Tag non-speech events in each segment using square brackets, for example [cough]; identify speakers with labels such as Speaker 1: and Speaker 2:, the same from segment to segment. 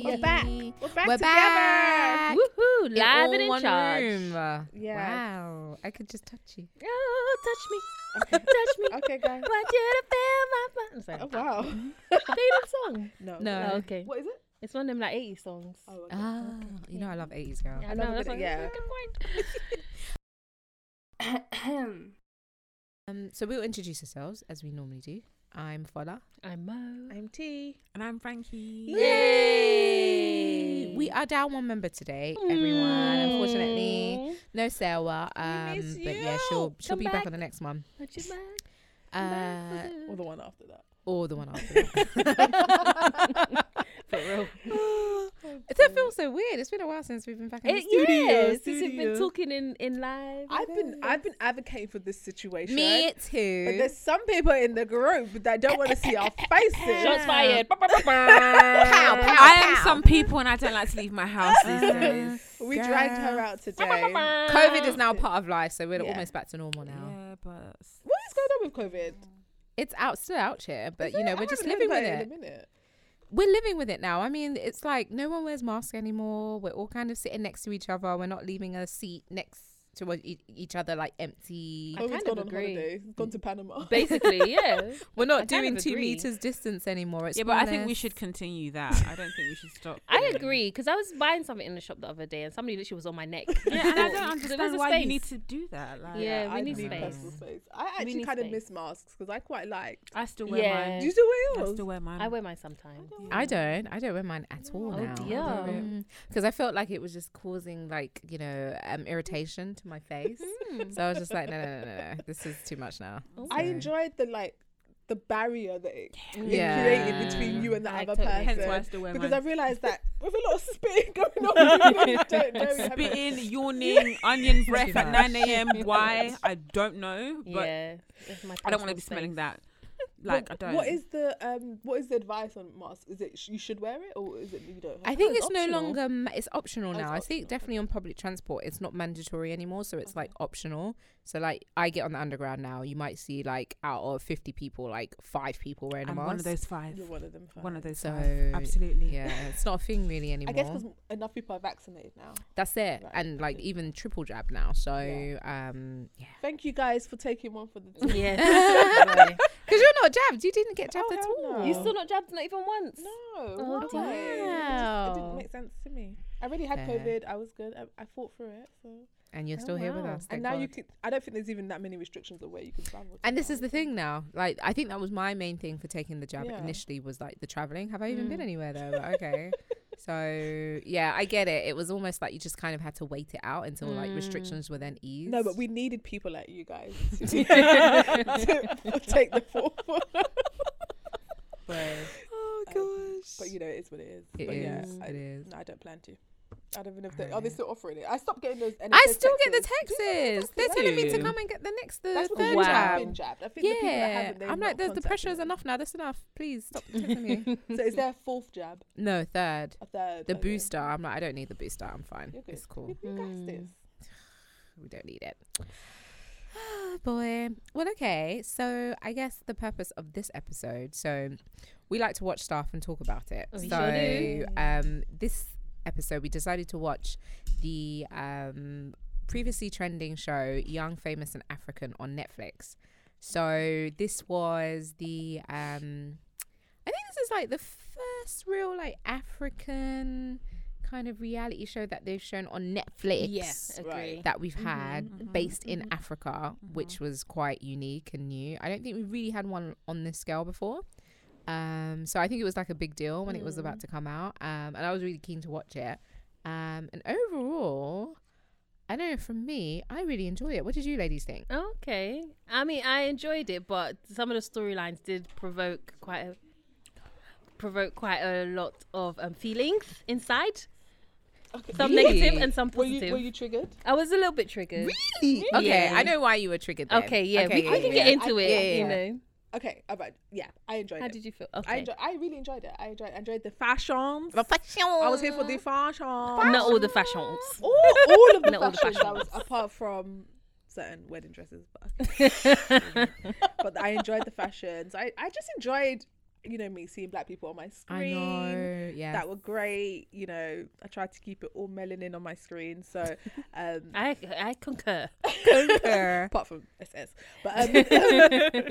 Speaker 1: Yay.
Speaker 2: We're back
Speaker 1: We're
Speaker 2: together.
Speaker 1: back.
Speaker 3: Woohoo! Live
Speaker 1: all
Speaker 3: and in
Speaker 1: one
Speaker 3: charge.
Speaker 1: room.
Speaker 2: Yeah.
Speaker 1: Wow. I could just touch you.
Speaker 3: Oh, touch me.
Speaker 2: Okay.
Speaker 3: Touch me.
Speaker 2: okay, guys.
Speaker 3: Want you to feel my.
Speaker 2: Oh,
Speaker 3: I'm sorry.
Speaker 2: wow.
Speaker 3: [laughs] Favorite
Speaker 1: [laughs]
Speaker 3: song?
Speaker 2: no.
Speaker 1: No.
Speaker 3: Oh, okay.
Speaker 2: What is it?
Speaker 3: It's one of them like 80 songs.
Speaker 2: Oh, okay.
Speaker 1: Ah, you know I [laughs] love 80s girl.
Speaker 3: Yeah,
Speaker 2: I
Speaker 3: no,
Speaker 2: love a
Speaker 3: that's
Speaker 2: bit
Speaker 3: why
Speaker 2: of-
Speaker 3: I'm
Speaker 2: yeah.
Speaker 3: like, I'm
Speaker 1: Um, so we'll introduce ourselves as we normally do. I'm Fola.
Speaker 3: quite- I'm Mo.
Speaker 2: I'm T.
Speaker 4: And I'm Frankie.
Speaker 3: Yay!
Speaker 1: We are down one member today, everyone. Unfortunately,
Speaker 3: Mm.
Speaker 1: no Sarah. Um,
Speaker 2: We miss
Speaker 1: but yeah, she'll she'll
Speaker 3: Come
Speaker 1: be back.
Speaker 3: back.
Speaker 1: on the next one,
Speaker 3: Put your back,
Speaker 1: uh,
Speaker 3: back
Speaker 2: Or the one after that.
Speaker 1: or the one after. that.
Speaker 3: for real.
Speaker 1: [sighs] that feels so weird. It's been a while since we've been back in the
Speaker 3: It,
Speaker 1: studio.
Speaker 3: yes, since we've
Speaker 1: studio.
Speaker 3: been talking in, in live.
Speaker 2: I've been I've been advocating for this situation.
Speaker 1: Me
Speaker 2: But
Speaker 1: too.
Speaker 2: there's some people in the group that don't want to see our faces.
Speaker 3: Shots fired.
Speaker 4: I am some people and I don't like to leave
Speaker 2: [laughs]
Speaker 4: my house these days.
Speaker 2: [laughs] We dragged her out today. What
Speaker 1: COVID is now part of life, so we're
Speaker 2: Yeah.
Speaker 1: almost back to normal now.
Speaker 4: Yeah, but
Speaker 2: is going on with COVID?
Speaker 1: It's out, still out here, but you know
Speaker 2: I
Speaker 1: we're just
Speaker 2: haven't
Speaker 1: living
Speaker 2: heard
Speaker 1: with
Speaker 2: about
Speaker 1: it.
Speaker 2: In a minute.
Speaker 1: we're living with it now. I mean, it's like no one wears masks anymore. We're all kind of sitting next to each other. We're not leaving a seat next to e- each other like empty.
Speaker 3: I
Speaker 2: COVID's
Speaker 3: kind
Speaker 2: gone
Speaker 3: of
Speaker 2: on
Speaker 3: agree.
Speaker 2: holiday. It's gone to Panama.
Speaker 3: [laughs] Basically,
Speaker 1: [laughs]
Speaker 3: yeah.
Speaker 1: We're not
Speaker 3: I kind
Speaker 1: doing
Speaker 3: of
Speaker 1: two
Speaker 3: agree.
Speaker 1: meters distance anymore. It's
Speaker 4: yeah, but I think we
Speaker 1: less-
Speaker 4: should continue that.
Speaker 1: [laughs]
Speaker 4: I don't think we should stop.
Speaker 3: I
Speaker 4: doing-
Speaker 3: agree because I was buying something in the shop the other day and somebody literally was on my neck.
Speaker 4: Yeah, and I
Speaker 3: [laughs] thought,
Speaker 4: don't
Speaker 3: "There's
Speaker 4: understand
Speaker 3: a
Speaker 4: why you
Speaker 3: space."
Speaker 4: need to do that. Like,
Speaker 3: Yeah,
Speaker 2: [laughs]
Speaker 3: we
Speaker 2: I
Speaker 3: need
Speaker 2: need
Speaker 3: space.
Speaker 2: personal space. I actually
Speaker 3: need
Speaker 2: kind of
Speaker 3: space.
Speaker 2: miss masks because I quite like.
Speaker 4: I still wear
Speaker 3: Yeah.
Speaker 4: mine.
Speaker 2: Do you still wear
Speaker 4: I
Speaker 2: yours?
Speaker 4: still wear mine.
Speaker 3: I wear mine sometimes.
Speaker 1: I don't. I don't wear mine at all
Speaker 3: Oh,
Speaker 1: now.
Speaker 3: dear.
Speaker 1: Because I felt like it was just causing like you know um, irritation to my face.
Speaker 2: Mm-hmm.
Speaker 1: so I was just like, no, no, no, no, no. This is too much now.
Speaker 2: I
Speaker 1: So-
Speaker 2: enjoyed the like the barrier that it, it
Speaker 1: Yeah.
Speaker 2: created between you and the
Speaker 3: I
Speaker 2: other
Speaker 3: totally-
Speaker 2: person.
Speaker 4: Hence why I still wear
Speaker 2: because I
Speaker 4: mine.
Speaker 2: realised that with a lot of spitting [laughs] going on, you really don't know each other.
Speaker 4: Spitting, yawning, onion breath at
Speaker 1: much.
Speaker 4: 9
Speaker 1: [laughs]
Speaker 4: a.m. Why? I don't know, but
Speaker 3: yeah, it's my
Speaker 4: I don't want
Speaker 3: personal
Speaker 4: to be
Speaker 3: space.
Speaker 4: smelling that. Like, I
Speaker 2: What-
Speaker 4: don't.
Speaker 2: What is the um? What is the advice on masks? Is it sh- you should wear it or is it you don't?
Speaker 1: I
Speaker 2: Have
Speaker 1: think
Speaker 3: it's
Speaker 1: it's, no
Speaker 3: optional.
Speaker 1: longer m- it's optional
Speaker 2: Oh, it's
Speaker 1: now. I think
Speaker 2: optional,
Speaker 1: definitely on public transport it's not mandatory anymore, so it's like optional. So like I get on the underground now, you might see like out of 50 people like 5 people wearing a
Speaker 4: I'm
Speaker 1: mask.
Speaker 4: one of those five.
Speaker 2: You're one of them.
Speaker 4: One of those
Speaker 1: So,
Speaker 4: five. Absolutely.
Speaker 1: [laughs] yeah, it's not a thing really
Speaker 2: I
Speaker 1: anymore.
Speaker 2: guess because enough people are vaccinated now.
Speaker 1: That's it.
Speaker 2: Right,
Speaker 1: And like
Speaker 2: okay.
Speaker 1: even triple jab now. So
Speaker 2: Yeah.
Speaker 1: um yeah.
Speaker 2: Thank you guys for taking one for the team. [laughs]
Speaker 3: Yeah.
Speaker 1: Cuz you're not jabbed. You didn't get jabbed
Speaker 2: Oh,
Speaker 1: at
Speaker 2: hell
Speaker 1: all.
Speaker 2: no.
Speaker 3: you still not jabbed, not even once.
Speaker 2: No,
Speaker 3: Oh,
Speaker 2: why? It, just, it
Speaker 1: wow.
Speaker 2: didn't make sense to me. I already had
Speaker 1: Fair.
Speaker 2: COVID. I was good. I, I fought through it. So.
Speaker 1: And you're
Speaker 3: Oh,
Speaker 1: still here with
Speaker 3: wow.
Speaker 1: us.
Speaker 2: and
Speaker 1: thank
Speaker 2: now you
Speaker 1: God.
Speaker 2: can. I don't think there's even that many restrictions of where you can travel. to
Speaker 1: And this
Speaker 2: now.
Speaker 1: is the thing now. Like, I think that was my main thing for taking the jab
Speaker 2: Yeah.
Speaker 1: initially was like the traveling. Have I even been
Speaker 3: Mm.
Speaker 1: anywhere though? But
Speaker 2: [laughs]
Speaker 1: okay. so yeah, I get it. It was almost like you just kind of had to wait it out until like
Speaker 3: Mm.
Speaker 1: restrictions were then eased.
Speaker 2: No, but we needed people like
Speaker 1: [laughs]
Speaker 2: you guys to, [laughs] to take the fall. for-
Speaker 1: [gasps]
Speaker 2: [laughs]
Speaker 1: Oh
Speaker 2: Um,
Speaker 1: gosh.
Speaker 2: but you know, it is what it is.
Speaker 1: It
Speaker 2: but yeah,
Speaker 1: is,
Speaker 2: I,
Speaker 1: it is.
Speaker 2: No, I don't plan to. I don't even know if they. Are they still offering it? I stopped getting those.
Speaker 1: I
Speaker 2: NHS
Speaker 1: still get the
Speaker 2: texts.
Speaker 1: texts. They're telling me to
Speaker 4: do.
Speaker 1: come and get the next the
Speaker 2: That's because
Speaker 1: third
Speaker 2: you've
Speaker 3: Wow.
Speaker 1: jab.
Speaker 2: been jabbed. I think the people that
Speaker 1: Yeah,
Speaker 2: haven't, they've
Speaker 1: I'm
Speaker 2: not
Speaker 1: like, the, the
Speaker 2: contacted
Speaker 1: pressure is
Speaker 2: us.
Speaker 1: enough now. That's enough. Please stop
Speaker 2: [laughs]
Speaker 1: texting me.
Speaker 2: So is there a fourth jab?
Speaker 1: No,
Speaker 2: [laughs]
Speaker 1: third.
Speaker 2: A third?
Speaker 1: The
Speaker 2: okay.
Speaker 1: booster. I'm like, I don't need the booster. I'm fine.
Speaker 2: You're good.
Speaker 1: It's cool.
Speaker 2: You, you guys
Speaker 3: Mm.
Speaker 2: this.
Speaker 1: we don't need it. [sighs] Boy. Well, okay. So I guess the purpose of this episode, so we like to watch stuff and talk about it.
Speaker 3: We
Speaker 1: so
Speaker 3: sure do.
Speaker 1: um this episode we decided to watch the um previously trending show Young, Famous and African on Netflix. So this was the um I think this is like the first real like African kind of reality show that they've shown on Netflix
Speaker 3: Yes, agree.
Speaker 2: Right.
Speaker 1: that we've
Speaker 3: Mm-hmm,
Speaker 1: had based in Africa, which was quite unique and new. I don't think we really had one on this scale before. Um, so I think it was like a big deal when it was
Speaker 3: Mm.
Speaker 1: about to come out. Um, and I was really keen to watch it. Um, and overall, I know from me, I really enjoyed it. What did you ladies think?
Speaker 3: Okay. I mean, I enjoyed it, but some of the storylines did provoke quite a provoke quite a lot of um, feelings inside.
Speaker 2: Hmm.
Speaker 3: Some negative
Speaker 1: Really?
Speaker 3: and some
Speaker 2: Were
Speaker 3: positive.
Speaker 2: you were you triggered?
Speaker 3: I was a little bit triggered.
Speaker 1: Really? Okay, I know why you were triggered. Then.
Speaker 3: Okay, yeah, we
Speaker 2: yeah,
Speaker 3: can
Speaker 2: yeah.
Speaker 3: get into
Speaker 2: I-
Speaker 3: it.
Speaker 2: yeah,
Speaker 1: yeah,
Speaker 3: You
Speaker 1: yeah.
Speaker 3: know,
Speaker 2: Okay, all right. Yeah, I enjoyed
Speaker 3: how
Speaker 2: it.
Speaker 3: did you feel?
Speaker 2: I
Speaker 3: Okay.
Speaker 2: enjoy, I really enjoyed it. I enjoyed I enjoyed the fashions. I
Speaker 1: I
Speaker 2: was here for the fashions.
Speaker 3: Not all the fashions.
Speaker 2: Uh, [laughs] all, all of the
Speaker 3: Not all the
Speaker 2: fashions. I was
Speaker 3: fashions.
Speaker 2: apart from certain wedding [laughs] dresses, but, but I enjoyed the fashions. I I just enjoyed you know me seeing black people on my
Speaker 1: I
Speaker 2: screen.
Speaker 1: know. Yeah.
Speaker 2: That were great. You know, I tried to keep it all melanin on my screen. [laughs] So, um,
Speaker 3: I I concur.
Speaker 1: Concur.
Speaker 2: apart from SS, [laughs] but um,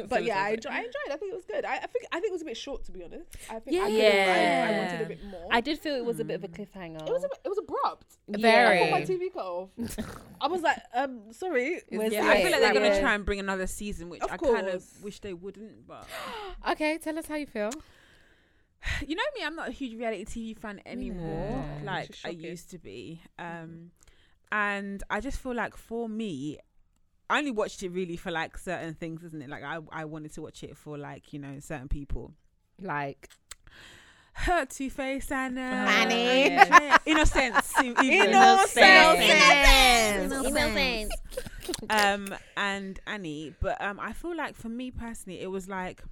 Speaker 2: but yeah, I enjoyed. I enjoyed. I think it was good. I, I think I think it was a bit short to be honest. I think I, could've- I, I wanted
Speaker 3: Yeah.
Speaker 2: a bit more.
Speaker 3: I did feel it was a bit of a cliffhanger.
Speaker 2: it was a, bit- it was abrupt. I
Speaker 1: Very.
Speaker 2: thought my TV cut off. I was like, um, sorry. Where's
Speaker 1: yeah,
Speaker 4: Yeah, I feel like they're
Speaker 1: like,
Speaker 4: gonna
Speaker 1: yeah.
Speaker 4: try and bring another season, which
Speaker 2: Of
Speaker 4: I kind of
Speaker 2: course.
Speaker 4: wish they wouldn't. But
Speaker 1: [gasps] Okay, tell us how you feel.
Speaker 4: [sighs] you know me, I'm not a huge reality TV fan anymore,
Speaker 1: know.
Speaker 4: like
Speaker 2: Which is
Speaker 4: I
Speaker 2: shocking.
Speaker 4: used to be. Um, and I just feel like for me, I only watched it really for like certain things, isn't it? Like I, I wanted to watch it for like you know certain people.
Speaker 1: Like,
Speaker 4: Her Two Face and uh,
Speaker 1: Annie.
Speaker 2: [laughs]
Speaker 4: yeah, [laughs] Innocence, e-, even. [laughs] um and Annie, but um I feel like for me personally it was like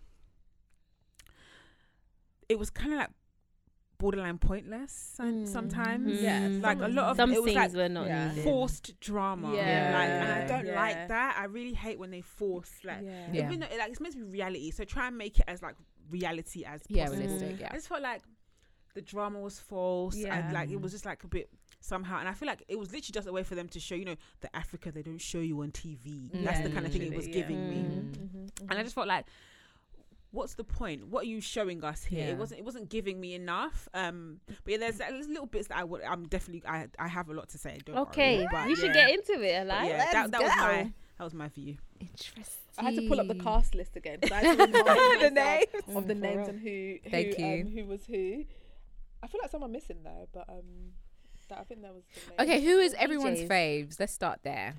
Speaker 4: it was kind of like borderline pointless and sometimes
Speaker 2: Yeah,
Speaker 4: Mm, like a lot of
Speaker 3: Some
Speaker 4: it
Speaker 3: things
Speaker 4: was like
Speaker 3: were not
Speaker 2: Yeah.
Speaker 3: needed.
Speaker 4: forced drama
Speaker 2: Yeah.
Speaker 4: like and I don't
Speaker 2: Yeah.
Speaker 4: like that I really hate when they force like
Speaker 2: Yeah.
Speaker 1: Yeah.
Speaker 4: even though like it's meant to be reality so try and make it as like reality as
Speaker 1: yeah,
Speaker 4: possible
Speaker 1: realistic.
Speaker 3: Mm.
Speaker 1: Yeah.
Speaker 4: I just felt like the drama was false
Speaker 2: Yeah.
Speaker 4: and like it was just like a bit somehow and I feel like it was literally just a way for them to show, you know, the Africa they don't show you on TV. That's the
Speaker 1: Yeah,
Speaker 4: kind of thing it was
Speaker 2: literally, yeah.
Speaker 4: giving
Speaker 3: Mm-hmm.
Speaker 4: me.
Speaker 1: Mm.
Speaker 2: Mm-hmm,
Speaker 4: And I just felt like what's the point? What are you showing us here?
Speaker 1: Yeah.
Speaker 4: It wasn't it wasn't giving me enough. Um but yeah there's, there's little bits that I would I'm definitely I I have a lot to say. Don't
Speaker 3: Okay,
Speaker 4: worry, but
Speaker 3: you should
Speaker 4: yeah.
Speaker 3: get into it,
Speaker 4: But
Speaker 3: Alive.
Speaker 4: yeah, that, that was my that was my view.
Speaker 1: Interesting.
Speaker 2: I had to pull up the cast list again. 'cause I had to remind
Speaker 1: The
Speaker 2: myself of the
Speaker 3: Mm, for
Speaker 2: names
Speaker 3: real.
Speaker 2: and who who,
Speaker 1: Thank you.
Speaker 2: Um, who was who. I feel like someone missing though, but um, that, I think that was the name.
Speaker 1: Okay, who is everyone's
Speaker 3: DJs.
Speaker 1: faves? Let's start there.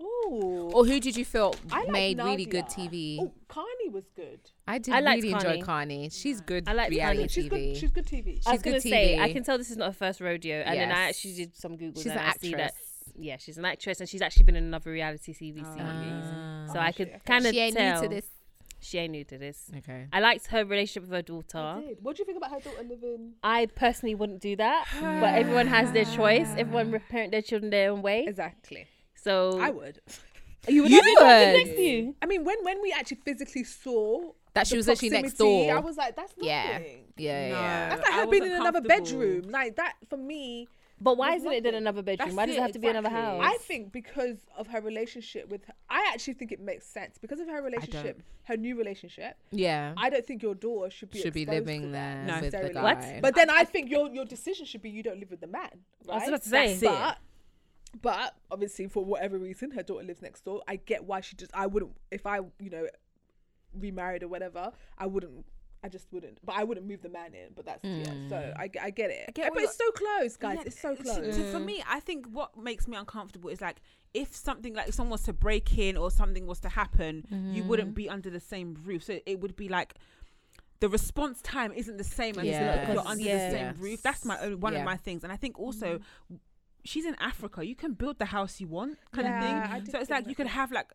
Speaker 2: Ooh.
Speaker 1: Or who did you feel
Speaker 2: I like
Speaker 1: made really good
Speaker 2: Nadia.
Speaker 1: TV?
Speaker 2: Oh, Carney was good.
Speaker 1: I did
Speaker 3: I liked
Speaker 1: really enjoy
Speaker 3: Carney.
Speaker 1: Carney. She's good
Speaker 3: I liked
Speaker 1: reality
Speaker 3: Carney.
Speaker 2: She's
Speaker 1: TV.
Speaker 2: good. She's good TV.
Speaker 3: I was
Speaker 1: She's good
Speaker 3: gonna say I
Speaker 1: TV.
Speaker 3: can tell this is not her first rodeo, and then I
Speaker 1: Yes.
Speaker 3: actually did some Google.
Speaker 1: She's
Speaker 3: and
Speaker 1: an
Speaker 3: I see that
Speaker 1: actress.
Speaker 3: yeah, she's an actress, and she's actually been in another reality TV
Speaker 4: Oh,
Speaker 3: series,
Speaker 1: Ah.
Speaker 3: so I
Speaker 2: she-
Speaker 3: could
Speaker 2: okay.
Speaker 3: kind of
Speaker 1: she ain't
Speaker 3: tell
Speaker 1: new to this.
Speaker 3: she ain't new to this.
Speaker 1: Okay.
Speaker 3: I liked her relationship with her
Speaker 2: I
Speaker 3: daughter.
Speaker 2: did. What do you think about her daughter living?
Speaker 3: I personally wouldn't do that, but everyone has their choice. Everyone re- parent their children their own way.
Speaker 2: Exactly.
Speaker 3: So
Speaker 2: I would.
Speaker 3: you
Speaker 1: You
Speaker 3: something
Speaker 1: would.
Speaker 3: next to you.
Speaker 2: I mean, when when we actually physically saw
Speaker 1: That she
Speaker 2: the
Speaker 1: was literally next
Speaker 2: proximity,
Speaker 1: door.
Speaker 2: I was like, that's nothing.
Speaker 1: yeah. Yeah,
Speaker 4: No,
Speaker 1: yeah.
Speaker 2: That's like
Speaker 4: I
Speaker 2: her being in
Speaker 4: wasn't
Speaker 2: another
Speaker 4: comfortable.
Speaker 2: bedroom. Like that for me,
Speaker 3: But why
Speaker 2: There's
Speaker 3: isn't it in
Speaker 2: nothing.
Speaker 3: another bedroom?
Speaker 4: That's
Speaker 3: why does it
Speaker 4: it,
Speaker 3: have to be another
Speaker 4: exactly.
Speaker 3: house?
Speaker 2: I think because of her relationship with, I actually think it makes sense because of her relationship, her new relationship.
Speaker 1: Yeah.
Speaker 2: I don't think your daughter should be
Speaker 1: Mm-hmm. Should be
Speaker 2: exposed
Speaker 1: living
Speaker 2: to that
Speaker 1: there with
Speaker 4: No.
Speaker 1: the
Speaker 2: necessarily.
Speaker 1: guy.
Speaker 3: What?
Speaker 2: But then I think your your decision should be you don't live with the man. Right?
Speaker 3: I was about to say.
Speaker 4: That's it.
Speaker 2: but but obviously for whatever reason her daughter lives next door. I get why she just I wouldn't if I you know remarried or whatever I wouldn't. I just wouldn't, but I wouldn't move the man in. But that's yeah. So I, I get it.
Speaker 4: Mm. I get
Speaker 2: but
Speaker 4: what
Speaker 2: it's so close, guys.
Speaker 4: Yeah,
Speaker 2: it's so
Speaker 4: t-
Speaker 2: close.
Speaker 4: t- for me, I think what makes me uncomfortable is like if something like if someone was to break in or something was to happen, you
Speaker 1: Mm-hmm.
Speaker 4: wouldn't be under the same roof. So it would be like the response time isn't the same as
Speaker 1: Yeah.
Speaker 4: if you're
Speaker 3: Because-
Speaker 4: under
Speaker 3: yeah.
Speaker 4: the same roof. That's my own, one
Speaker 1: Yeah.
Speaker 4: of my things, and I think also.
Speaker 2: Mm-hmm.
Speaker 4: She's in Africa. You can build the house you want, kind
Speaker 2: Yeah, I did
Speaker 4: of thing. So it's
Speaker 2: think
Speaker 4: like you
Speaker 2: that.
Speaker 4: could have like,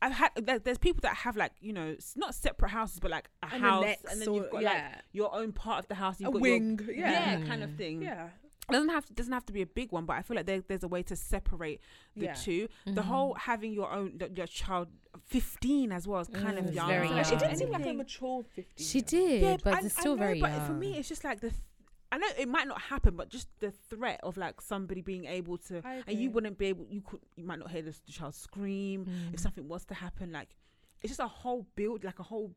Speaker 4: I've had there, there's people that have like you know s- not separate houses, but like a
Speaker 2: An
Speaker 4: house,
Speaker 2: annex
Speaker 4: and then
Speaker 2: or-
Speaker 4: you've got
Speaker 2: yeah.
Speaker 4: like your own part of the house. You've
Speaker 2: a
Speaker 4: got
Speaker 2: wing,
Speaker 4: your,
Speaker 2: yeah,
Speaker 4: kind of thing
Speaker 2: yeah.
Speaker 4: it doesn't have doesn't have to be a big one, but I feel like there, there's a way to separate the
Speaker 2: Yeah.
Speaker 4: two. The
Speaker 1: Mm-hmm.
Speaker 4: whole having your own th- your child, fifteen as well, is kind of
Speaker 1: Mm,
Speaker 4: young.
Speaker 1: very
Speaker 4: I feel like
Speaker 2: She
Speaker 1: young.
Speaker 4: if
Speaker 2: didn't seem like a
Speaker 4: anything-
Speaker 2: mature fifteen.
Speaker 1: She
Speaker 2: year old.
Speaker 1: did,
Speaker 4: Yeah,
Speaker 1: but
Speaker 4: I-
Speaker 1: it's
Speaker 4: I
Speaker 1: still
Speaker 4: know,
Speaker 1: very
Speaker 4: But
Speaker 1: young.
Speaker 4: for me, it's just like the. Th- I know it might not happen, but just the threat of like somebody being able to,
Speaker 2: I
Speaker 4: and you
Speaker 2: agree.
Speaker 4: wouldn't be able. You could. You might not hear this, the child scream
Speaker 1: Mm. Mm-hmm.
Speaker 4: if something was to happen. Like, it's just a whole build, like a whole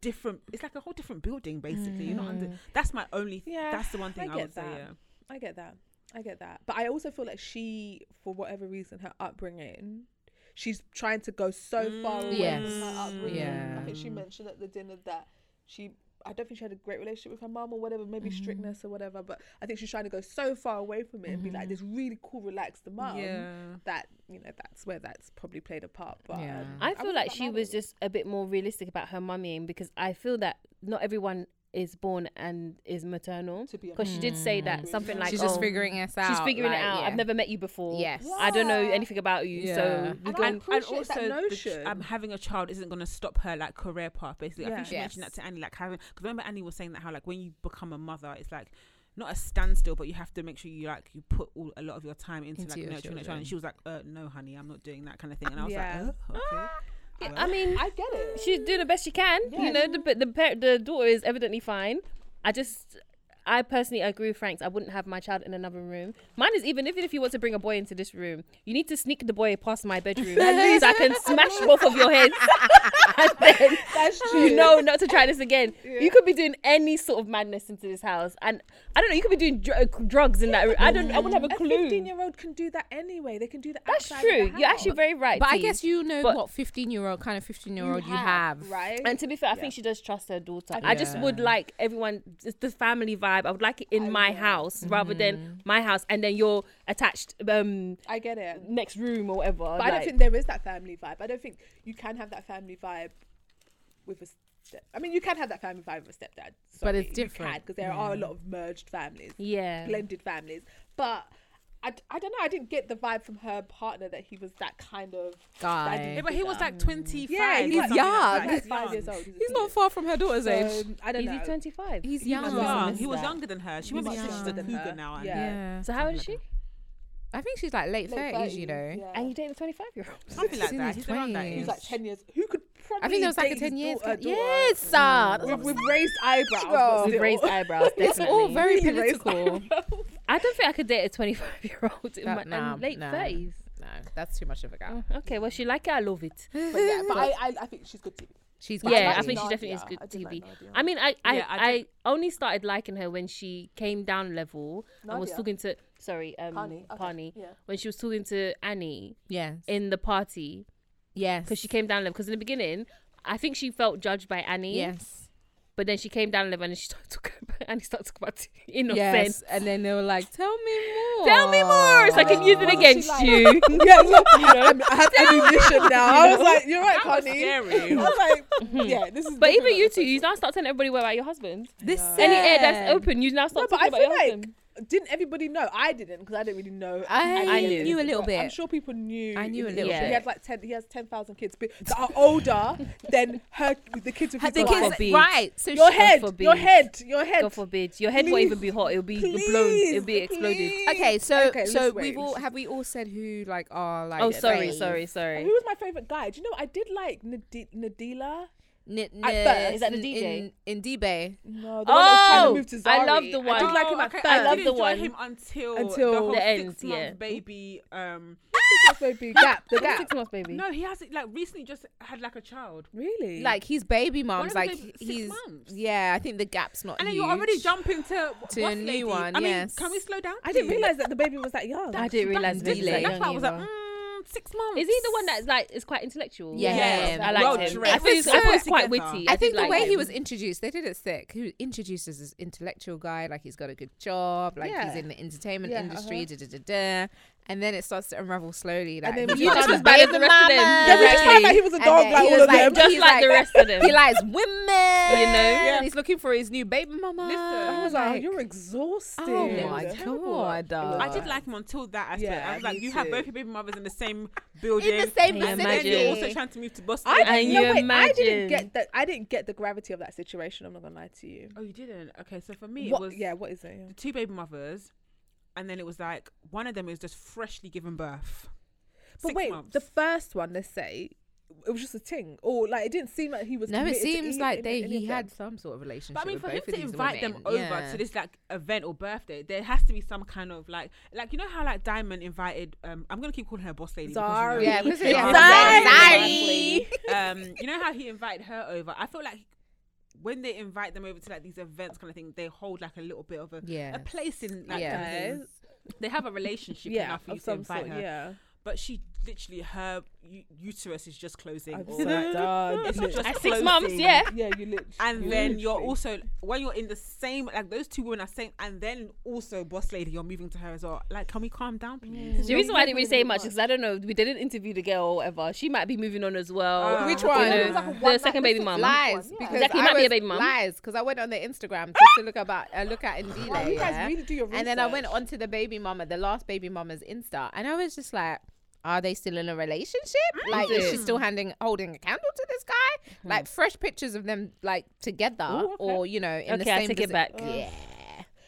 Speaker 4: different. It's like a whole different building, basically. You're not
Speaker 3: Mm.
Speaker 4: under.
Speaker 1: Mm.
Speaker 4: That's my only.
Speaker 2: Yeah,
Speaker 4: that's the one thing
Speaker 2: I
Speaker 4: I,
Speaker 2: get
Speaker 4: would say.
Speaker 2: that.
Speaker 4: Yeah.
Speaker 2: I get that. I get that. But I also feel like she, for whatever reason, her upbringing, she's trying to go so
Speaker 3: Mm,
Speaker 2: far away from
Speaker 1: Yes.
Speaker 2: her upbringing.
Speaker 1: Yeah.
Speaker 2: I think she mentioned at the dinner that she, I don't think she had a great relationship with her mum or whatever, maybe strictness or whatever. But I think she's trying to go so far away from it and be like this really cool, relaxed mum.
Speaker 4: Yeah.
Speaker 2: That you know, that's where that's probably played a part. But
Speaker 1: Yeah.
Speaker 2: um,
Speaker 3: I feel
Speaker 2: wasn't
Speaker 3: like
Speaker 2: that
Speaker 3: she
Speaker 2: mad
Speaker 3: was
Speaker 2: at it.
Speaker 3: just a bit more realistic about her mummying because I feel that not everyone is born and is maternal.
Speaker 2: To be
Speaker 3: Because she did say that
Speaker 2: Mm.
Speaker 3: something like,
Speaker 1: she's
Speaker 3: oh,
Speaker 1: just figuring us out.
Speaker 3: she's figuring
Speaker 1: like,
Speaker 3: it out.
Speaker 1: yeah.
Speaker 3: I've never met you before.
Speaker 1: Yes.
Speaker 3: I don't know
Speaker 2: Yeah.
Speaker 3: anything about you.
Speaker 1: Yeah.
Speaker 3: So we
Speaker 2: And
Speaker 3: go.
Speaker 2: I appreciate that
Speaker 4: the ch-
Speaker 2: notion.
Speaker 4: um, having a child isn't going to stop her like career path. Basically, I
Speaker 2: Yeah.
Speaker 4: think she mentioned
Speaker 1: Yes.
Speaker 4: that to Annie. Like having, because remember Annie was saying that how like when you become a mother, it's like not a standstill, but you have to make sure you like you put all a lot of your time into,
Speaker 1: Into
Speaker 4: like
Speaker 1: your
Speaker 4: nurturing that child.
Speaker 1: children.
Speaker 4: And she was like, uh, "No, honey, I'm not doing that kind of thing." And I was
Speaker 2: Yeah. Ah,
Speaker 4: like, oh, okay.
Speaker 3: Yeah, I mean,
Speaker 2: I get
Speaker 3: [laughs]
Speaker 2: it.
Speaker 3: she's doing the best she can. You know, the the par- the daughter is evidently fine. I just, I personally agree with Franks. I wouldn't have my child in another room. Mine is even even if you want to bring a boy into this room, you need to sneak the boy past my bedroom so I can smash both of your heads. [laughs] and then
Speaker 2: That's true.
Speaker 3: you know not to try this again. You could be doing any sort of madness into this house, and I don't know. You could be doing dr- uh, drugs in that room. I don't. I wouldn't have a
Speaker 2: a
Speaker 3: clue.
Speaker 2: fifteen-year-old can do that anyway. They can do that.
Speaker 3: That's
Speaker 2: outside of
Speaker 3: true.
Speaker 2: the
Speaker 3: You're
Speaker 2: house.
Speaker 3: actually very right.
Speaker 1: But I
Speaker 3: T.
Speaker 1: guess you know
Speaker 3: But-
Speaker 1: what 15 year old, kind of 15 year old you have.
Speaker 2: right.
Speaker 3: And to be fair, I think she does trust her daughter. I just
Speaker 1: Yeah.
Speaker 3: would like everyone, just the family vibe. I would like it in my house rather than my house, and then you're attached um
Speaker 2: I get it.
Speaker 3: next room or whatever.
Speaker 2: But I don't think there is that family vibe. I don't think you can have that family vibe with a step. I mean, you can have that family vibe with a stepdad.
Speaker 1: But it's different.
Speaker 2: because there are a lot of merged families,
Speaker 3: Yeah.
Speaker 2: blended families. But I, d- I don't know. I didn't get the vibe from her partner that he was that kind of
Speaker 1: Guy.
Speaker 2: that he
Speaker 1: Yeah, [laughs]
Speaker 4: but he
Speaker 2: did
Speaker 4: was
Speaker 2: that.
Speaker 4: like 25.
Speaker 2: Yeah, he's
Speaker 4: or
Speaker 2: like
Speaker 4: something
Speaker 1: young.
Speaker 4: that.
Speaker 2: He's like
Speaker 4: He's
Speaker 2: five
Speaker 4: young.
Speaker 2: years old. He's, a
Speaker 1: He's not
Speaker 2: senior.
Speaker 1: far from her daughter's age.
Speaker 2: Um, I don't
Speaker 3: Is
Speaker 2: know.
Speaker 3: he 25?
Speaker 1: He's
Speaker 2: he
Speaker 1: young.
Speaker 2: was
Speaker 4: He was
Speaker 2: young.
Speaker 4: young.
Speaker 2: missed
Speaker 4: He was
Speaker 1: that.
Speaker 4: younger than her. She
Speaker 2: He
Speaker 4: was
Speaker 2: was
Speaker 4: she's just a
Speaker 1: younger
Speaker 2: than
Speaker 4: cougar
Speaker 2: her.
Speaker 4: now.
Speaker 2: Yeah.
Speaker 1: Yeah.
Speaker 3: So how old is she?
Speaker 1: I think she's like late,
Speaker 2: Late
Speaker 1: 30s, you know.
Speaker 2: 30s, yeah.
Speaker 3: And you dating a 25 year old?
Speaker 4: Something like
Speaker 1: He's in
Speaker 4: that.
Speaker 1: his
Speaker 4: He's around that
Speaker 1: 20s.
Speaker 2: He
Speaker 4: age.
Speaker 2: was like 10 years. Who could probably
Speaker 1: I think there was like a
Speaker 2: date his
Speaker 1: 10 years.
Speaker 2: daughter- daughter?
Speaker 1: Yes, sir. That's what
Speaker 2: With,
Speaker 1: I'm
Speaker 2: with raised eyebrows.
Speaker 1: Girl.
Speaker 2: [laughs] but
Speaker 1: With
Speaker 2: still.
Speaker 3: raised eyebrows,
Speaker 1: It's all
Speaker 3: definitely.
Speaker 1: very
Speaker 2: Really raised
Speaker 1: political.
Speaker 3: I don't think I could date a 25 year old in
Speaker 1: That-
Speaker 3: my
Speaker 1: nah,
Speaker 3: and late
Speaker 1: nah.
Speaker 3: 30s.
Speaker 1: [laughs] no, that's too much of a gap.
Speaker 3: Okay, well, she like it. I love it.
Speaker 2: But yeah, but I, I, I think she's good too.
Speaker 1: She's
Speaker 2: I
Speaker 3: yeah,
Speaker 2: like
Speaker 3: I think she
Speaker 2: Nadia.
Speaker 3: definitely is good
Speaker 2: I do like
Speaker 3: TV.
Speaker 2: Nadia.
Speaker 3: I mean, I I,
Speaker 4: Yeah,
Speaker 3: I,
Speaker 4: I
Speaker 3: only started liking her when she came down level and was
Speaker 2: Nadia?
Speaker 3: talking to sorry um Pani,
Speaker 2: Pani, okay, yeah.
Speaker 3: when she was talking to Annie
Speaker 1: yes,
Speaker 3: in the party
Speaker 1: yes,
Speaker 3: because she came down level because in the beginning. I think she felt judged by Annie,
Speaker 1: yes,
Speaker 3: but then she came down level and she started talking about, [laughs] Annie started talking about innocence.
Speaker 1: yes, and then they were like, "Tell me more,
Speaker 3: Tell me more, so I can use it
Speaker 2: Wasn't she
Speaker 3: against
Speaker 2: like-
Speaker 3: [laughs] you.
Speaker 2: [laughs] yeah, look, I'm, I [laughs] have ammunition now. I was like, you're right,
Speaker 4: That was
Speaker 2: Connie. I
Speaker 4: scary.
Speaker 2: was
Speaker 1: [laughs]
Speaker 2: like,
Speaker 1: Mhm.
Speaker 2: yeah, this is.
Speaker 3: But even
Speaker 2: different.
Speaker 3: you two, you now start telling everybody about your husband.
Speaker 1: This
Speaker 3: Any air
Speaker 1: said-
Speaker 3: that's open, you now
Speaker 2: No,
Speaker 3: start
Speaker 2: but
Speaker 3: talking
Speaker 2: I
Speaker 3: about
Speaker 2: feel
Speaker 3: your
Speaker 2: like
Speaker 3: husband.
Speaker 2: didn't everybody know? I didn't because I didn't really know.
Speaker 1: I
Speaker 2: Annie
Speaker 3: knew.
Speaker 2: as
Speaker 1: knew a little
Speaker 2: but I'm
Speaker 1: bit.
Speaker 2: sure people knew.
Speaker 1: I knew a
Speaker 2: in
Speaker 1: little
Speaker 2: industry.
Speaker 3: bit.
Speaker 2: He has like ten. He has ten thousand kids but that are older
Speaker 1: [laughs]
Speaker 2: than her. The kids who
Speaker 1: I think
Speaker 3: God
Speaker 1: it's
Speaker 3: forbid.
Speaker 1: right. So
Speaker 2: your
Speaker 1: she-
Speaker 2: head,
Speaker 3: forbid.
Speaker 2: your head, your head.
Speaker 3: God forbid, your head won't even
Speaker 2: Please,
Speaker 3: be hot; it'll be blown,
Speaker 2: Please,
Speaker 3: it'll be exploded.
Speaker 2: please.
Speaker 1: Okay, so
Speaker 2: Okay,
Speaker 1: so
Speaker 2: let's
Speaker 1: we've
Speaker 2: wait.
Speaker 1: all have we all said who like are like?
Speaker 3: Oh, sorry,
Speaker 1: brave?
Speaker 3: sorry,
Speaker 2: Who
Speaker 3: sorry.
Speaker 2: was my favorite guy? Do you know I did like Nadi- Nadila?
Speaker 1: N-
Speaker 2: At
Speaker 1: n-
Speaker 2: first. Is
Speaker 3: that the
Speaker 1: in-
Speaker 3: DJ?
Speaker 1: In, in D-Bay.
Speaker 2: No, the one that was trying to move to
Speaker 3: Oh,
Speaker 2: Zari.
Speaker 3: I love the one.
Speaker 2: I did like him
Speaker 4: Oh,
Speaker 2: at
Speaker 4: okay,
Speaker 2: first.
Speaker 3: I love
Speaker 4: didn't
Speaker 3: the
Speaker 4: enjoy
Speaker 3: one.
Speaker 4: him until,
Speaker 2: Until
Speaker 4: the, whole
Speaker 3: the end,
Speaker 4: six month
Speaker 3: yeah.
Speaker 4: baby. Um,
Speaker 2: That's my big gap. The gap.
Speaker 3: Six months, baby.
Speaker 4: no, he has like recently just had like a child.
Speaker 2: Really?
Speaker 1: Like his baby mom's
Speaker 4: of
Speaker 1: like
Speaker 4: the six
Speaker 1: he's
Speaker 4: months.
Speaker 1: yeah. I think the gap's not.
Speaker 4: And then
Speaker 1: huge.
Speaker 4: you're already jumping to,
Speaker 1: To a
Speaker 4: what's
Speaker 1: new
Speaker 4: lady?
Speaker 1: one,
Speaker 4: I mean,
Speaker 1: yes.
Speaker 4: can we slow down?
Speaker 2: I didn't
Speaker 4: please?
Speaker 2: realize that the baby was that young.
Speaker 3: I didn't realize
Speaker 1: that's
Speaker 3: really.
Speaker 1: really
Speaker 4: That's why I was like,
Speaker 3: young either.
Speaker 4: mm, six months.
Speaker 3: Is he the one that's like is quite intellectual?
Speaker 1: Yeah. Yes.
Speaker 3: I
Speaker 1: Well
Speaker 3: like him. I
Speaker 1: dressed.
Speaker 3: thought he was, I thought he was
Speaker 4: Put
Speaker 3: quite
Speaker 4: together.
Speaker 3: witty.
Speaker 1: I think
Speaker 3: did
Speaker 1: the
Speaker 3: like
Speaker 1: way he
Speaker 3: him.
Speaker 1: was introduced, they did it sick. He was introduced as this intellectual guy, like he's got a good job, like he's
Speaker 2: Yeah.
Speaker 1: in the entertainment
Speaker 2: Yeah, uh-huh.
Speaker 1: industry, da, da, da, da. and then it starts to unravel slowly. Like,
Speaker 2: then
Speaker 1: he
Speaker 2: we
Speaker 1: just
Speaker 2: found
Speaker 1: was
Speaker 2: out
Speaker 1: bad
Speaker 3: he's
Speaker 1: as the
Speaker 3: the rest of
Speaker 1: rest
Speaker 3: them.
Speaker 2: Then we just found out he was a dog like all of them.
Speaker 3: Just like the rest of them. [laughs]
Speaker 1: He likes women, you know.
Speaker 2: Yeah.
Speaker 1: And he's looking for his new baby mama.
Speaker 2: I was like, you're exhausted.
Speaker 1: Oh my
Speaker 2: It was terrible.
Speaker 1: God,
Speaker 2: It was
Speaker 1: uh,
Speaker 4: I
Speaker 2: terrible.
Speaker 4: did like him until that aspect.
Speaker 2: Yeah,
Speaker 4: I was like,
Speaker 2: me
Speaker 4: you have
Speaker 2: too.
Speaker 4: both your baby mothers in the same building.
Speaker 1: in the same
Speaker 3: Can you
Speaker 1: vicinity.
Speaker 4: and then you're also
Speaker 3: imagine?
Speaker 4: trying to move to Boston.
Speaker 2: I
Speaker 3: And
Speaker 2: didn't, no,
Speaker 3: you
Speaker 2: wait, I
Speaker 3: imagine.
Speaker 2: didn't get that. I didn't get the gravity of that situation. I'm not gonna lie to you.
Speaker 4: oh, you didn't? Okay, so for me,
Speaker 2: What,
Speaker 4: it was
Speaker 2: yeah, what is it?
Speaker 4: the
Speaker 2: Yeah.
Speaker 4: two baby mothers, and then it was like one of them is just freshly given birth.
Speaker 2: But
Speaker 4: Six
Speaker 2: wait,
Speaker 4: months.
Speaker 2: the first one, let's say, it was just a ting, or like it didn't seem like he was.
Speaker 1: No, it
Speaker 2: committed to
Speaker 1: seems
Speaker 2: any-
Speaker 1: like
Speaker 2: any-
Speaker 1: they
Speaker 2: any of
Speaker 1: he
Speaker 2: them. [laughs]
Speaker 1: had some sort of relationship.
Speaker 4: But I mean,
Speaker 1: with
Speaker 4: for him
Speaker 1: both of
Speaker 4: to
Speaker 1: these
Speaker 4: invite them
Speaker 1: women.
Speaker 4: over
Speaker 1: Yeah.
Speaker 4: to this like event or birthday, there has to be some kind of like, like you know how like Diamond invited. Um, I'm gonna keep calling her Boss Lady. because
Speaker 2: Zari.
Speaker 4: you know- [laughs]
Speaker 1: Yeah, because
Speaker 4: Sorry.
Speaker 2: [laughs]
Speaker 1: sorry.
Speaker 4: um, you know how he invited her over. I feel like when they invite them over to like these events kind of thing, they hold like a little bit of a
Speaker 1: Yeah.
Speaker 4: a place in like
Speaker 1: Yeah.
Speaker 4: yeah. they have a [laughs] relationship
Speaker 2: Yeah,
Speaker 4: enough for you
Speaker 2: of
Speaker 4: to
Speaker 2: some
Speaker 4: invite
Speaker 2: sort.
Speaker 4: her.
Speaker 2: Yeah.
Speaker 4: But she literally her u- uterus is just closing.
Speaker 2: I'm
Speaker 4: or-
Speaker 2: so [laughs] done.
Speaker 4: It's
Speaker 2: Lit-
Speaker 4: just
Speaker 3: at six
Speaker 4: closing.
Speaker 3: months, yeah.
Speaker 2: yeah, you lit-
Speaker 4: And
Speaker 2: you
Speaker 4: then you're
Speaker 2: literally-
Speaker 4: also when you're in the same like those two women are saying, and then also boss lady, you're moving to her as well. Like, can we calm down, please?
Speaker 3: The reason why I didn't really say much is 'cause I don't know. We didn't interview the girl or whatever. She might be moving on as well.
Speaker 4: Ah. Which
Speaker 3: You
Speaker 1: Oh, one?
Speaker 3: know,
Speaker 1: It was like a
Speaker 3: the second baby mum.
Speaker 1: Lies, because
Speaker 3: Exactly, it
Speaker 1: I
Speaker 3: might be a
Speaker 1: was-
Speaker 3: baby mum.
Speaker 1: Lies, because I went on their Instagram just to look about, uh, look at Indila.
Speaker 2: Wow, you guys
Speaker 1: yeah?
Speaker 2: really do your
Speaker 1: And then I went
Speaker 2: research.
Speaker 1: onto the baby mama, the last baby mama's Insta, and I was just like, are they still in a relationship?
Speaker 3: Mm.
Speaker 1: Like, is she still handing holding a candle to this guy? Like, fresh pictures of them like together,
Speaker 2: Ooh, okay.
Speaker 1: or you know, in the
Speaker 3: Okay,
Speaker 1: same.
Speaker 3: I take it
Speaker 1: vicinity.
Speaker 3: back.
Speaker 1: Yeah,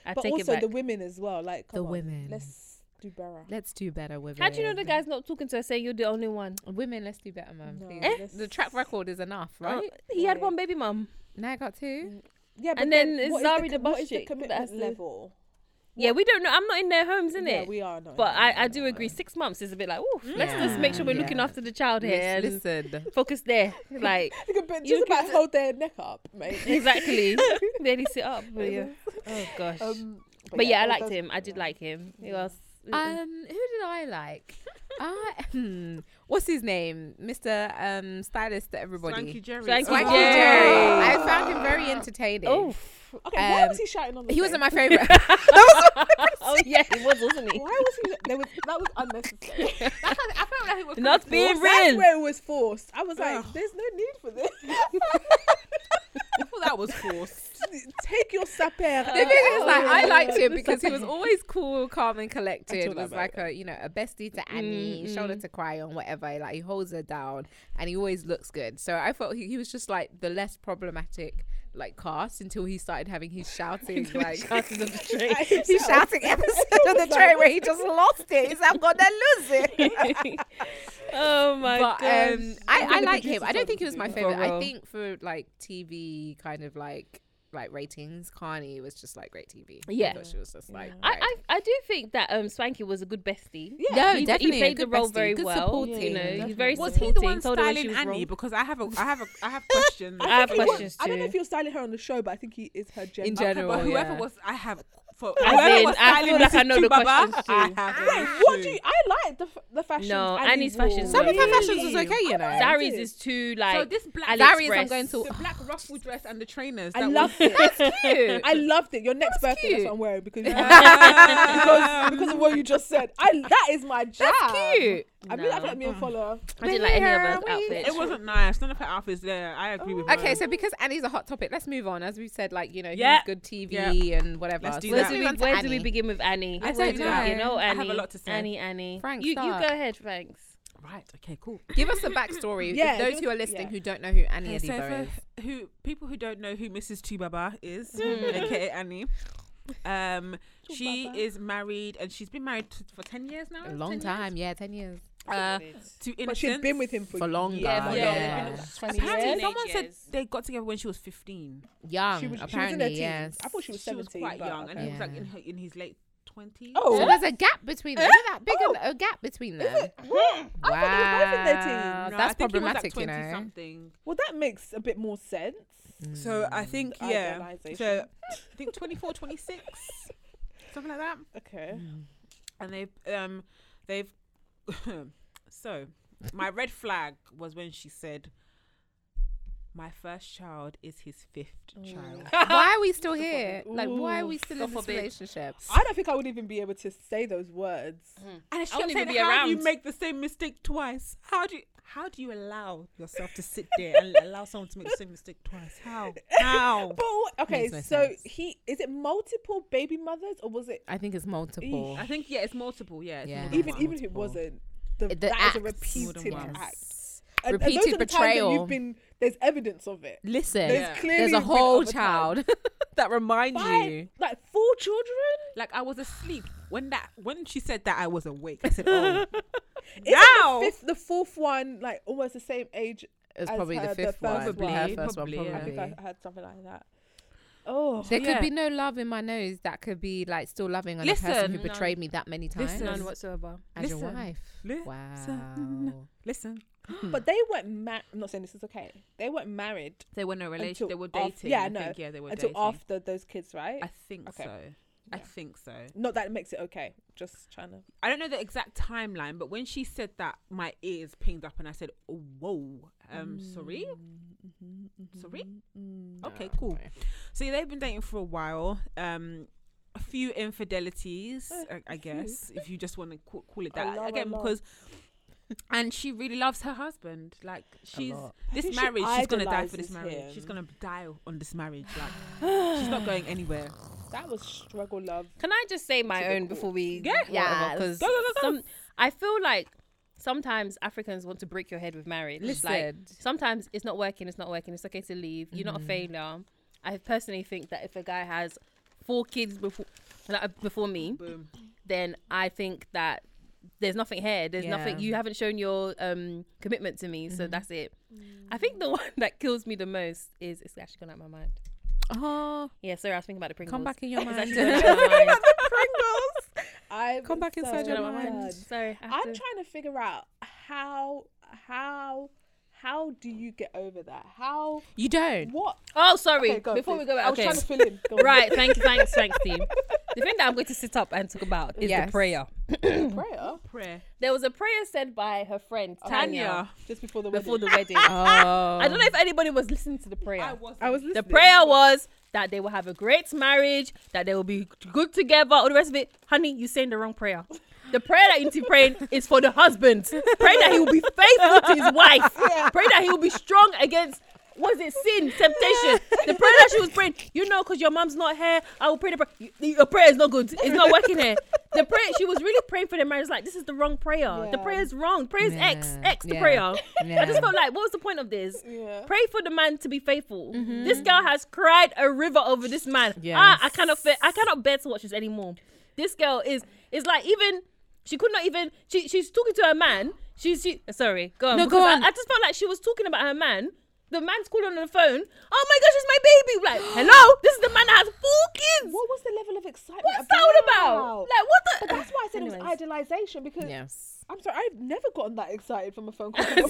Speaker 3: I
Speaker 2: But
Speaker 3: take it
Speaker 2: also
Speaker 3: back.
Speaker 2: the women as well. Like come
Speaker 1: The
Speaker 2: on,
Speaker 1: women.
Speaker 2: Let's Do better.
Speaker 1: Let's do better, women.
Speaker 3: How do you know the guy's not talking to her saying you're the only one?
Speaker 1: Women, let's do better, man.
Speaker 2: No,
Speaker 1: please.
Speaker 2: Eh? let's-
Speaker 1: The track record is enough, right?
Speaker 3: Oh, he had
Speaker 2: Right.
Speaker 3: one baby mum.
Speaker 1: Now I got two.
Speaker 2: Yeah,
Speaker 3: And then it's
Speaker 2: what is
Speaker 3: Zari
Speaker 2: the,
Speaker 3: the
Speaker 2: com- what
Speaker 3: boss
Speaker 2: is the
Speaker 3: chick that
Speaker 2: commitment
Speaker 3: has to-
Speaker 2: level?
Speaker 3: Yeah, we don't know. I'm not in their homes,
Speaker 2: Yeah,
Speaker 3: innit?
Speaker 2: we are not. [laughs]
Speaker 3: But
Speaker 2: in
Speaker 3: I, I
Speaker 2: that
Speaker 3: do
Speaker 2: level.
Speaker 3: agree. Six months is a bit like, oof. Let's
Speaker 1: Yeah.
Speaker 3: just make sure we're looking
Speaker 1: Yeah.
Speaker 3: after the child here and
Speaker 1: Lis- Listen.
Speaker 3: focus there. [laughs] Like
Speaker 2: They could be-
Speaker 3: You
Speaker 2: Just about
Speaker 3: could-
Speaker 2: hold their neck up, mate.
Speaker 3: [laughs] exactly. Barely sit up. But yeah. Oh gosh.
Speaker 2: Um,
Speaker 3: but, yeah, I
Speaker 2: that-
Speaker 3: liked
Speaker 2: that's-
Speaker 3: him. I did like him. He
Speaker 2: Yeah.
Speaker 3: was. oh,
Speaker 1: Um, who did I
Speaker 3: [laughs]
Speaker 1: like? I hmm, what's his name? Mr. Um, stylist to everybody.
Speaker 4: Swanky Jerry.
Speaker 3: Swanky
Speaker 1: Swanky
Speaker 3: Oh.
Speaker 1: Jerry.
Speaker 2: Oh.
Speaker 1: I found him very entertaining.
Speaker 3: Oh,
Speaker 2: [laughs] Okay, why
Speaker 1: Um,
Speaker 2: was he shouting on the
Speaker 1: He
Speaker 2: thing?
Speaker 1: wasn't my favorite.
Speaker 3: [laughs] oh yeah, he was,
Speaker 2: [laughs]
Speaker 3: wasn't he?
Speaker 2: Why was he? There was that was unnecessary.
Speaker 4: I felt like [laughs] he was
Speaker 3: Not
Speaker 4: coming
Speaker 3: being
Speaker 4: forward.
Speaker 2: That's
Speaker 3: real.
Speaker 2: where it was forced. I was like,
Speaker 4: Ugh.
Speaker 2: "There's no need for this. [laughs]
Speaker 4: I thought that was
Speaker 1: [laughs]
Speaker 4: forced.
Speaker 2: Take your sapere."
Speaker 1: the thing is, like,
Speaker 2: [laughs]
Speaker 1: I liked him
Speaker 3: Oh.
Speaker 1: because he was always cool, calm, and collected.
Speaker 2: all
Speaker 1: Was
Speaker 2: about
Speaker 1: like a you know a bestie to Annie,
Speaker 3: Mm,
Speaker 1: shoulder to cry on, whatever. Like he holds her down, and he always looks good. So I felt he, he was just like the less problematic like cast until he started having his shouting
Speaker 3: [laughs]
Speaker 1: like
Speaker 3: Chances of the trade.
Speaker 1: He's shouting episode of the train where he just lost it. He's like, I'm gonna lose it.
Speaker 3: [laughs] [laughs] oh my
Speaker 1: But
Speaker 3: gosh.
Speaker 1: um, I, I
Speaker 2: the
Speaker 1: like him. I
Speaker 2: producers
Speaker 1: don't think he was my
Speaker 2: wanted
Speaker 3: to do that.
Speaker 1: favorite. I
Speaker 3: Bro.
Speaker 1: think for like TV kind of like like ratings, Carney was just like great TV. I
Speaker 3: Yeah.
Speaker 1: thought she was just like.
Speaker 3: I,
Speaker 1: right.
Speaker 3: I, I do think that um Swanky was a good bestie.
Speaker 1: No,
Speaker 3: he,
Speaker 1: definitely
Speaker 3: He
Speaker 1: a
Speaker 3: played the
Speaker 1: good
Speaker 3: role
Speaker 1: bestie,
Speaker 3: very
Speaker 1: good
Speaker 3: well.
Speaker 1: supporting,
Speaker 3: You know,
Speaker 2: definitely.
Speaker 3: he's very
Speaker 4: Was he
Speaker 3: supporting.
Speaker 4: the one
Speaker 3: Told her when she
Speaker 4: styling
Speaker 3: was
Speaker 4: Annie?
Speaker 3: wrong.
Speaker 4: Because I have a, I have a, I have questions.
Speaker 3: I have
Speaker 2: He was-
Speaker 3: questions
Speaker 2: I don't know
Speaker 3: too.
Speaker 2: if you're styling her on the show, but I think he is her gender.
Speaker 1: In general,
Speaker 4: but whoever
Speaker 1: yeah.
Speaker 4: was, I have. For,
Speaker 3: As
Speaker 4: whoever
Speaker 3: in,
Speaker 4: was
Speaker 3: I
Speaker 4: styling
Speaker 3: feel like I
Speaker 4: Mrs.
Speaker 3: know the
Speaker 4: Chibaba,
Speaker 3: questions too.
Speaker 4: I
Speaker 2: [laughs]
Speaker 4: have. an
Speaker 2: Wait, what
Speaker 4: issue.
Speaker 2: do you? I like the f- the fashion.
Speaker 3: No, Annie's fashions
Speaker 1: Some of her
Speaker 3: Really?
Speaker 1: fashions was okay, you know.
Speaker 3: Zari's is too like.
Speaker 4: so this black
Speaker 3: Alex
Speaker 1: Zari's, I'm
Speaker 3: Express.
Speaker 1: going to.
Speaker 4: the black ruffle dress and the trainers.
Speaker 2: I
Speaker 4: that
Speaker 2: loved
Speaker 4: was-
Speaker 2: it.
Speaker 3: [laughs]
Speaker 1: Cute.
Speaker 2: [laughs] I loved it. Your next
Speaker 1: That's
Speaker 2: birthday, that's
Speaker 1: cute.
Speaker 2: what I'm wearing
Speaker 1: [laughs]
Speaker 2: because
Speaker 4: Yeah.
Speaker 2: because because of what you just said. I that is my job.
Speaker 1: That's cute.
Speaker 2: I mean, I
Speaker 3: No.
Speaker 2: feel like me and follow.
Speaker 3: I didn't like any of her
Speaker 1: Yeah, we-
Speaker 3: outfits.
Speaker 4: It wasn't nice. None of her outfits there. I agree with.
Speaker 1: Okay,
Speaker 4: her.
Speaker 1: so because Annie's a hot topic, let's move on. As we said, like you know,
Speaker 4: Yeah.
Speaker 1: who's good TV
Speaker 4: Yeah.
Speaker 1: and whatever.
Speaker 4: Let's do
Speaker 1: So
Speaker 3: Where,
Speaker 4: that.
Speaker 3: do
Speaker 1: move
Speaker 3: we,
Speaker 1: on to
Speaker 3: where do
Speaker 1: Annie.
Speaker 3: we begin with Annie?
Speaker 1: I
Speaker 3: Where
Speaker 1: don't
Speaker 3: do we begin?
Speaker 1: know.
Speaker 3: Oh,
Speaker 4: I have
Speaker 3: Annie.
Speaker 4: a lot to say.
Speaker 3: Annie, Annie.
Speaker 1: Frank,
Speaker 3: you, you
Speaker 1: start.
Speaker 3: go ahead, Franks.
Speaker 4: Right. Okay. Cool.
Speaker 1: Give us a backstory.
Speaker 2: Yeah,
Speaker 1: if those
Speaker 2: give
Speaker 1: who
Speaker 2: us-
Speaker 1: are listening
Speaker 2: yeah.
Speaker 1: who don't know who Annie
Speaker 4: Okay,
Speaker 1: Adibo
Speaker 4: so for
Speaker 1: is.
Speaker 4: who people who don't know who Mrs. Tubaba
Speaker 2: [laughs]
Speaker 4: is, aka Annie, um, she
Speaker 2: Tubaba.
Speaker 4: is married and she's been married t- for ten years now.
Speaker 1: A long
Speaker 4: 10 years?
Speaker 1: time, yeah, ten years
Speaker 4: Uh, to innocent.
Speaker 2: But she had been with him for,
Speaker 1: for longer. Yeah,
Speaker 3: Yeah, for
Speaker 2: yeah.
Speaker 3: long.
Speaker 4: Apparently,
Speaker 3: Teenage
Speaker 4: someone said
Speaker 3: years.
Speaker 4: they got together when she was fifteen.
Speaker 1: young.
Speaker 2: She was, she was in her
Speaker 1: apparently,
Speaker 2: teens.
Speaker 1: yes.
Speaker 2: I thought she was
Speaker 4: She was
Speaker 2: seventeen.
Speaker 4: quite
Speaker 2: but
Speaker 4: young, and
Speaker 2: okay.
Speaker 4: he was like
Speaker 1: Yeah.
Speaker 4: in her, in his late twenties.
Speaker 2: Oh,
Speaker 1: So there's a gap between them. Look at that big
Speaker 2: Oh.
Speaker 1: a gap between them.
Speaker 2: I thought they were both in their teens.
Speaker 1: Wow.
Speaker 4: No,
Speaker 1: that's
Speaker 4: I think he was, like,
Speaker 1: problematic, you
Speaker 4: 20
Speaker 1: know.
Speaker 4: Something.
Speaker 2: Well, that makes a bit more sense.
Speaker 4: So I think
Speaker 2: The
Speaker 4: yeah.
Speaker 2: idealisation.
Speaker 4: Mm. So I think 24, 26, something like that.
Speaker 2: [laughs] Okay.
Speaker 4: and they've um they've [laughs] so my red flag was when she said my first child is his fifth child
Speaker 1: why are we still here? Like, why are
Speaker 2: Ooh,
Speaker 1: we still
Speaker 4: God
Speaker 1: in this
Speaker 4: forbid.
Speaker 1: relationship?
Speaker 2: I don't think I would even be able to say those words.
Speaker 4: and she
Speaker 3: I wouldn't
Speaker 4: kept
Speaker 3: even
Speaker 4: saying,
Speaker 3: be
Speaker 4: how do you
Speaker 3: around."
Speaker 4: make the same mistake twice how do you how do you allow yourself to sit there [laughs] and allow someone to make the same mistake twice how
Speaker 1: Oh,
Speaker 4: how
Speaker 2: But what- okay,
Speaker 1: Makes no
Speaker 2: so
Speaker 1: sense.
Speaker 2: he is it multiple baby mothers or was it
Speaker 1: I think it's multiple.
Speaker 4: [laughs] i think yeah it's multiple yeah, it's
Speaker 1: Yeah.
Speaker 4: more than
Speaker 2: even
Speaker 4: one.
Speaker 2: even if it wasn't the,
Speaker 1: The
Speaker 2: that is a
Speaker 1: acts. More
Speaker 4: than
Speaker 2: repeated
Speaker 4: one.
Speaker 2: act.
Speaker 1: Repeated
Speaker 2: those are the times that
Speaker 1: betrayal.
Speaker 2: You've been there's evidence of it.
Speaker 1: Listen,
Speaker 2: There's
Speaker 4: Yeah.
Speaker 2: clearly
Speaker 1: there's a
Speaker 2: been
Speaker 1: whole
Speaker 2: other times.
Speaker 1: [laughs] child that reminds you.
Speaker 2: Five, like four children.
Speaker 4: like i was asleep when that when she said that i was awake i [laughs] said oh
Speaker 2: Isn't
Speaker 4: Wow.
Speaker 1: Oh.
Speaker 2: the fifth, the fourth one, like almost the same age.
Speaker 1: It was
Speaker 2: as
Speaker 1: probably
Speaker 2: her-
Speaker 1: the
Speaker 2: the
Speaker 1: fifth
Speaker 2: first
Speaker 1: one.
Speaker 2: Probably,
Speaker 1: her first one,
Speaker 4: probably, yeah.
Speaker 2: I
Speaker 1: probably.
Speaker 2: think I had something like that. Oh,
Speaker 1: There
Speaker 4: yeah.
Speaker 1: could be no love in my nose that could be like still loving on a person
Speaker 4: Listen,
Speaker 1: who
Speaker 3: no.
Speaker 1: betrayed me that many times.
Speaker 4: Listen.
Speaker 3: None whatsoever.
Speaker 1: As your
Speaker 4: Listen.
Speaker 1: wife.
Speaker 4: Listen.
Speaker 1: Wow.
Speaker 4: listen
Speaker 2: but they weren't. Ma- I'm not saying this is okay. They weren't married
Speaker 4: they were in a
Speaker 2: Until
Speaker 4: relationship they were
Speaker 2: af-
Speaker 4: dating
Speaker 2: yeah,
Speaker 4: I
Speaker 2: no,
Speaker 4: think, yeah they were
Speaker 2: until
Speaker 4: dating.
Speaker 2: after those kids, right?
Speaker 4: I think
Speaker 2: Okay.
Speaker 4: so. I
Speaker 2: Yeah.
Speaker 4: think so.
Speaker 2: Not that it makes it okay. Just trying to.
Speaker 4: I don't know the exact timeline, but when she said that, my ears pinged up and I said, oh, "Whoa, um, sorry."
Speaker 2: Mm-hmm,
Speaker 4: Sorry? Okay, cool. So they've been dating for a while. Um, a few infidelities,
Speaker 2: Uh,
Speaker 4: I, I guess, if you just want to call, call it that
Speaker 2: Allah,
Speaker 4: again,
Speaker 2: Allah.
Speaker 4: because. And she really loves her husband. Like she's
Speaker 1: lot.
Speaker 4: this
Speaker 2: think she
Speaker 4: marriage, she's gonna die for this
Speaker 2: idolises
Speaker 4: marriage. She's
Speaker 2: him.
Speaker 4: gonna die on this marriage.
Speaker 2: [sighs]
Speaker 4: Like she's not going anywhere.
Speaker 2: That was struggle love.
Speaker 3: Can I just say my
Speaker 2: To the
Speaker 3: own
Speaker 2: court.
Speaker 3: before we
Speaker 4: Yeah.
Speaker 1: Yeah,
Speaker 3: because
Speaker 1: go,
Speaker 3: some I feel like sometimes Africans want to break your head with marriage. Like
Speaker 1: Listen.
Speaker 3: sometimes it's not working, it's not working, it's okay to leave. You're
Speaker 2: Mm-hmm.
Speaker 3: not a failure. I personally think that if a guy has four kids uh, before like, before me,
Speaker 4: Boom.
Speaker 3: then I think that there's nothing here. There's
Speaker 1: Yeah.
Speaker 3: nothing. You haven't shown your um, commitment to me,
Speaker 2: Mm-hmm.
Speaker 3: so that's it. I think the [laughs] one that kills me the most is it's actually gone out of my mind.
Speaker 1: Oh,
Speaker 3: Yeah, sorry, I was thinking about the Pringles.
Speaker 1: come back in [laughs] your
Speaker 3: It's
Speaker 1: mind.
Speaker 3: actually gone out of my mind.
Speaker 2: Pringles. I'm
Speaker 1: Come back inside
Speaker 3: It's
Speaker 1: your
Speaker 3: gone out of my
Speaker 1: mind.
Speaker 3: mind. Sorry, I have
Speaker 2: I'm
Speaker 3: to-
Speaker 2: trying to figure out how how how do you get over that? How
Speaker 1: you don't.
Speaker 2: what?
Speaker 3: Oh, sorry.
Speaker 2: Okay, go,
Speaker 3: Before
Speaker 2: please.
Speaker 3: we go
Speaker 2: I
Speaker 3: back,
Speaker 2: was
Speaker 3: okay.
Speaker 2: trying to fill in. Go on.
Speaker 3: [laughs] right, thank you, thanks, thanks, team. The thing that I'm going to sit up and talk about is
Speaker 1: Yes.
Speaker 3: the prayer.
Speaker 2: prayer
Speaker 4: prayer.
Speaker 3: There was a prayer said by her friend
Speaker 2: Oh,
Speaker 3: Tanya,
Speaker 4: Tanya.
Speaker 2: just before the
Speaker 3: before the
Speaker 2: wedding.
Speaker 3: wedding.
Speaker 1: Oh,
Speaker 3: [laughs] I don't know if anybody was listening to the prayer.
Speaker 4: wasn't.
Speaker 2: I was listening.
Speaker 3: The prayer was that they will have a great marriage, that they will be good together, all the rest of it. Honey, you're saying the wrong prayer. The prayer that you need to be praying is for the husband. Pray that he will be faithful to his wife. Pray that he will be strong against. Was it sin, temptation? The prayer that she was praying, you know, because your mom's not here, I will pray the prayer. Your prayer is not good. It's not working here. The prayer she was really praying for the marriage. Like this is the wrong prayer. The
Speaker 2: Yeah.
Speaker 3: prayer is wrong. Prayer is X,
Speaker 1: Yeah.
Speaker 3: X the
Speaker 1: Yeah.
Speaker 3: prayer. [laughs] I
Speaker 1: Yeah.
Speaker 3: just felt like, what was the point of this?
Speaker 2: Yeah. Mm-hmm.
Speaker 3: Pray for the man to be faithful. This girl has cried a river over this man.
Speaker 1: Yes.
Speaker 3: Ah, I cannot fa- I cannot bear to watch this anymore. This girl is is like even she could not even she she's talking to her man. She's she sorry, go on.
Speaker 1: No, go
Speaker 3: because I-
Speaker 1: on.
Speaker 3: I, just felt like she was talking about her man. The man's calling on the phone. Oh my gosh, it's my baby. Like,
Speaker 2: [gasps]
Speaker 3: hello, this is the man that has four kids.
Speaker 2: What was the level of excitement?
Speaker 3: What's that all about? Like, what the?
Speaker 2: But that's why I said
Speaker 3: Anyways.
Speaker 2: it was idealization because
Speaker 1: Yes.
Speaker 2: I'm sorry, I've never gotten that excited from a phone
Speaker 3: [laughs]
Speaker 2: call. [laughs]
Speaker 3: See? I was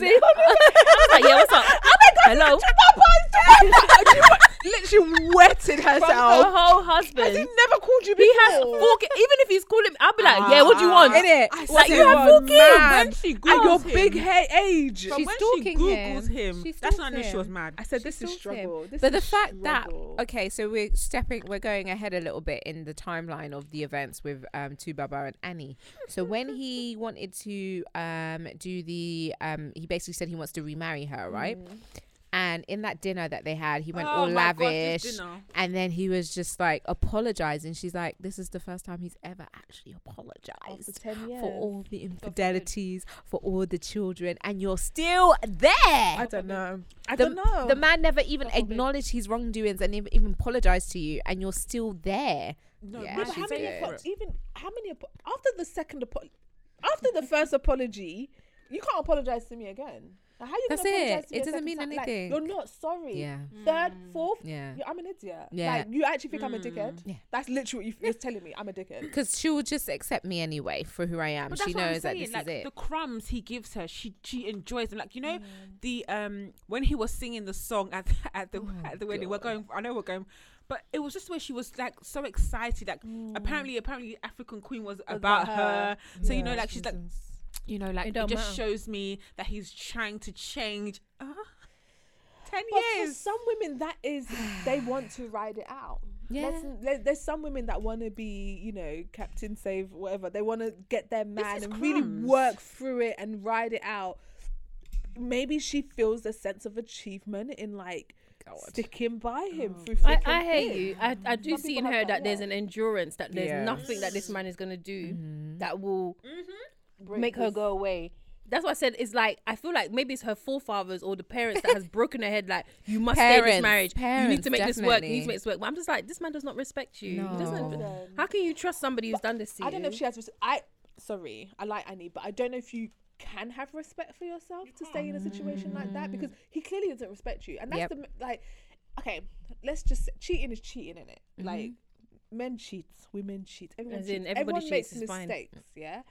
Speaker 3: like, yeah, what's up? Oh my gosh, hello. [laughs]
Speaker 2: [laughs] literally wetted
Speaker 3: From her
Speaker 2: herself.
Speaker 3: whole
Speaker 2: Has
Speaker 3: husband.
Speaker 2: he never called you before?
Speaker 3: He has four kids. Even if he's calling, I'll be like, yeah, what
Speaker 2: Ah.
Speaker 3: do you want?
Speaker 1: In it.
Speaker 2: I
Speaker 3: Like,
Speaker 2: said,
Speaker 3: you have four
Speaker 2: "Man,
Speaker 3: kids.
Speaker 4: she
Speaker 2: At your
Speaker 4: Googles him.
Speaker 2: big hair age.
Speaker 4: From
Speaker 1: She's
Speaker 4: when she
Speaker 1: stalking
Speaker 4: Googles
Speaker 1: him.
Speaker 4: him,
Speaker 1: She
Speaker 4: that's when I knew
Speaker 1: stalked
Speaker 4: she was
Speaker 1: him.
Speaker 4: mad.
Speaker 2: I said, this
Speaker 1: She
Speaker 2: is
Speaker 1: stalked him.
Speaker 2: struggle. This
Speaker 1: but the
Speaker 2: is
Speaker 1: fact
Speaker 2: struggle.
Speaker 1: that okay, so we're stepping, we're going ahead a little bit in the timeline of the events with um Tubaba and Annie. So when he wanted to um do the um, he basically said he wants to remarry her, right? And in that dinner that they had, he went
Speaker 4: Oh
Speaker 1: all
Speaker 4: my God, this
Speaker 1: lavish,
Speaker 4: dinner.
Speaker 1: and then he was just like apologizing. She's like, "This is the first time he's ever actually
Speaker 2: After
Speaker 1: apologized
Speaker 2: 10 years.
Speaker 1: for all the infidelities, for all the children, and you're still there."
Speaker 2: I don't know. I
Speaker 1: the,
Speaker 2: don't know.
Speaker 3: Oh.
Speaker 1: the man never even
Speaker 2: That's what we-
Speaker 1: acknowledged his wrongdoings and even, even apologized to you, and you're still there.
Speaker 4: No,
Speaker 1: Yeah,
Speaker 4: my
Speaker 2: Yeah,
Speaker 1: she's
Speaker 2: but how many
Speaker 1: good.
Speaker 2: apo- even how many apo- after the second apo- after the first apology, you can't apologize to me again. Like, How you
Speaker 1: That's
Speaker 2: gonna apologize
Speaker 1: it.
Speaker 2: To me
Speaker 1: It
Speaker 2: a
Speaker 1: doesn't
Speaker 2: second
Speaker 1: mean
Speaker 2: time? Like,
Speaker 1: anything.
Speaker 2: you're not sorry.
Speaker 1: Yeah.
Speaker 2: Third, fourth.
Speaker 1: Yeah.
Speaker 2: you- I'm an idiot.
Speaker 1: Yeah. Mm.
Speaker 2: Like you actually think I'm a dickhead?
Speaker 1: Yeah.
Speaker 2: That's literally what you- you're telling me. I'm a dickhead.
Speaker 1: Because she'll just accept me anyway for who I am.
Speaker 4: But
Speaker 1: She
Speaker 4: that's what I'm
Speaker 1: knows that
Speaker 4: saying,
Speaker 1: this
Speaker 4: like,
Speaker 1: is it.
Speaker 4: The crumbs he gives her, she she enjoys them. Like you know, the um when he was singing the song at [laughs] at the at the wedding, we're going. I know we're going, but it was just where she was like so excited. Like apparently, apparently, African Queen was Mm. about
Speaker 2: her.
Speaker 4: her. So you know, like she's like, you know, like
Speaker 3: It
Speaker 4: it,
Speaker 3: don't
Speaker 4: just
Speaker 3: matter.
Speaker 4: shows me that he's trying to change. Uh, Ten
Speaker 2: But for
Speaker 4: years.
Speaker 2: some women, that is they want to ride it out.
Speaker 1: Yeah.
Speaker 2: Let's- there- there's some women that want to be, you know, captain, save, whatever. They want to get their man
Speaker 4: is
Speaker 2: and really
Speaker 4: crumbs.
Speaker 2: work through it and ride it out. Maybe she feels a sense of achievement in like
Speaker 3: oh,
Speaker 2: sticking by him through.
Speaker 3: I,
Speaker 2: thick
Speaker 3: I
Speaker 2: and
Speaker 3: hear
Speaker 2: thin.
Speaker 3: you. I, I do
Speaker 2: Some
Speaker 3: see
Speaker 2: people
Speaker 3: in
Speaker 2: have
Speaker 3: her
Speaker 2: that,
Speaker 3: that there's
Speaker 2: yeah.
Speaker 3: an endurance, that there's
Speaker 1: Yes. Mm-hmm.
Speaker 3: nothing that this man is going to do that will
Speaker 2: Mm-hmm. Break
Speaker 3: make her
Speaker 2: this-
Speaker 3: go away. That's what I said. It's like, I feel like maybe it's her forefathers or the parents
Speaker 2: [laughs]
Speaker 3: that has broken her head. Like, you must stay in
Speaker 1: Parents,
Speaker 3: this marriage. you need
Speaker 1: parents,
Speaker 3: to make this work. You need
Speaker 1: definitely.
Speaker 3: to make this work. But I'm just like, this man does not respect you. He
Speaker 1: No.
Speaker 3: doesn't. How can you trust somebody who's done this to you?
Speaker 2: I don't know if she has. Res- I sorry, I like Annie, but I don't know if you can have respect for yourself to stay in a situation like that because he clearly doesn't respect you, and that's
Speaker 1: Yep.
Speaker 2: the m- like. Okay, let's just say- cheating is cheating in it. Like men cheat, women cheat, everyone
Speaker 3: Mm-hmm. As
Speaker 2: cheats.
Speaker 3: in, everybody
Speaker 2: everyone
Speaker 3: cheats,
Speaker 2: makes
Speaker 3: it's fine.
Speaker 2: mistakes. Yeah.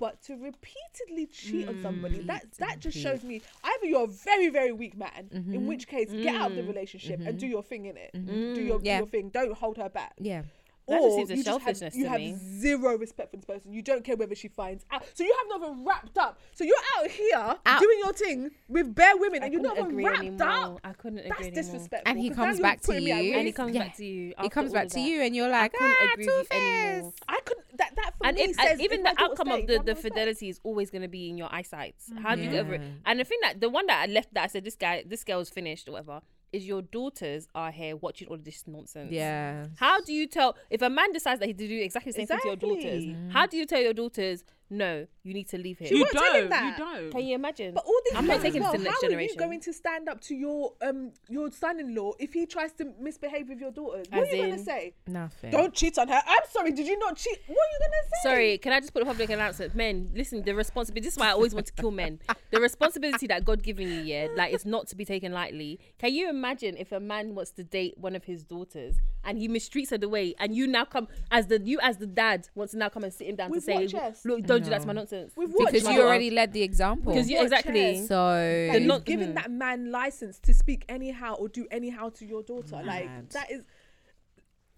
Speaker 2: But to repeatedly cheat on somebody, that
Speaker 3: Mm-hmm.
Speaker 1: Repeat,
Speaker 2: that just
Speaker 1: repeat.
Speaker 2: shows me either you're a very very weak man, in
Speaker 3: Mm-hmm.
Speaker 2: which case get out of the relationship and do your thing in it, do your, do
Speaker 1: Yeah.
Speaker 2: your thing, don't hold her back
Speaker 1: Yeah.
Speaker 3: That just seems a
Speaker 2: you just have-
Speaker 3: selfishness
Speaker 2: you
Speaker 3: to
Speaker 2: have
Speaker 3: me.
Speaker 2: zero respect for this person. You don't care whether she finds out. So you have not even wrapped up. So you're out here
Speaker 1: Out.
Speaker 2: doing your thing with bare women,
Speaker 3: I
Speaker 2: and you're not
Speaker 3: couldn't
Speaker 2: even
Speaker 3: agree
Speaker 2: wrapped
Speaker 3: anymore.
Speaker 2: up.
Speaker 3: I couldn't agree
Speaker 2: That's
Speaker 3: anymore.
Speaker 2: disrespectful.
Speaker 1: And he
Speaker 2: 'cause now
Speaker 1: comes
Speaker 2: you're
Speaker 1: back to
Speaker 2: putting me at
Speaker 1: you.
Speaker 3: And he
Speaker 2: risk.
Speaker 3: comes
Speaker 1: Yeah.
Speaker 3: back to you.
Speaker 1: It
Speaker 3: after
Speaker 1: comes
Speaker 3: all
Speaker 1: back
Speaker 3: of
Speaker 1: to
Speaker 3: that.
Speaker 1: you, and you're like,
Speaker 3: couldn't
Speaker 1: ah,
Speaker 3: agree with you
Speaker 1: two-faced."
Speaker 3: anymore.
Speaker 2: I could that that for
Speaker 3: and
Speaker 2: me
Speaker 3: it,
Speaker 2: says
Speaker 3: and
Speaker 2: if
Speaker 3: even the
Speaker 2: my daughter
Speaker 3: outcome
Speaker 2: stays,
Speaker 3: of the,
Speaker 2: I'm
Speaker 3: the
Speaker 2: not respect.
Speaker 3: fidelity is always going to be in your eyesight.
Speaker 2: Mm-hmm.
Speaker 3: How do you get over it?
Speaker 1: Yeah.
Speaker 3: And the thing that the one that I left that I said this guy, this girl's finished or whatever, is your daughters are here watching all this nonsense.
Speaker 1: Yeah.
Speaker 3: How do you tell if a man decides that he to do exactly the same thing to your daughters?
Speaker 2: Exactly.
Speaker 3: How do you tell your daughters no, you need to leave him.
Speaker 2: She
Speaker 4: you
Speaker 2: won't tell him
Speaker 4: don't. You
Speaker 2: that.
Speaker 4: don't.
Speaker 3: Can you imagine?
Speaker 2: But all these
Speaker 3: I'm
Speaker 2: I'm
Speaker 3: not
Speaker 2: not
Speaker 3: taking him
Speaker 2: well,
Speaker 3: to the next
Speaker 2: how
Speaker 3: generation.
Speaker 2: Are you going to stand up to your um your son-in-law if he tries to misbehave with your daughter? What
Speaker 3: As
Speaker 2: are you
Speaker 3: in-
Speaker 2: gonna say?
Speaker 1: Nothing.
Speaker 2: Don't cheat on her. I'm sorry. Did you not cheat? What are you gonna say?
Speaker 3: Sorry, can I just put a public announcement? Men, listen, the responsibility, this is why I always want to kill men. The responsibility that God given you, yeah, like it's not to be taken lightly. Can you imagine if a man wants to date one of his daughters and he mistreats her the way and you now come as the you as the dad wants to now come and sit him down
Speaker 2: With
Speaker 3: to say,
Speaker 2: what chest?
Speaker 3: Look, don't do that's my nonsense.
Speaker 2: With what
Speaker 1: Because
Speaker 2: chest?
Speaker 1: you already led the example.
Speaker 3: Because you
Speaker 2: What
Speaker 3: exactly
Speaker 2: chest?
Speaker 1: so
Speaker 2: Like,
Speaker 3: The
Speaker 2: you've
Speaker 3: not-
Speaker 2: given
Speaker 3: Mhm.
Speaker 2: that man license to speak anyhow or do anyhow to your daughter.
Speaker 1: Mad.
Speaker 2: Like that is.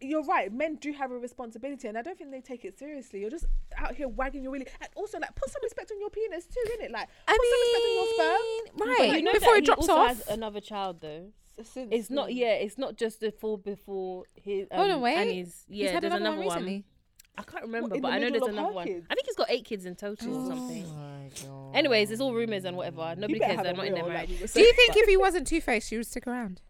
Speaker 2: You're right. Men do have a responsibility, and I don't think they take it seriously. You're just out here wagging your willy, and also like put some respect on your penis too, innit? Like
Speaker 1: I
Speaker 2: put some respect on
Speaker 1: mean,
Speaker 2: your sperm.
Speaker 3: But
Speaker 1: right
Speaker 3: you know
Speaker 1: before
Speaker 3: that
Speaker 1: it
Speaker 3: he
Speaker 1: drops
Speaker 3: also
Speaker 1: off.
Speaker 3: has another child though.
Speaker 2: Since
Speaker 3: It's not
Speaker 2: when?
Speaker 3: yeah, it's not just the four before his um,
Speaker 1: Hold on, wait.
Speaker 3: Annie's. Yeah,
Speaker 1: He's had
Speaker 3: there's
Speaker 1: another,
Speaker 3: another
Speaker 1: one recently.
Speaker 3: I can't remember,
Speaker 2: in
Speaker 3: but
Speaker 2: the
Speaker 3: I know
Speaker 2: middle
Speaker 3: there's
Speaker 2: of Oh
Speaker 3: another
Speaker 2: her
Speaker 3: one.
Speaker 2: kids?
Speaker 3: I think he's got eight kids in total or something.
Speaker 1: my god.
Speaker 3: Anyways, it's all rumors and whatever.
Speaker 2: You
Speaker 3: Nobody
Speaker 2: better
Speaker 3: cares.
Speaker 2: have
Speaker 3: They're
Speaker 2: a
Speaker 3: not in their
Speaker 2: will, like
Speaker 3: marriage.
Speaker 2: we were
Speaker 1: Do you
Speaker 2: saying.
Speaker 1: think if he wasn't Two Faced, she would stick around?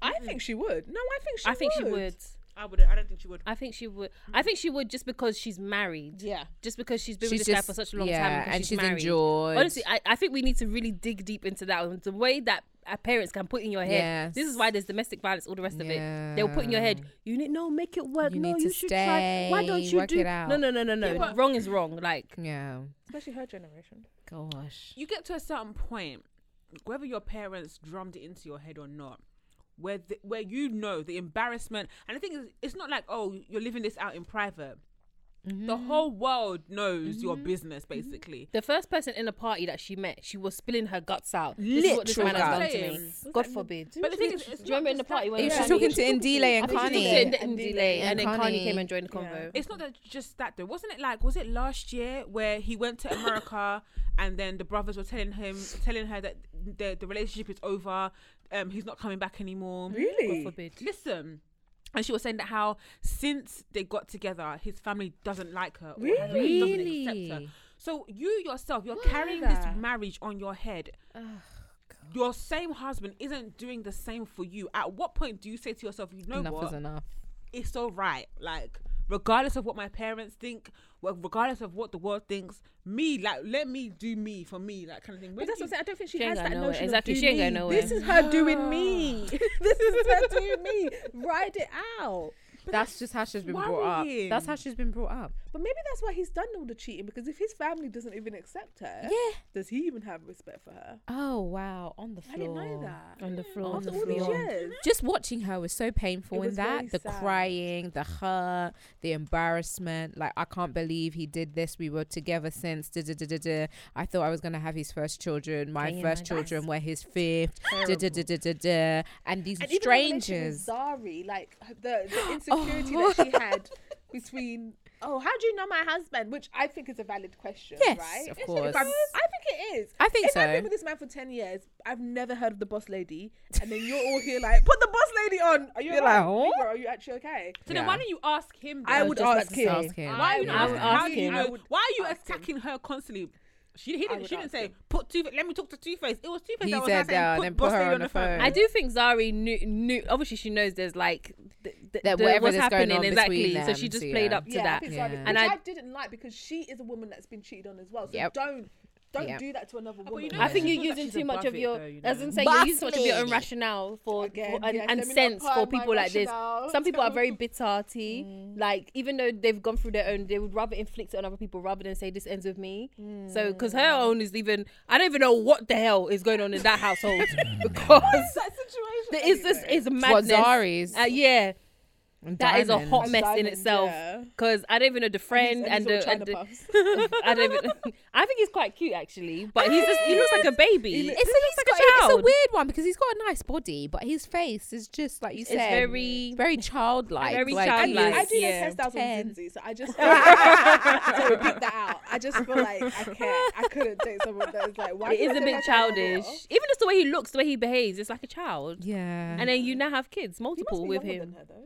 Speaker 2: I think she would. No, I think she.
Speaker 3: I think she
Speaker 2: would.
Speaker 3: would.
Speaker 4: I would. I don't think she would.
Speaker 3: I think she would. I think she would just because she's married.
Speaker 2: Yeah.
Speaker 3: Just because she's been
Speaker 1: She's
Speaker 3: with this
Speaker 1: just-
Speaker 3: guy for such a long
Speaker 1: yeah,
Speaker 3: time because
Speaker 1: and
Speaker 3: she's,
Speaker 1: she's
Speaker 3: married.
Speaker 1: enjoyed.
Speaker 3: Honestly, I, I think we need to really dig deep into that. one. The way that our parents can put in your head. This is why there's domestic violence, all the rest of it. They'll put in your head. You need no, make it work.
Speaker 1: You
Speaker 3: no,
Speaker 1: need to
Speaker 3: you should try. Why don't
Speaker 1: stay,
Speaker 3: you
Speaker 1: work
Speaker 3: do?
Speaker 1: it out.
Speaker 3: No, no, no, no, no.
Speaker 4: Yeah, but-
Speaker 3: Wrong is wrong. Like
Speaker 1: Yeah.
Speaker 2: Especially her generation.
Speaker 1: Gosh.
Speaker 4: You get to a certain point, whether your parents drummed it into your head or not, where the, where you know the embarrassment. And the thing is, it's not like oh, you're living this out in private. The
Speaker 3: Mm-hmm.
Speaker 4: whole world knows your business, basically.
Speaker 3: the first person in the party that she met, she was spilling her guts out. This is what this man has
Speaker 1: Literal
Speaker 3: done to me.
Speaker 4: guts.
Speaker 3: God forbid.
Speaker 4: But the thing is, it's
Speaker 3: Do you remember
Speaker 4: not
Speaker 3: in the
Speaker 4: just that-
Speaker 3: party when
Speaker 1: He was
Speaker 3: Kanye-
Speaker 1: just talking to Ndile and
Speaker 3: I think she
Speaker 1: Connie.
Speaker 3: was
Speaker 2: Kanye.
Speaker 3: doing the Ndile, and then
Speaker 1: And
Speaker 3: Connie
Speaker 1: Kanye.
Speaker 3: came and joined
Speaker 2: Yeah.
Speaker 3: the convo.
Speaker 4: It's not that just that though. Wasn't it like was it last year where he went to
Speaker 1: [coughs]
Speaker 4: America and then the brothers were telling him telling her that the the relationship is over, um he's not coming back anymore.
Speaker 2: Really?
Speaker 3: God forbid.
Speaker 4: Listen. And she was saying that how since they got together, his family doesn't like her. Or has- Doesn't accept her.
Speaker 1: Really?
Speaker 4: So you yourself, you're carrying this marriage on your head. Your same husband isn't doing the same for you. At what point do you say to yourself, you know
Speaker 1: Enough
Speaker 4: what?
Speaker 1: is enough.
Speaker 4: it's all right. Like, regardless of what my parents think, well, regardless of what the world thinks, me, like, let me do me for me, like, kind of thing.
Speaker 2: But that's what I'm saying. I don't think she,
Speaker 3: She
Speaker 2: has
Speaker 3: ain't going
Speaker 2: that
Speaker 3: nowhere.
Speaker 2: notion.
Speaker 3: Exactly,
Speaker 2: Of do
Speaker 3: she ain't
Speaker 2: me.
Speaker 3: going nowhere. Ah.
Speaker 2: This is her doing me. [laughs] this is her doing me. Ride it out.
Speaker 1: That's just how she's been brought up.
Speaker 4: worrying.
Speaker 1: That's how she's been brought up.
Speaker 2: But maybe that's why he's done all the cheating because if his family doesn't even accept her,
Speaker 1: Yeah.
Speaker 2: does he even have respect for her?
Speaker 1: Oh wow, on the floor.
Speaker 2: I didn't know that.
Speaker 3: on the floor.
Speaker 2: After
Speaker 1: the
Speaker 2: all these
Speaker 1: floor.
Speaker 2: years,
Speaker 1: Just watching her was so painful
Speaker 2: It
Speaker 1: in
Speaker 2: was very
Speaker 1: that the
Speaker 2: sad.
Speaker 1: crying, the hurt, the embarrassment. Like I can't believe he did this. We were together since. Da, da, da, da, da. I thought I was gonna have his first children. My
Speaker 3: Can you
Speaker 1: first
Speaker 3: imagine?
Speaker 1: children were his fifth. Da, da, da, da, da, da. And these
Speaker 2: and even her relationship with
Speaker 1: strangers.
Speaker 2: Zari, like the, the insecurity
Speaker 1: Oh.
Speaker 2: that she had between. Oh, how do you know my husband? Which I think is a valid question,
Speaker 1: Yes,
Speaker 2: right?
Speaker 1: of
Speaker 2: If
Speaker 1: course.
Speaker 2: I'm- I think it is.
Speaker 1: I think
Speaker 2: if I've
Speaker 1: so.
Speaker 2: been with this man for ten years, I've never heard of the boss lady, and then you're all here like, put the boss lady on. Are you
Speaker 1: You're
Speaker 2: alright?
Speaker 1: like, "Huh?"
Speaker 2: Libra, Are you actually okay?
Speaker 4: So then, why don't you ask him?
Speaker 2: I
Speaker 4: then?
Speaker 2: would
Speaker 3: just about
Speaker 2: ask
Speaker 3: to
Speaker 2: him.
Speaker 1: Ask him.
Speaker 4: Why are you
Speaker 3: I
Speaker 4: not
Speaker 3: would
Speaker 4: asking? How
Speaker 3: ask
Speaker 4: do you
Speaker 3: him.
Speaker 4: know? Why are you
Speaker 2: ask him.
Speaker 4: attacking her constantly? She, he didn't,
Speaker 2: would
Speaker 4: she didn't
Speaker 2: ask
Speaker 4: say
Speaker 2: him.
Speaker 4: put two. Let me talk to Two Face. It was Two Face
Speaker 1: He
Speaker 4: that was
Speaker 1: said
Speaker 4: like saying,
Speaker 1: that, and
Speaker 4: put,
Speaker 1: then
Speaker 4: Boss Lady on the phone.
Speaker 3: I do think Zari knew, knew. Obviously, she knows there's like th- th-
Speaker 1: That
Speaker 3: the-
Speaker 1: whatever
Speaker 3: what's
Speaker 1: that's going
Speaker 3: happening
Speaker 1: on between
Speaker 3: exactly. so
Speaker 1: them,
Speaker 3: she just
Speaker 1: so
Speaker 3: played
Speaker 1: yeah.
Speaker 3: up to
Speaker 2: yeah,
Speaker 3: that.
Speaker 2: I think
Speaker 1: Yeah.
Speaker 2: so.
Speaker 3: And
Speaker 2: And
Speaker 3: I-
Speaker 2: I, didn't like because she is a woman that's been cheated on as well. So
Speaker 1: Yep.
Speaker 2: don't don't
Speaker 1: Yep.
Speaker 2: do that to another
Speaker 4: but
Speaker 2: woman.
Speaker 4: you know
Speaker 3: I
Speaker 4: Yeah.
Speaker 3: think
Speaker 4: She
Speaker 3: you're
Speaker 4: feels like
Speaker 3: using
Speaker 4: she's
Speaker 3: too much of
Speaker 4: above it,
Speaker 3: your,
Speaker 4: though, you
Speaker 3: as
Speaker 4: know.
Speaker 3: I'm saying,
Speaker 1: Boss
Speaker 3: you're using too much of your own
Speaker 1: lady.
Speaker 3: rationale for,
Speaker 2: Again,
Speaker 3: for- and,
Speaker 2: yes,
Speaker 3: and
Speaker 2: let me not
Speaker 3: sense
Speaker 2: part
Speaker 3: for
Speaker 2: of my
Speaker 3: people like this.
Speaker 2: rationale. Mm.
Speaker 3: Some people
Speaker 2: [laughs]
Speaker 3: are very bitter, like even though they've gone through their own, they would rather inflict it on other people rather than say this ends with me. So,
Speaker 2: Mm.
Speaker 3: because her own is even, I don't even know what the hell is going on in
Speaker 2: [laughs]
Speaker 3: that household [laughs] because
Speaker 2: that situation.
Speaker 3: there is this
Speaker 2: anyway?
Speaker 3: is madness.
Speaker 1: Zari's?
Speaker 3: Uh, yeah, that is a
Speaker 1: Diamond.
Speaker 3: hot mess in
Speaker 2: Diamond,
Speaker 3: itself.
Speaker 2: yeah.
Speaker 3: Because I don't even know the friend and,
Speaker 2: And he's all
Speaker 3: the.
Speaker 2: China
Speaker 3: And the
Speaker 2: puffs.
Speaker 3: [laughs] I don't even. [laughs] I think he's quite cute actually, but he's just, he
Speaker 2: [laughs]
Speaker 3: looks like a baby.
Speaker 1: It's,
Speaker 3: He
Speaker 1: a,
Speaker 3: looks
Speaker 1: he's
Speaker 3: like
Speaker 1: got,
Speaker 3: a
Speaker 1: it's a
Speaker 3: child.
Speaker 1: weird one because he's got a nice body, but his face is just like you
Speaker 3: It's
Speaker 1: said,
Speaker 3: very-
Speaker 1: very childlike.
Speaker 3: very
Speaker 1: like,
Speaker 2: I,
Speaker 1: he
Speaker 2: do-
Speaker 3: childlike.
Speaker 2: I do
Speaker 3: Yeah.
Speaker 2: those hairstyles
Speaker 1: Ten.
Speaker 2: on Zinzi, so I just to repeat that out. I just feel like I can't. I couldn't date someone that is like. Why
Speaker 3: It
Speaker 2: do you
Speaker 3: is a
Speaker 2: look
Speaker 3: bit
Speaker 2: like that on the
Speaker 3: childish.
Speaker 2: wall?
Speaker 3: Even just the way he looks, the way he behaves, it's like a child.
Speaker 1: Yeah.
Speaker 3: And then you now have kids,
Speaker 2: He must
Speaker 3: multiple
Speaker 2: be
Speaker 3: with
Speaker 2: younger than
Speaker 3: him.
Speaker 2: her, though.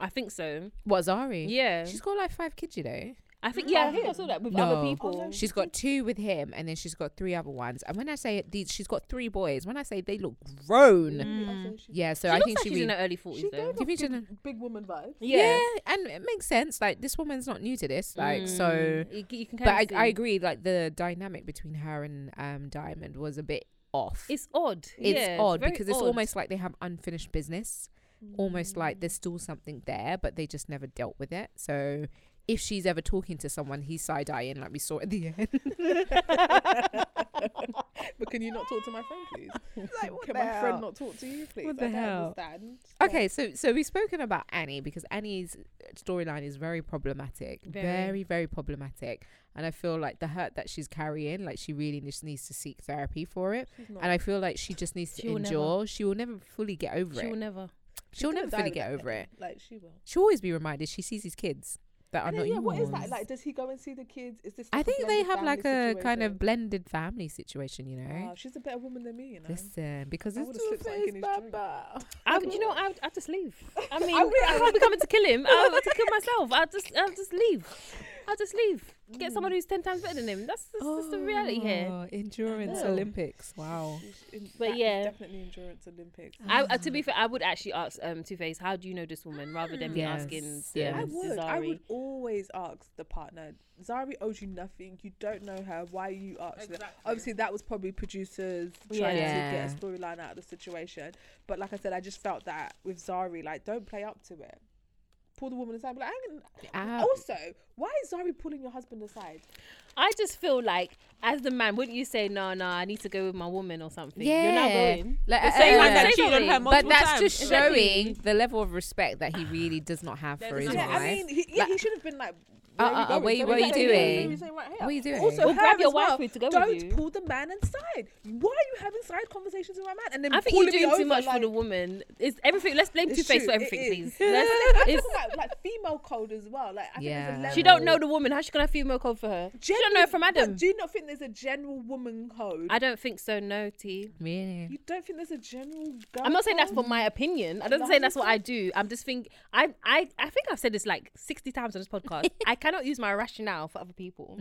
Speaker 3: I think so.
Speaker 1: what Zari?
Speaker 3: Yeah. Mm-hmm.
Speaker 1: She's got like five kids, you know.
Speaker 3: I think yeah, I think I saw that with other
Speaker 1: No.
Speaker 3: people.
Speaker 2: Oh, no.
Speaker 1: She's got two with him, and then she's got three other ones. And when I say these, she's got three boys. When I say they look grown, yeah. So
Speaker 3: Mm. she
Speaker 1: I
Speaker 3: looks
Speaker 1: think
Speaker 3: like
Speaker 1: she
Speaker 3: she's in
Speaker 1: re-
Speaker 3: her early
Speaker 2: She
Speaker 3: forties
Speaker 2: gave
Speaker 3: though.
Speaker 2: off
Speaker 1: Do you think
Speaker 2: big,
Speaker 1: she'd-
Speaker 2: big woman
Speaker 1: [laughs]
Speaker 2: vibes.
Speaker 1: yeah.
Speaker 3: Yeah.
Speaker 1: and it makes sense. Like this woman's not new to this. Like so,
Speaker 3: Mm. you, c- you can
Speaker 1: but I,
Speaker 3: kind of
Speaker 1: I agree. Like the dynamic between her and um Diamond was a bit off.
Speaker 3: It's odd.
Speaker 1: It's
Speaker 3: yeah,
Speaker 1: odd
Speaker 3: very
Speaker 1: because it's
Speaker 3: odd.
Speaker 1: almost like they have unfinished business. Almost like there's still something there, but they just never dealt with it. So if she's ever talking to someone, he's side eyeing like we saw at the [laughs] end.
Speaker 2: but can you not talk to my friend, please? can my friend not talk to you, please?
Speaker 3: What the
Speaker 2: I don't
Speaker 3: hell?
Speaker 2: understand.
Speaker 1: Okay, so so we've spoken about Annie because Annie's storyline is very problematic, very.
Speaker 3: Very.
Speaker 1: very problematic, and I feel like the hurt that she's carrying, like she really just needs to seek therapy for it,
Speaker 2: She's not-
Speaker 1: and I feel like she just needs to
Speaker 3: She will never-
Speaker 1: endure. She will never fully get over
Speaker 3: She
Speaker 1: it.
Speaker 3: will never.
Speaker 2: she's
Speaker 1: She'll
Speaker 2: gonna
Speaker 1: never
Speaker 2: die
Speaker 1: fully
Speaker 2: with
Speaker 1: get
Speaker 2: it.
Speaker 1: over it.
Speaker 2: Like she will.
Speaker 1: She'll always be reminded she sees these kids that are
Speaker 2: And
Speaker 1: not
Speaker 2: then, yeah, what is that?
Speaker 1: yours.
Speaker 2: Like, does he go and see the kids? Is this?
Speaker 1: I
Speaker 2: like a
Speaker 1: think they
Speaker 2: blended
Speaker 1: have like a
Speaker 2: family
Speaker 1: kind of
Speaker 2: situation?
Speaker 1: blended family situation, you know.
Speaker 2: Wow, she's a better woman than me, you know.
Speaker 1: Listen, because
Speaker 2: I
Speaker 1: it's
Speaker 2: would've
Speaker 1: two
Speaker 2: slipped something in his drink.
Speaker 3: I, do you know, what? I would, I'd just leave.
Speaker 2: [laughs]
Speaker 3: I mean,
Speaker 2: would-
Speaker 3: I would be coming to kill him. I would to kill myself. I'd just, I'd just leave. [laughs] I'd just leave. Get someone
Speaker 1: Mm.
Speaker 3: who's ten times better than him. That's, that's, that's the reality
Speaker 1: Oh.
Speaker 3: here.
Speaker 1: Endurance
Speaker 3: know.
Speaker 1: Olympics. Wow.
Speaker 2: She's in-
Speaker 3: But
Speaker 2: that is
Speaker 3: yeah.
Speaker 2: definitely endurance Olympics.
Speaker 3: I, uh, to be fair, I would actually ask um, Two Face, "How do you know this woman?" Rather than me
Speaker 1: Yes,
Speaker 3: asking,
Speaker 1: yes.
Speaker 3: um,
Speaker 2: I would. I
Speaker 3: Zari.
Speaker 2: would always ask the partner. Zari owes you nothing. You don't know her. Why you asked her?
Speaker 4: Exactly.
Speaker 2: Obviously, that was probably producers trying to
Speaker 1: Yeah.
Speaker 2: get a storyline out of the situation. But like I said, I just felt that with Zari, like, don't play up to it. Pull the woman aside. But like, I can,
Speaker 1: Ah,
Speaker 2: also, why is Zari pulling your husband aside?
Speaker 3: I just feel like, as the man, wouldn't you say, "No, no, I need to go with my woman or something"? You're not going.
Speaker 1: Like,
Speaker 4: The
Speaker 1: uh,
Speaker 4: same
Speaker 3: uh,
Speaker 4: man that
Speaker 3: say
Speaker 4: cheated on her
Speaker 3: something.
Speaker 1: but
Speaker 4: multiple
Speaker 1: that's
Speaker 4: times.
Speaker 1: just
Speaker 3: Exactly.
Speaker 1: showing the level of respect that he really does not have for
Speaker 4: There's
Speaker 1: his
Speaker 2: Yeah,
Speaker 1: wife.
Speaker 4: nothing.
Speaker 2: I mean, he, yeah,
Speaker 1: Like-
Speaker 2: he should have been like,
Speaker 1: Uh,
Speaker 2: where
Speaker 1: uh, uh,
Speaker 2: are
Speaker 1: where you-
Speaker 2: you
Speaker 1: what
Speaker 2: going?
Speaker 1: are you
Speaker 2: Don't leave.
Speaker 1: doing?
Speaker 2: Don't leave. Right here.
Speaker 1: What are you doing?
Speaker 2: Also,
Speaker 3: Or
Speaker 2: her
Speaker 3: grab your
Speaker 2: as well,
Speaker 3: wife with to go with
Speaker 2: Don't
Speaker 3: you.
Speaker 2: pull the man inside. Why are you having side conversations with my man? And then
Speaker 3: I think
Speaker 2: pulling
Speaker 3: you're doing
Speaker 2: me
Speaker 3: too
Speaker 2: over,
Speaker 3: much
Speaker 2: like,
Speaker 3: for the woman. It's everything. Let's blame
Speaker 2: It's
Speaker 3: Two Face
Speaker 2: true,
Speaker 3: for
Speaker 2: it
Speaker 3: everything,
Speaker 2: is.
Speaker 3: please.
Speaker 2: Yeah, [laughs]
Speaker 3: Let's,
Speaker 2: I'm
Speaker 3: it's,
Speaker 2: talking about like female code as well. Like I think
Speaker 1: Yeah.
Speaker 2: there's a
Speaker 3: she don't know the woman. How's she gonna have female code for her? she don't know it from Adam.
Speaker 2: Do you not think there's a general woman code?
Speaker 3: I don't think so. No, T.
Speaker 1: Really?
Speaker 2: you don't think there's a general? Girl
Speaker 3: I'm not saying that's
Speaker 2: code?
Speaker 3: for my opinion. I don't say that's what I do. I'm just think I I I think I've said this like 60 times on
Speaker 2: [laughs]
Speaker 3: this podcast. I cannot use my rationale for other people.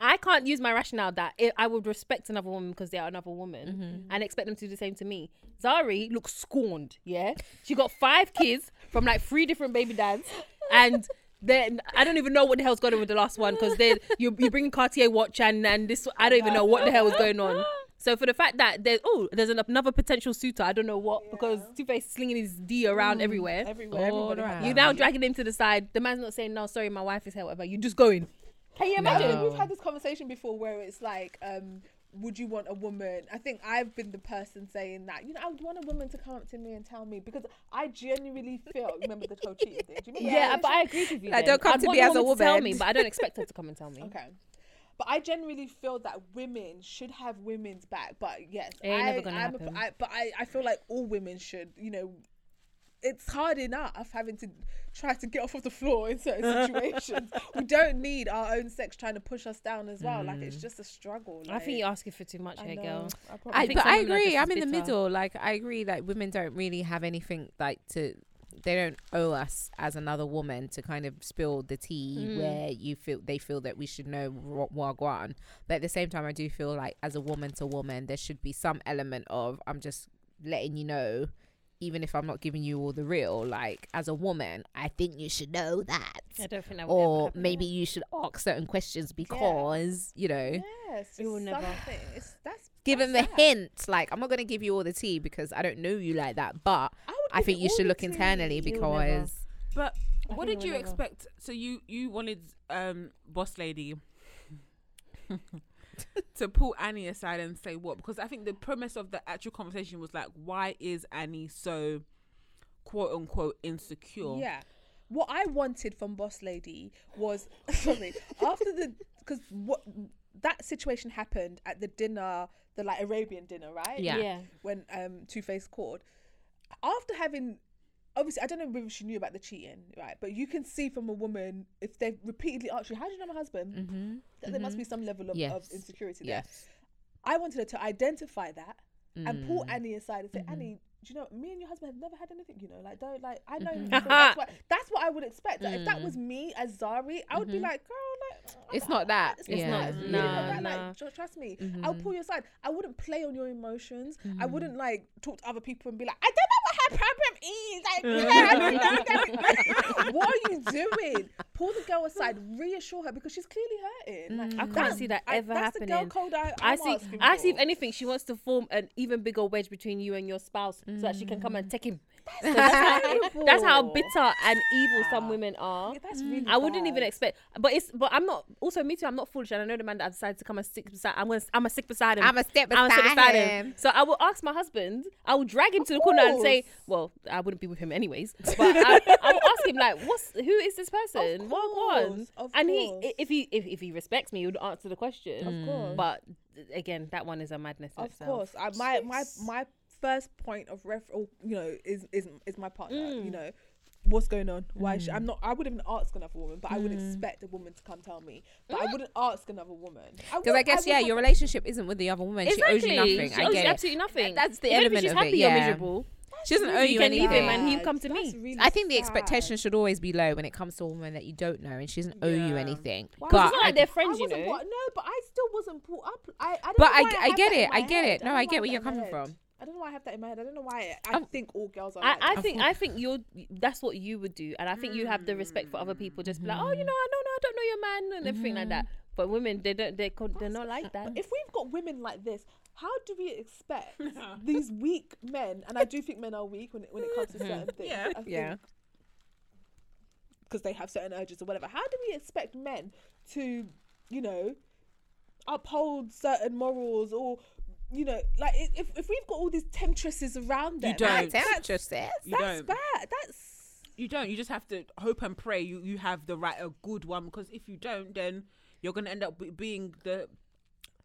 Speaker 3: I can't use my rationale that i I would respect another woman because they are another woman and expect them to do the same to me. Zari looks scorned. Yeah, she got five kids from like three different baby dads and. Then I don't even know what the hell's going on with the last one because then you you bring Cartier watch and and this I don't even know what the hell is going on. So for the fact that there's oh there's an, another potential suitor I don't know what because Two Face slinging his D around everywhere.
Speaker 2: Everywhere, everybody
Speaker 1: All
Speaker 2: has
Speaker 1: right.
Speaker 2: that.
Speaker 3: You're now dragging him to the side. The man's not saying no. Sorry, my wife is here. Whatever. You're just going. Can you
Speaker 2: I
Speaker 3: imagine?
Speaker 2: think we've had this conversation before where it's like, um, would you want a woman? I think I've been the person saying that. You know, I would want a woman to come up to me and tell me because I genuinely feel. Remember the toe cheating thing? Do you remember
Speaker 3: Yeah,
Speaker 2: that?
Speaker 3: but I agree with you.
Speaker 1: Like,
Speaker 3: then.
Speaker 1: don't come
Speaker 3: I'd
Speaker 1: to
Speaker 3: want
Speaker 1: me
Speaker 3: the
Speaker 1: as a
Speaker 3: woman to Tell
Speaker 1: woman.
Speaker 3: me, but I don't expect her to come and tell [laughs] me.
Speaker 2: Okay. But I generally feel that women should have women's back. But yes,
Speaker 3: It ain't
Speaker 2: I,
Speaker 3: never gonna
Speaker 2: I'm a-
Speaker 3: happen.
Speaker 2: I- but I, I feel like all women should. You know, it's hard enough having to try to get off of the floor in certain situations. we don't need our own sex trying to push us down as well. Like it's just a struggle.
Speaker 3: I
Speaker 2: like,
Speaker 3: think you're asking for too much
Speaker 2: I
Speaker 3: here,
Speaker 2: know,
Speaker 3: girl.
Speaker 2: I probably-
Speaker 1: I,
Speaker 3: think
Speaker 1: but
Speaker 3: some
Speaker 1: I
Speaker 3: women are
Speaker 1: agree.
Speaker 3: just
Speaker 1: I'm
Speaker 3: as
Speaker 1: in the
Speaker 3: bitter.
Speaker 1: middle. Like I agree. Like women don't really have anything like to. They don't owe us as another woman to kind of spill the tea
Speaker 3: Mm.
Speaker 1: where you feel they feel that we should know what wagwan. But at the same time, I do feel like as a woman to woman, there should be some element of I'm just letting you know, even if I'm not giving you all the real. Like as a woman, I think you should know that,
Speaker 3: I don't think that would ever
Speaker 1: or
Speaker 3: happen.
Speaker 1: maybe you should ask certain questions because you know
Speaker 2: Yes,
Speaker 3: We will
Speaker 2: it's
Speaker 3: never.
Speaker 2: something. It's, that's
Speaker 1: give
Speaker 2: that's
Speaker 1: him a
Speaker 2: sad.
Speaker 1: hint. Like, I'm not going to give you all the tea because I don't know you like that, but
Speaker 2: I, would
Speaker 1: I
Speaker 2: give
Speaker 1: think you
Speaker 2: all
Speaker 1: should
Speaker 2: the
Speaker 1: look
Speaker 2: tea.
Speaker 1: internally
Speaker 3: You will never.
Speaker 1: because
Speaker 4: But
Speaker 3: I
Speaker 4: what
Speaker 3: think I
Speaker 4: did you
Speaker 3: would never.
Speaker 4: expect? So you you wanted um boss
Speaker 2: [laughs]
Speaker 4: lady to pull Annie aside and say what? Because I think the premise of the actual conversation was like, why is Annie so quote unquote insecure?
Speaker 2: Yeah. What I wanted from Boss Lady was [laughs] sorry after the because what that situation happened at the dinner, the like Arabian dinner, right?
Speaker 1: Yeah.
Speaker 3: yeah.
Speaker 2: When um Two Face called after having. Obviously, I don't know whether she knew about the cheating, right? But you can see from a woman if they've repeatedly asked you, "How do you know my husband?"
Speaker 1: Mhm,
Speaker 2: that there must
Speaker 1: mhm.
Speaker 2: be some level of, of
Speaker 1: Yes.
Speaker 2: insecurity there.
Speaker 1: yes,
Speaker 2: I wanted her to identify that and pull
Speaker 1: Mm.
Speaker 3: Mm-hmm.
Speaker 2: Annie aside and say, Annie, do you know me and your husband have never had anything you know like don't like i know
Speaker 3: Mm-hmm.
Speaker 2: you, so that's,
Speaker 3: [laughs]
Speaker 2: what, that's what i would expect like, if that was
Speaker 3: Mm.
Speaker 2: me as zari i would be like girl like
Speaker 1: It's not that.
Speaker 2: it's
Speaker 1: Yeah.
Speaker 2: not, it's really not
Speaker 3: Mm-hmm. Uh, Nah,
Speaker 2: that.
Speaker 3: nah. Mm-hmm.
Speaker 2: Like, tr- trust me i'll pull you aside i wouldn't play on your emotions i wouldn't like talk to other people and be like i don't know what her problem is
Speaker 3: [laughs]
Speaker 2: like yeah, I don't know [laughs] what- what are you doing pull the girl aside reassure her because she's clearly hurting like,
Speaker 3: Mm, I can't see that ever
Speaker 2: that's the girl
Speaker 3: happening.
Speaker 2: code I,
Speaker 3: I
Speaker 2: I'm
Speaker 3: see.
Speaker 2: asking
Speaker 3: I see. If
Speaker 2: for.
Speaker 3: anything, she wants to form an even bigger wedge between you and your spouse, so that she can come and take him. So
Speaker 2: [laughs]
Speaker 3: That's, how, that's how
Speaker 2: terrible.
Speaker 3: bitter and evil some women are.
Speaker 2: Yeah, that's really
Speaker 3: I wouldn't even
Speaker 2: bad.
Speaker 3: expect, but it's. But I'm not. Also, me too. I'm not foolish, and I know the man that I decided to come and stick beside. I'm gonna. I'm a stick beside him.
Speaker 1: I'ma stick
Speaker 3: I'ma
Speaker 1: beside him.
Speaker 3: So I will ask my husband. I will drag him to the corner and say, "Well, I wouldn't be with him anyways." But I, I will ask him like, "What's who is this person? what one?"
Speaker 2: course, of
Speaker 3: and he,
Speaker 2: course.
Speaker 3: if he, if, if he respects me, he would answer the question.
Speaker 2: Of course.
Speaker 3: But again, that one is a madness. in
Speaker 2: Of
Speaker 3: itself.
Speaker 2: course, I, my my my first point of ref, or, you know, is is is my partner.
Speaker 1: Mm.
Speaker 2: You know, what's going on? Why? She, I'm not. I wouldn't even ask another woman, but I would
Speaker 1: Mm.
Speaker 2: expect a woman to come tell me. But I wouldn't ask another woman
Speaker 1: Because I guess, yeah, your relationship isn't with the other woman. She owes you nothing.
Speaker 3: She
Speaker 1: I get
Speaker 3: owes you
Speaker 1: it.
Speaker 3: absolutely nothing.
Speaker 1: That's the
Speaker 3: If anything,
Speaker 1: element
Speaker 3: she's
Speaker 1: of
Speaker 3: happy
Speaker 1: it.
Speaker 3: you're
Speaker 1: Yeah.
Speaker 3: miserable.
Speaker 1: She doesn't
Speaker 3: You
Speaker 1: owe you
Speaker 3: can leave
Speaker 1: anything.
Speaker 3: him and he'll come to me.
Speaker 1: I think the expectation should always be low when it comes to a woman that you don't know and she doesn't owe you
Speaker 4: Yeah.
Speaker 1: anything.
Speaker 2: Why
Speaker 1: But
Speaker 2: was
Speaker 3: It's not
Speaker 1: I-
Speaker 3: like they're
Speaker 2: I
Speaker 3: friends, you
Speaker 2: wasn't
Speaker 3: know.
Speaker 2: brought, no, but I still wasn't brought up. I, I don't
Speaker 1: But
Speaker 2: know
Speaker 1: I-
Speaker 2: why
Speaker 1: I
Speaker 2: have
Speaker 1: get
Speaker 2: that in
Speaker 1: it, I
Speaker 2: my
Speaker 1: get
Speaker 2: head.
Speaker 1: it. No,
Speaker 2: don't
Speaker 1: I
Speaker 2: know why
Speaker 1: get where
Speaker 2: have that
Speaker 1: you're
Speaker 2: in my
Speaker 1: coming
Speaker 2: head.
Speaker 1: from.
Speaker 2: I don't know why I have that in my head. I don't know why I, I
Speaker 1: I'm-
Speaker 2: think all girls are.
Speaker 3: I,
Speaker 2: like
Speaker 3: I
Speaker 2: that.
Speaker 3: think I think you're that's what you would do, and I think you have the respect for other people. Just be like, oh, you know, I don't know, I don't know your man, and everything like that. But women, they don't, they con- they're not like that.
Speaker 2: Mm-hmm. if we've got women like this, how do we
Speaker 4: [laughs]
Speaker 2: expect these weak men? And I do think men are weak when it, when it comes to certain things.
Speaker 4: Mm-hmm.
Speaker 1: Yeah.
Speaker 4: Yeah.
Speaker 2: Because they have certain urges or whatever. How do we expect men to, you know, uphold certain morals or, you know, like i- if, if we've got all these temptresses around them,
Speaker 4: don't.
Speaker 1: I
Speaker 2: like,
Speaker 4: Right,
Speaker 1: tell
Speaker 2: that's,
Speaker 1: you, sis.
Speaker 4: You
Speaker 2: that's
Speaker 4: don't.
Speaker 2: bad. That's
Speaker 4: You don't. You just have to hope and pray you, you have the right, a good one. Because if you don't, then you're going to end up be- being the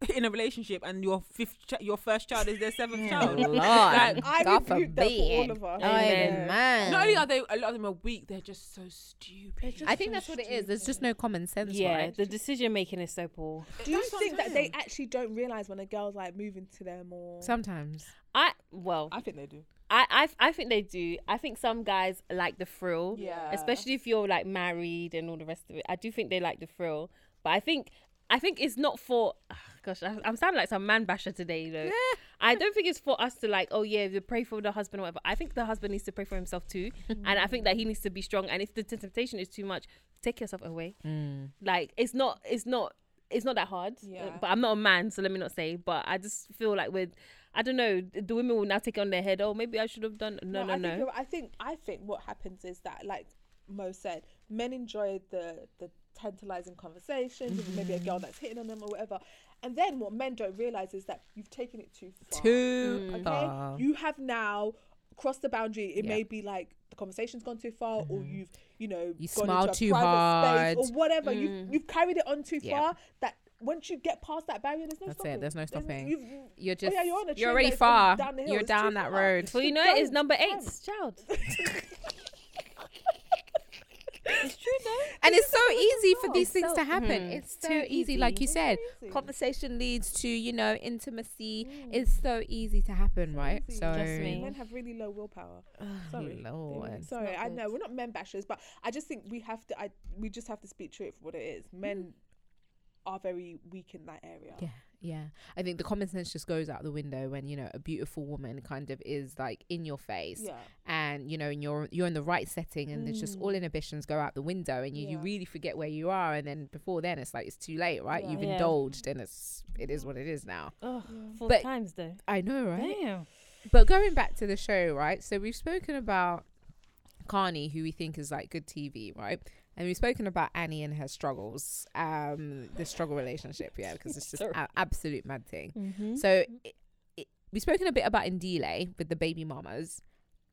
Speaker 4: [laughs] in a relationship and your fifth ch- your first child is
Speaker 2: [laughs]
Speaker 4: their seventh
Speaker 1: [laughs]
Speaker 2: Oh,
Speaker 4: child
Speaker 1: Lord,
Speaker 4: Like,
Speaker 2: I
Speaker 1: God
Speaker 2: rebuke that for all
Speaker 1: forbid.
Speaker 2: of us.
Speaker 1: Amen.
Speaker 4: not only are they a lot of them are weak they're just so stupid
Speaker 1: I think that's what it is. There's just no common sense.
Speaker 3: Yeah,
Speaker 1: right?
Speaker 3: the decision making is so poor.
Speaker 2: Do you
Speaker 4: That's what I'm
Speaker 2: think that they
Speaker 4: saying.
Speaker 2: actually don't realize when a girl's like moving to them or?
Speaker 1: sometimes.
Speaker 3: I well,
Speaker 2: I think they do.
Speaker 3: I, I I think they do. I think some guys like the thrill.
Speaker 2: Yeah.
Speaker 3: Especially if you're like married and all the rest of it. I do think they like the thrill. But I think I think it's not for [sighs] gosh, I, I'm sounding like some man basher today, you know. I don't think it's for us to like, oh yeah, we pray for the husband or whatever. I think the husband needs to pray for
Speaker 2: [laughs]
Speaker 3: himself too. and I think that he needs to be strong. And if the temptation is too much, take yourself away. Like it's not it's not it's not that hard. Uh,
Speaker 2: Mm. Yeah.
Speaker 3: But I'm not a man, so let me not say. But I just feel like with I don't know, th- the women will now take it on their head, oh maybe I should have done no no
Speaker 2: I
Speaker 3: no.
Speaker 2: Think, you're- I think I think what happens is that, like Mo said, men enjoy the the tantalizing conversations with maybe a girl that's hitting on them or whatever. And then what men don't realize is that you've taken it too far.
Speaker 1: Too
Speaker 2: okay,
Speaker 1: far.
Speaker 2: you have now crossed the boundary. It
Speaker 1: Yeah. Mm-hmm.
Speaker 2: may be like the conversation's gone too far, or you've you know
Speaker 1: You
Speaker 2: gone
Speaker 1: smile
Speaker 2: into a
Speaker 1: too
Speaker 2: private
Speaker 1: hard. Mm.
Speaker 2: space or whatever. You've you've carried it on too
Speaker 1: Yeah.
Speaker 2: far that. Once you get past that barrier, there's no
Speaker 1: That's it,
Speaker 2: stopping.
Speaker 1: there's no stopping.
Speaker 2: you've- [laughs] you-
Speaker 1: You're
Speaker 2: oh yeah,
Speaker 1: just
Speaker 2: you're, on
Speaker 1: you're,
Speaker 2: a train
Speaker 1: already
Speaker 2: that's
Speaker 1: far.
Speaker 2: gone down the hill,
Speaker 1: you're
Speaker 2: it's too
Speaker 1: down that
Speaker 2: far.
Speaker 1: road.
Speaker 3: Well, you know it is
Speaker 2: Don't,
Speaker 3: number
Speaker 2: don't.
Speaker 3: eight, [laughs] child.
Speaker 1: and it's so easy for these
Speaker 3: It's
Speaker 1: things
Speaker 3: so-
Speaker 1: to happen.
Speaker 3: mhm.
Speaker 1: It's so
Speaker 3: Too
Speaker 1: easy.
Speaker 3: easy.
Speaker 1: like you
Speaker 2: It's so
Speaker 1: said.
Speaker 2: easy. Hmm.
Speaker 1: Conversation leads to you know intimacy. It's so easy to happen, right?
Speaker 2: easy.
Speaker 1: So
Speaker 3: Trust me.
Speaker 2: Men have really
Speaker 1: [sighs]
Speaker 2: low willpower. Sorry.
Speaker 1: Lord.
Speaker 2: Sorry,
Speaker 3: not
Speaker 2: I
Speaker 3: good.
Speaker 2: know we're not men bashers, but I just think we have to. I we just have to speak to it for what it is.
Speaker 1: Mm.
Speaker 2: Men are very weak in that area.
Speaker 1: Yeah, yeah. I think the common sense just goes out the window when you know a beautiful woman kind of is like in your face,
Speaker 2: Yeah.
Speaker 1: and you know, and you're you're in the right setting, and there's just all inhibitions go out the window, and you, you
Speaker 2: Yeah.
Speaker 1: really forget where you are, and then before then it's like it's too late, right?
Speaker 2: Yeah.
Speaker 1: You've
Speaker 3: Yeah.
Speaker 1: indulged, and it's it is what it is now.
Speaker 3: Oh, four
Speaker 1: But-
Speaker 3: times though.
Speaker 1: I know, right?
Speaker 3: Damn.
Speaker 1: But going back to the show, right? So we've spoken about Carney, who we think is like good TV, right? And we've spoken about Annie and her struggles, um, the struggle relationship, yeah, because
Speaker 3: [laughs]
Speaker 1: it's just
Speaker 3: Sorry.
Speaker 1: an absolute mad thing.
Speaker 3: Mm-hmm.
Speaker 1: So it, it, we've spoken a bit about Ndile with the baby mamas.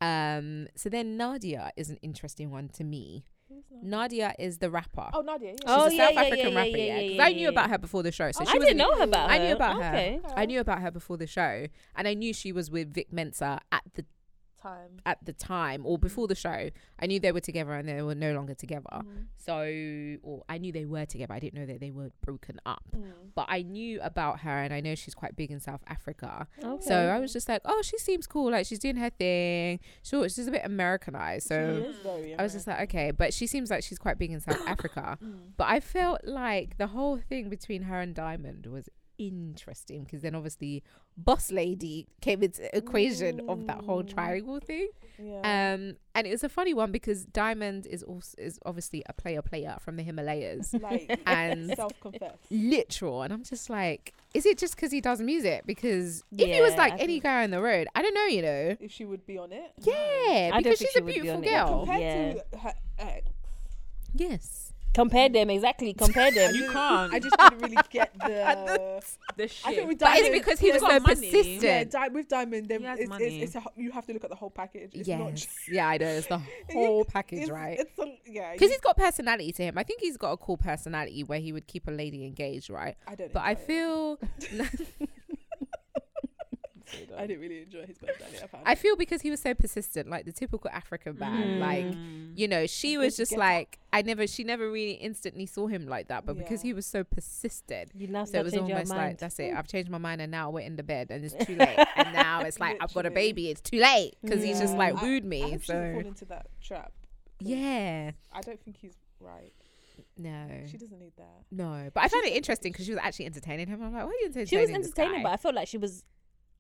Speaker 1: Um, so then Nadia is an interesting one to me. Nadia is the rapper.
Speaker 2: Oh, Nadia. Yeah.
Speaker 3: Oh,
Speaker 1: She's a
Speaker 3: yeah,
Speaker 1: South
Speaker 3: yeah,
Speaker 1: African
Speaker 3: yeah,
Speaker 1: rapper,
Speaker 3: yeah, yeah,
Speaker 1: yeah. 'cause
Speaker 3: yeah,
Speaker 1: I
Speaker 3: yeah,
Speaker 1: knew
Speaker 3: yeah. Oh,
Speaker 1: about her before the show. So she
Speaker 3: I
Speaker 1: was
Speaker 3: didn't know about her.
Speaker 1: I knew about her.
Speaker 3: Okay.
Speaker 1: I knew about her before the show, and I knew she was with Vic Mensa at the
Speaker 2: time.
Speaker 1: at the time or before the show, I knew they were together and they were no longer together.
Speaker 2: Mm.
Speaker 1: So, or I knew they were together. I didn't know that they were broken up,
Speaker 2: Mm.
Speaker 1: but I knew about her and I know she's quite big in South Africa.
Speaker 3: Okay.
Speaker 1: So I was just like, oh, she seems cool. Like she's doing her thing. Sure, she's a bit Americanized. So
Speaker 2: She is very
Speaker 1: I was just like, okay, but she seems like she's quite big in South
Speaker 2: [coughs]
Speaker 1: Africa.
Speaker 2: American.
Speaker 1: But I felt like the whole thing between her and Diamond was interesting because then obviously Boss Lady came into the equation of that whole
Speaker 2: Mm.
Speaker 1: triangle thing.
Speaker 2: Mm. yeah.
Speaker 1: Um, and it was a funny one because Diamond is also is obviously a player player from the
Speaker 2: [laughs]
Speaker 1: Himalayas
Speaker 2: like
Speaker 1: [laughs] and
Speaker 2: self confess.
Speaker 1: literal. And I'm just like, is it just because he does music? Because if he was
Speaker 3: Yeah,
Speaker 1: like
Speaker 3: I
Speaker 1: any
Speaker 3: think-
Speaker 1: guy on the road, I don't know, you know.
Speaker 2: If she would be on it.
Speaker 1: Yeah,
Speaker 3: I don't
Speaker 1: because she's
Speaker 3: think
Speaker 1: a
Speaker 3: she would be
Speaker 1: beautiful
Speaker 3: on it. Yeah,
Speaker 1: girl.
Speaker 2: Compared to her uh, ex,
Speaker 1: Yes.
Speaker 3: Compare them exactly. Compare them.
Speaker 4: You can't.
Speaker 2: I just didn't really get
Speaker 1: [laughs]
Speaker 2: the.
Speaker 4: the shit.
Speaker 2: I think with
Speaker 1: But
Speaker 2: Diamond,
Speaker 1: it's because he
Speaker 4: He's
Speaker 1: was so
Speaker 4: got money.
Speaker 1: persistent.
Speaker 2: yeah, di- with Diamond, then
Speaker 4: He has
Speaker 2: it's,
Speaker 4: money.
Speaker 2: it's, it's a, you have to look at the whole package. It's not
Speaker 1: yes.
Speaker 2: just,
Speaker 1: Yeah, I know. It's
Speaker 2: [laughs]
Speaker 1: the whole package,
Speaker 2: it's,
Speaker 1: right?
Speaker 2: It's a, yeah.
Speaker 1: Because
Speaker 2: you-
Speaker 1: he's got personality to him. I think he's got a cool personality where he would keep a lady engaged, right?
Speaker 2: I don't.
Speaker 1: But I
Speaker 2: enjoy it.
Speaker 1: feel
Speaker 2: I didn't really enjoy his personality. I found
Speaker 1: I feel because he was so persistent, like the typical African man,
Speaker 3: Mm.
Speaker 1: like
Speaker 2: Mm.
Speaker 1: you know, she was
Speaker 2: Just
Speaker 1: just
Speaker 2: get
Speaker 1: like I never. She never really instantly saw him like that, but because
Speaker 2: Yeah.
Speaker 1: he was so persistent,
Speaker 3: [laughs] You now
Speaker 1: so it
Speaker 3: start
Speaker 1: was
Speaker 3: changing your
Speaker 1: almost like
Speaker 3: mind. Mm.
Speaker 1: that's it. I've changed my mind, and now we're in the bed, and it's too late. and now it's like I've got a
Speaker 2: Literally.
Speaker 1: baby. It's too late because he's just
Speaker 3: Yeah.
Speaker 1: like
Speaker 2: I-
Speaker 1: wooed
Speaker 2: I
Speaker 1: me.
Speaker 2: hope she didn't
Speaker 1: so
Speaker 2: fall into that trap. 'cause
Speaker 1: yeah,
Speaker 2: I don't think he's right.
Speaker 1: no,
Speaker 2: She doesn't need that.
Speaker 1: no. But I found it interesting because she was actually entertaining him. I'm like, why are you entertaining?
Speaker 3: she was
Speaker 1: this
Speaker 3: entertaining, but
Speaker 1: guy?"
Speaker 3: I felt like she was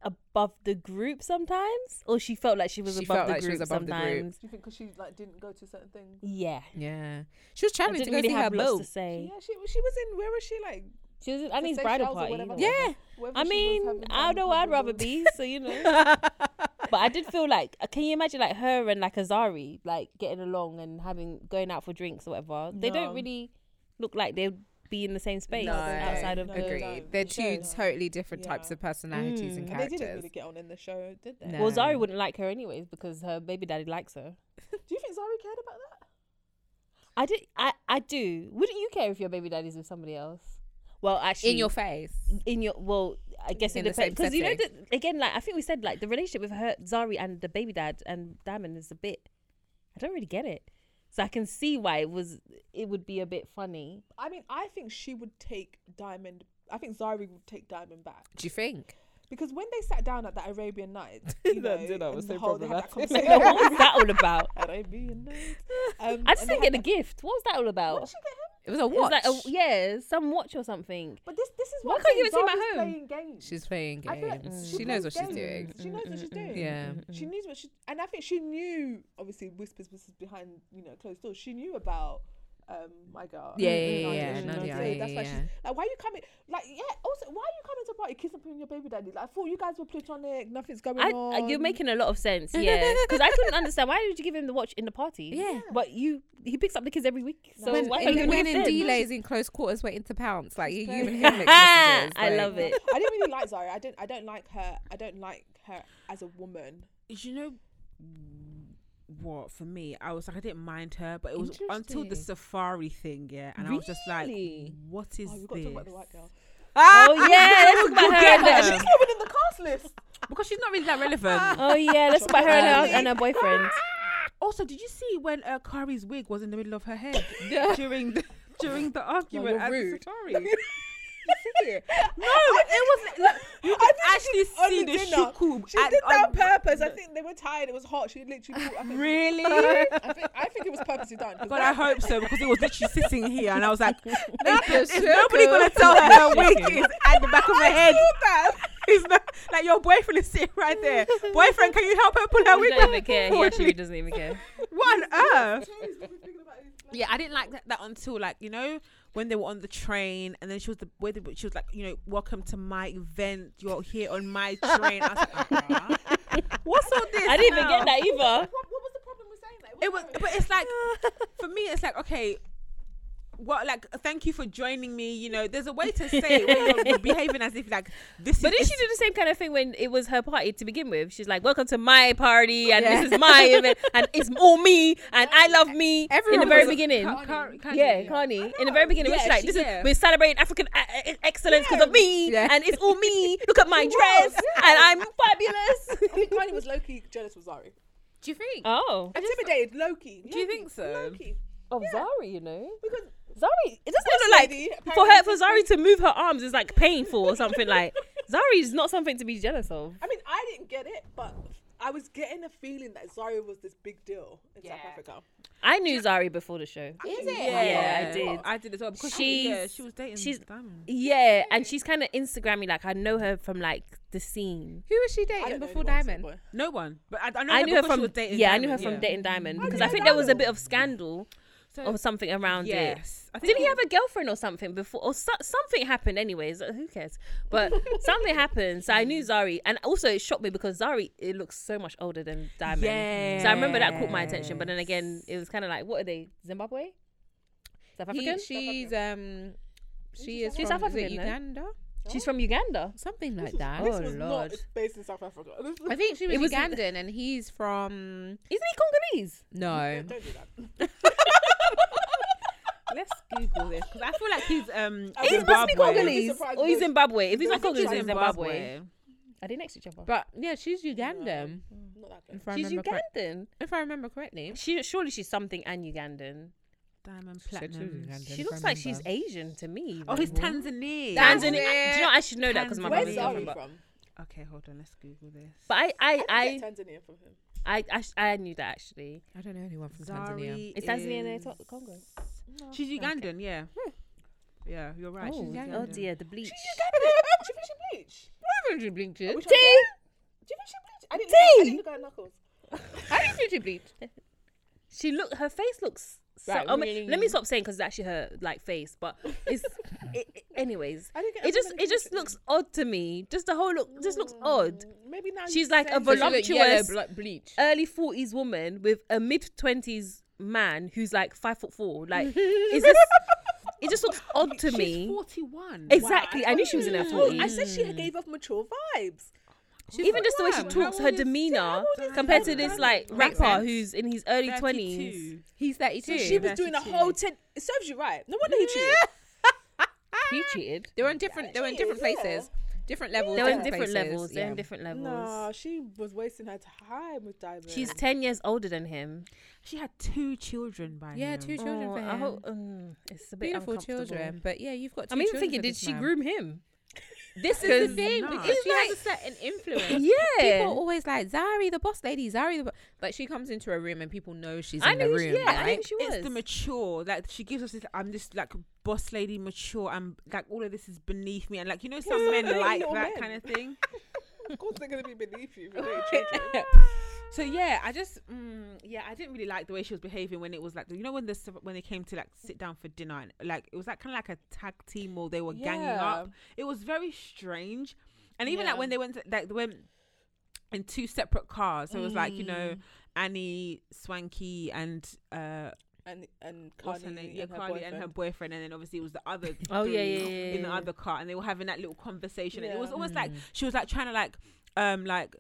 Speaker 3: above the group sometimes, or she felt like she was
Speaker 1: She
Speaker 3: above
Speaker 1: felt
Speaker 3: the
Speaker 1: like she
Speaker 3: group
Speaker 1: was above the group.
Speaker 3: sometimes.
Speaker 2: Do you think because she like didn't go to certain things?
Speaker 3: Yeah,
Speaker 1: yeah, she was
Speaker 3: I
Speaker 1: traveling to
Speaker 3: didn't
Speaker 1: go
Speaker 3: really
Speaker 1: see her
Speaker 3: have lots
Speaker 1: boat.
Speaker 3: to say.
Speaker 2: Yeah, she she was in. Where was she like?
Speaker 3: She was at Annie's
Speaker 2: Seychelles
Speaker 3: bridal
Speaker 2: or
Speaker 3: party.
Speaker 2: whatever.
Speaker 3: you know.
Speaker 1: Yeah,
Speaker 2: Wherever
Speaker 3: I
Speaker 2: she was
Speaker 3: mean,
Speaker 2: having
Speaker 3: I
Speaker 2: fun
Speaker 3: know
Speaker 2: with
Speaker 3: where I'd
Speaker 2: the
Speaker 3: rather
Speaker 2: girls.
Speaker 3: be. So you know,
Speaker 1: [laughs]
Speaker 3: but I did feel like, uh, can you imagine like her and like Azari like getting along and having going out for drinks or whatever? They
Speaker 2: No.
Speaker 3: don't really look like they'd be in the same space
Speaker 1: No,
Speaker 3: outside of
Speaker 2: no,
Speaker 3: the.
Speaker 2: they
Speaker 1: agreed.
Speaker 2: don't.
Speaker 1: They're
Speaker 2: They
Speaker 1: two
Speaker 2: don't.
Speaker 1: totally different
Speaker 2: Yeah.
Speaker 1: types of personalities and
Speaker 2: And they
Speaker 1: characters.
Speaker 2: didn't really get on in the show, did they?
Speaker 1: No.
Speaker 3: Well, Zari wouldn't like her anyways because her baby daddy likes her.
Speaker 2: [laughs] Do you think Zari cared about that?
Speaker 3: I do. I, I do. Wouldn't you care if your baby daddy's with somebody else? Well, actually,
Speaker 1: in your face.
Speaker 3: in your well, I guess
Speaker 1: In
Speaker 3: it
Speaker 1: the same
Speaker 3: depends because you know that,
Speaker 1: setting.
Speaker 3: again. Like I think we said, like the relationship with her Zari and the baby dad and Diamond is a bit. I don't really get it, so I can see why it was. It would be a bit
Speaker 2: [laughs]
Speaker 3: funny.
Speaker 2: I mean, I think she would take Diamond. I think Zari would take Diamond back
Speaker 1: Do you think?
Speaker 2: because when they sat down at that Arabian night, you know,
Speaker 4: That dinner was
Speaker 2: and the
Speaker 4: so
Speaker 2: whole- they had that
Speaker 4: problematic.
Speaker 2: conversation.
Speaker 3: what [laughs] was that all about?
Speaker 2: Arabian night. Um,
Speaker 3: I just
Speaker 2: and they
Speaker 3: didn't
Speaker 2: had
Speaker 3: get the
Speaker 2: that-
Speaker 3: gift. What was that all about?
Speaker 2: What did she get him?
Speaker 1: It was a
Speaker 3: It was
Speaker 1: watch.
Speaker 3: like a, yeah, some watch or something.
Speaker 2: But this this is
Speaker 3: Why
Speaker 2: what I'm
Speaker 3: can't you
Speaker 2: saying,
Speaker 3: even see my
Speaker 2: Zari's
Speaker 3: home?
Speaker 2: Playing games.
Speaker 1: She's playing
Speaker 2: I feel like
Speaker 1: games.
Speaker 2: she
Speaker 1: she knows what
Speaker 2: plays
Speaker 1: she's doing.
Speaker 2: games.
Speaker 1: Mm,
Speaker 2: Mm, She knows what she's doing.
Speaker 1: Yeah.
Speaker 3: mm.
Speaker 2: She knew what she, and I think she knew. Obviously, whispers, whispers behind you know closed doors. She knew about um my girl.
Speaker 1: Yeah,
Speaker 2: um,
Speaker 1: yeah,
Speaker 2: Nadia,
Speaker 1: yeah,
Speaker 2: she
Speaker 1: Nadia,
Speaker 2: knows
Speaker 1: yeah,
Speaker 2: it. That's why
Speaker 1: yeah,
Speaker 2: she's like, why are you coming? Like, yeah. Also, why are you coming to party kissing up on your baby daddy? Like, I thought you guys were platonic. Nothing's going
Speaker 3: I, uh,
Speaker 2: on.
Speaker 3: I- you're making a lot of
Speaker 2: [laughs]
Speaker 3: sense, yeah. Because I couldn't understand why did you give him the watch in the party?
Speaker 1: Yeah.
Speaker 3: but you he picks up the kids every week, so
Speaker 1: when
Speaker 3: why
Speaker 1: and
Speaker 3: can't you
Speaker 1: when
Speaker 3: do
Speaker 1: in
Speaker 3: it?
Speaker 1: delays in close quarters waiting to pounce, like you
Speaker 2: She's
Speaker 1: even
Speaker 2: playing-
Speaker 1: hear mixed [laughs] messages.
Speaker 3: [laughs] Ah, I
Speaker 1: like-
Speaker 2: [laughs]
Speaker 3: love it.
Speaker 2: I didn't really like Zara. I don't. I don't like her. I don't like her as a woman.
Speaker 4: you know what for me i was like i didn't mind her but it was until the
Speaker 1: Interesting.
Speaker 4: safari thing yeah and i was just like
Speaker 3: Really?
Speaker 4: what is
Speaker 2: Oh, we've got to talk
Speaker 4: this
Speaker 2: about the white
Speaker 4: [laughs]
Speaker 2: girl.
Speaker 3: Oh yeah, let's talk about her. and
Speaker 4: Yeah, but
Speaker 3: her-
Speaker 2: She's Ah. not even in the cast list.
Speaker 4: [laughs] because she's not really that relevant
Speaker 3: Oh yeah, let's talk about her and her, and her boyfriend.
Speaker 4: also did you see when uh, kari's wig was in the middle of
Speaker 2: [laughs]
Speaker 4: her head during the during the argument
Speaker 2: you're
Speaker 4: at the
Speaker 2: rude. [laughs]
Speaker 4: safari Did you see it? no it was like, you could actually
Speaker 2: on
Speaker 4: see the,
Speaker 2: dinner.
Speaker 4: shuku
Speaker 2: She
Speaker 4: at-
Speaker 2: did that on
Speaker 4: on-
Speaker 2: purpose. I think they were tired. It was hot. She literally. pulled- I think,
Speaker 4: really
Speaker 2: I think, I think it was purposely done. 'cause
Speaker 4: God,
Speaker 2: that-
Speaker 4: I hope so because it was literally sitting here, and I was like, "Is nobody
Speaker 1: circle.
Speaker 4: gonna tell
Speaker 2: [laughs]
Speaker 4: her her wig is at the back of her head?" It's not like your boyfriend is sitting right there. Boyfriend, can you help her pull her
Speaker 3: He
Speaker 4: wig?
Speaker 3: don't
Speaker 4: back
Speaker 3: even care. He
Speaker 4: forward,
Speaker 3: actually
Speaker 4: please?"
Speaker 3: doesn't even care.
Speaker 4: What on earth?
Speaker 2: Jeez, we've been thinking about it. Like,
Speaker 4: Yeah, I didn't like that, that until like you know when they were on the train, and then she was the where they, were- she was like, you know, welcome to my event. You're here on my train. I was
Speaker 2: [laughs]
Speaker 4: like, "Uh-huh." What's all this?
Speaker 3: I didn't even
Speaker 4: now?
Speaker 3: get that either.
Speaker 2: [laughs] What, what was the problem with saying that?
Speaker 4: It was, but it's like for me, it's like okay, what like thank you for joining me. You know, there's a way to say it when
Speaker 1: [laughs]
Speaker 4: you're- you're behaving as if like this
Speaker 3: [laughs] But then
Speaker 4: is.
Speaker 3: she did the same kind of thing when it was her party to begin with. She's like, "Welcome to my party, and this is my event, and it's all me, and I love me." in the
Speaker 1: Everyone
Speaker 3: very
Speaker 1: was-
Speaker 3: beginning,
Speaker 4: Carney. Carney.
Speaker 3: yeah, Carney. In the very beginning,
Speaker 4: Yeah,
Speaker 3: yeah, she's like,
Speaker 4: she-
Speaker 3: "This
Speaker 4: yeah.
Speaker 3: is we're celebrating African uh, uh, excellence because of me,
Speaker 1: Yeah.
Speaker 3: and it's all me. Look at my
Speaker 2: was,
Speaker 3: dress, and I'm fabulous."
Speaker 2: [laughs] I think Kanye was low key jealous of Zari.
Speaker 1: Do you think?
Speaker 3: Oh,
Speaker 2: Intimidated, Loki.
Speaker 4: Do you think so?
Speaker 2: Loki.
Speaker 3: of Oh, Zari, you know.
Speaker 2: Because
Speaker 3: Zari, it doesn't look like
Speaker 2: lady,
Speaker 3: for her for
Speaker 2: apparently-
Speaker 3: Zari to move her arms is like painful or something like. Zari is not something to be jealous of.
Speaker 2: I mean, I didn't get it, but I was getting a feeling that Zaria was this big deal in South
Speaker 1: Yeah.
Speaker 2: Africa.
Speaker 3: I knew Zari before the show.
Speaker 1: Is it?
Speaker 4: Yeah,
Speaker 3: Yeah, I did.
Speaker 4: I did as well because she, yeah,
Speaker 3: She's-
Speaker 4: she was dating.
Speaker 3: she's-
Speaker 4: Diamond.
Speaker 3: Yeah, and she's kind of Instagrammy. Like I know her from like the scene.
Speaker 1: Who was she
Speaker 2: I
Speaker 1: dating
Speaker 2: don't know
Speaker 1: before
Speaker 2: anyone, so
Speaker 1: Diamond?
Speaker 2: boy.
Speaker 4: No one, but I, I, know
Speaker 3: I knew her
Speaker 4: because she
Speaker 3: from
Speaker 4: was dating.
Speaker 3: yeah,
Speaker 4: Diamond.
Speaker 3: I knew her from dating Diamond because
Speaker 2: did
Speaker 3: I
Speaker 2: you
Speaker 3: think
Speaker 2: know
Speaker 3: there was a bit
Speaker 2: Diamond?
Speaker 3: of scandal
Speaker 4: So-
Speaker 3: or something around it.
Speaker 4: Yes, I
Speaker 3: Didn't he
Speaker 4: it-
Speaker 3: have a girlfriend or something before? Or so- something happened, anyways. uh, Who cares? [laughs] But something happened. So I knew Zari. And also, it shocked me because Zari, it looks so much older than Diamond. So I remember that caught my attention. But then again, it was kind of like, what are they? Zimbabwe? South
Speaker 1: He-
Speaker 3: African?
Speaker 1: she's um, she is
Speaker 3: She's
Speaker 1: from
Speaker 3: South
Speaker 1: is it
Speaker 3: African, no?
Speaker 1: Uganda,
Speaker 3: She's from Uganda.
Speaker 1: something
Speaker 2: This
Speaker 1: like
Speaker 2: was-
Speaker 1: that.
Speaker 2: This
Speaker 1: Oh
Speaker 2: was
Speaker 1: lord,
Speaker 2: not based in South Africa. This was-
Speaker 1: I think she was,
Speaker 3: It was-
Speaker 1: Ugandan, and he's from
Speaker 3: Isn't he Congolese?
Speaker 1: no.
Speaker 2: Don't do that.
Speaker 3: [laughs]
Speaker 4: Let's Google this because I feel like he's um.
Speaker 2: I
Speaker 3: He must be
Speaker 4: Zimbabwe.
Speaker 2: He's
Speaker 3: Congolese.
Speaker 2: surprised
Speaker 3: Or he's
Speaker 2: because-
Speaker 3: Zimbabwe. If he's
Speaker 2: I
Speaker 3: not
Speaker 2: think
Speaker 3: Congolese,
Speaker 2: he's
Speaker 3: he's Zimbabwe.
Speaker 4: Zimbabwe.
Speaker 3: Are they next to each other?
Speaker 1: But yeah, she's Ugandan.
Speaker 2: Not that good.
Speaker 1: If I
Speaker 3: She's
Speaker 1: remember correct-
Speaker 3: Ugandan.
Speaker 1: if I remember correctly,
Speaker 3: She surely she's something and Ugandan.
Speaker 4: Diamond
Speaker 1: She said she was
Speaker 4: platinum.
Speaker 1: Ugandan, if
Speaker 3: She
Speaker 1: I
Speaker 3: looks like she's
Speaker 1: remember.
Speaker 3: Asian to me.
Speaker 4: Oh, he's
Speaker 3: Tanzania.
Speaker 4: Tanzania.
Speaker 3: Do you
Speaker 1: Tanzania.
Speaker 3: know I should know that because my
Speaker 2: Where's
Speaker 3: brother's
Speaker 4: Tanzania.
Speaker 3: talking
Speaker 2: Zari
Speaker 3: about.
Speaker 2: from?
Speaker 4: Okay, hold on. Let's Google this.
Speaker 3: But I, I,
Speaker 2: I
Speaker 3: I,
Speaker 2: get Tanzania from
Speaker 3: [laughs]
Speaker 2: him.
Speaker 3: I, I, sh- I knew that actually.
Speaker 1: I don't know anyone from Tanzania.
Speaker 4: Zari
Speaker 3: Is Tanzania in
Speaker 4: is-
Speaker 3: the to- Congo?
Speaker 4: She's Ugandan. Yeah. Yeah, you're right.
Speaker 1: Oh,
Speaker 4: she's
Speaker 1: yeah.
Speaker 4: Ugandan.
Speaker 3: Hmm. Oh dear, the bleach.
Speaker 2: Do you think she bleached?
Speaker 1: I don't think she
Speaker 2: Are we
Speaker 1: bleached.
Speaker 2: trying to- Do you think she bleached? I didn't look- I didn't look at her knuckles.
Speaker 1: I don't think she bleached.
Speaker 3: She look, her face looks. So,
Speaker 1: Right,
Speaker 3: I mean,
Speaker 1: really-
Speaker 3: Let me stop saying because it's actually her like face, but it's. it, it- anyways,
Speaker 2: I didn't get
Speaker 3: it just
Speaker 2: everyone
Speaker 3: it just looks odd to me. Just the whole look just looks odd.
Speaker 2: Maybe now you
Speaker 3: She's like
Speaker 2: say-
Speaker 3: a
Speaker 1: So she looked yellow,
Speaker 3: voluptuous
Speaker 1: blo- bleach.
Speaker 3: early forties woman with a mid twenties man who's like five foot four. Like, is this? It just looks odd to
Speaker 4: She's
Speaker 3: me.
Speaker 4: 41.
Speaker 3: Exactly, I knew she was in her
Speaker 2: Oh, I
Speaker 3: forties.
Speaker 2: said she gave off mature vibes.
Speaker 3: Even just the way she
Speaker 1: Wow.
Speaker 3: talks, her demeanor compared to this like
Speaker 4: Makes
Speaker 3: rapper
Speaker 4: sense.
Speaker 3: who's in his early
Speaker 4: 32.
Speaker 3: twenties.
Speaker 1: He's 32.
Speaker 2: She was doing a
Speaker 4: 32.
Speaker 2: whole ten. It serves you right. No wonder he cheated.
Speaker 3: He cheated.
Speaker 1: they were in different. They were in
Speaker 2: she
Speaker 1: different
Speaker 2: is, yeah.
Speaker 1: places, different levels.
Speaker 3: They were in different
Speaker 1: places,
Speaker 3: levels. They're
Speaker 1: yeah.
Speaker 3: in different levels.
Speaker 2: No, she was wasting her time with Diamond.
Speaker 3: She's ten years older than him.
Speaker 4: She had two children by
Speaker 1: Yeah,
Speaker 4: him.
Speaker 1: two children for
Speaker 3: Oh,
Speaker 1: him.
Speaker 3: I hope um, it's a bit
Speaker 1: Beautiful
Speaker 3: uncomfortable.
Speaker 1: children, but yeah, you've got. Two
Speaker 3: I'm even
Speaker 1: children
Speaker 3: thinking,
Speaker 1: for
Speaker 3: did
Speaker 1: this
Speaker 3: she
Speaker 1: man.
Speaker 3: [laughs] groom him?
Speaker 1: [laughs] This is the thing
Speaker 4: nah.
Speaker 1: because
Speaker 4: It's
Speaker 1: she has a
Speaker 3: [laughs]
Speaker 1: certain influence. People
Speaker 3: Yeah.
Speaker 1: are always like Zari, the boss lady. Zari, the bo-. like she comes into a room and people know she's
Speaker 3: I
Speaker 1: in
Speaker 3: knew.
Speaker 1: the
Speaker 3: she,
Speaker 1: room.
Speaker 3: yeah, I
Speaker 1: right?
Speaker 3: knew she was.
Speaker 4: It's the mature. Like she gives us this. I'm this like boss lady, mature. I'm like all of this is beneath me, and like you know some
Speaker 2: Yeah,
Speaker 3: [laughs]
Speaker 4: men
Speaker 2: they're
Speaker 4: like
Speaker 2: little
Speaker 4: that
Speaker 2: men.
Speaker 4: kind of thing.
Speaker 2: of course they're gonna be beneath you. If you're dating children.
Speaker 4: So yeah, I just mm, yeah, I didn't really like the way she was behaving when it was like you know when the when they came to like sit down for dinner and like it was like kind of like a tag team or they were ganging up. It was very strange, and even
Speaker 3: Yeah.
Speaker 4: like when they went to, like they went in two separate cars. So it was like you
Speaker 2: Mm.
Speaker 4: know Annie Swanky and uh
Speaker 2: And and
Speaker 4: what's her
Speaker 2: Cardi,
Speaker 4: name? Yeah,
Speaker 2: and, her
Speaker 4: Cardi and her
Speaker 2: boyfriend.
Speaker 4: boyfriend, and then obviously it was the other.
Speaker 2: [laughs]
Speaker 3: Oh, yeah,
Speaker 4: three
Speaker 3: yeah, yeah,
Speaker 4: In the
Speaker 3: yeah.
Speaker 4: other car, and they were having that little conversation, and it
Speaker 2: Yeah.
Speaker 4: was
Speaker 2: Mm.
Speaker 4: almost like she was like trying to like, um, like,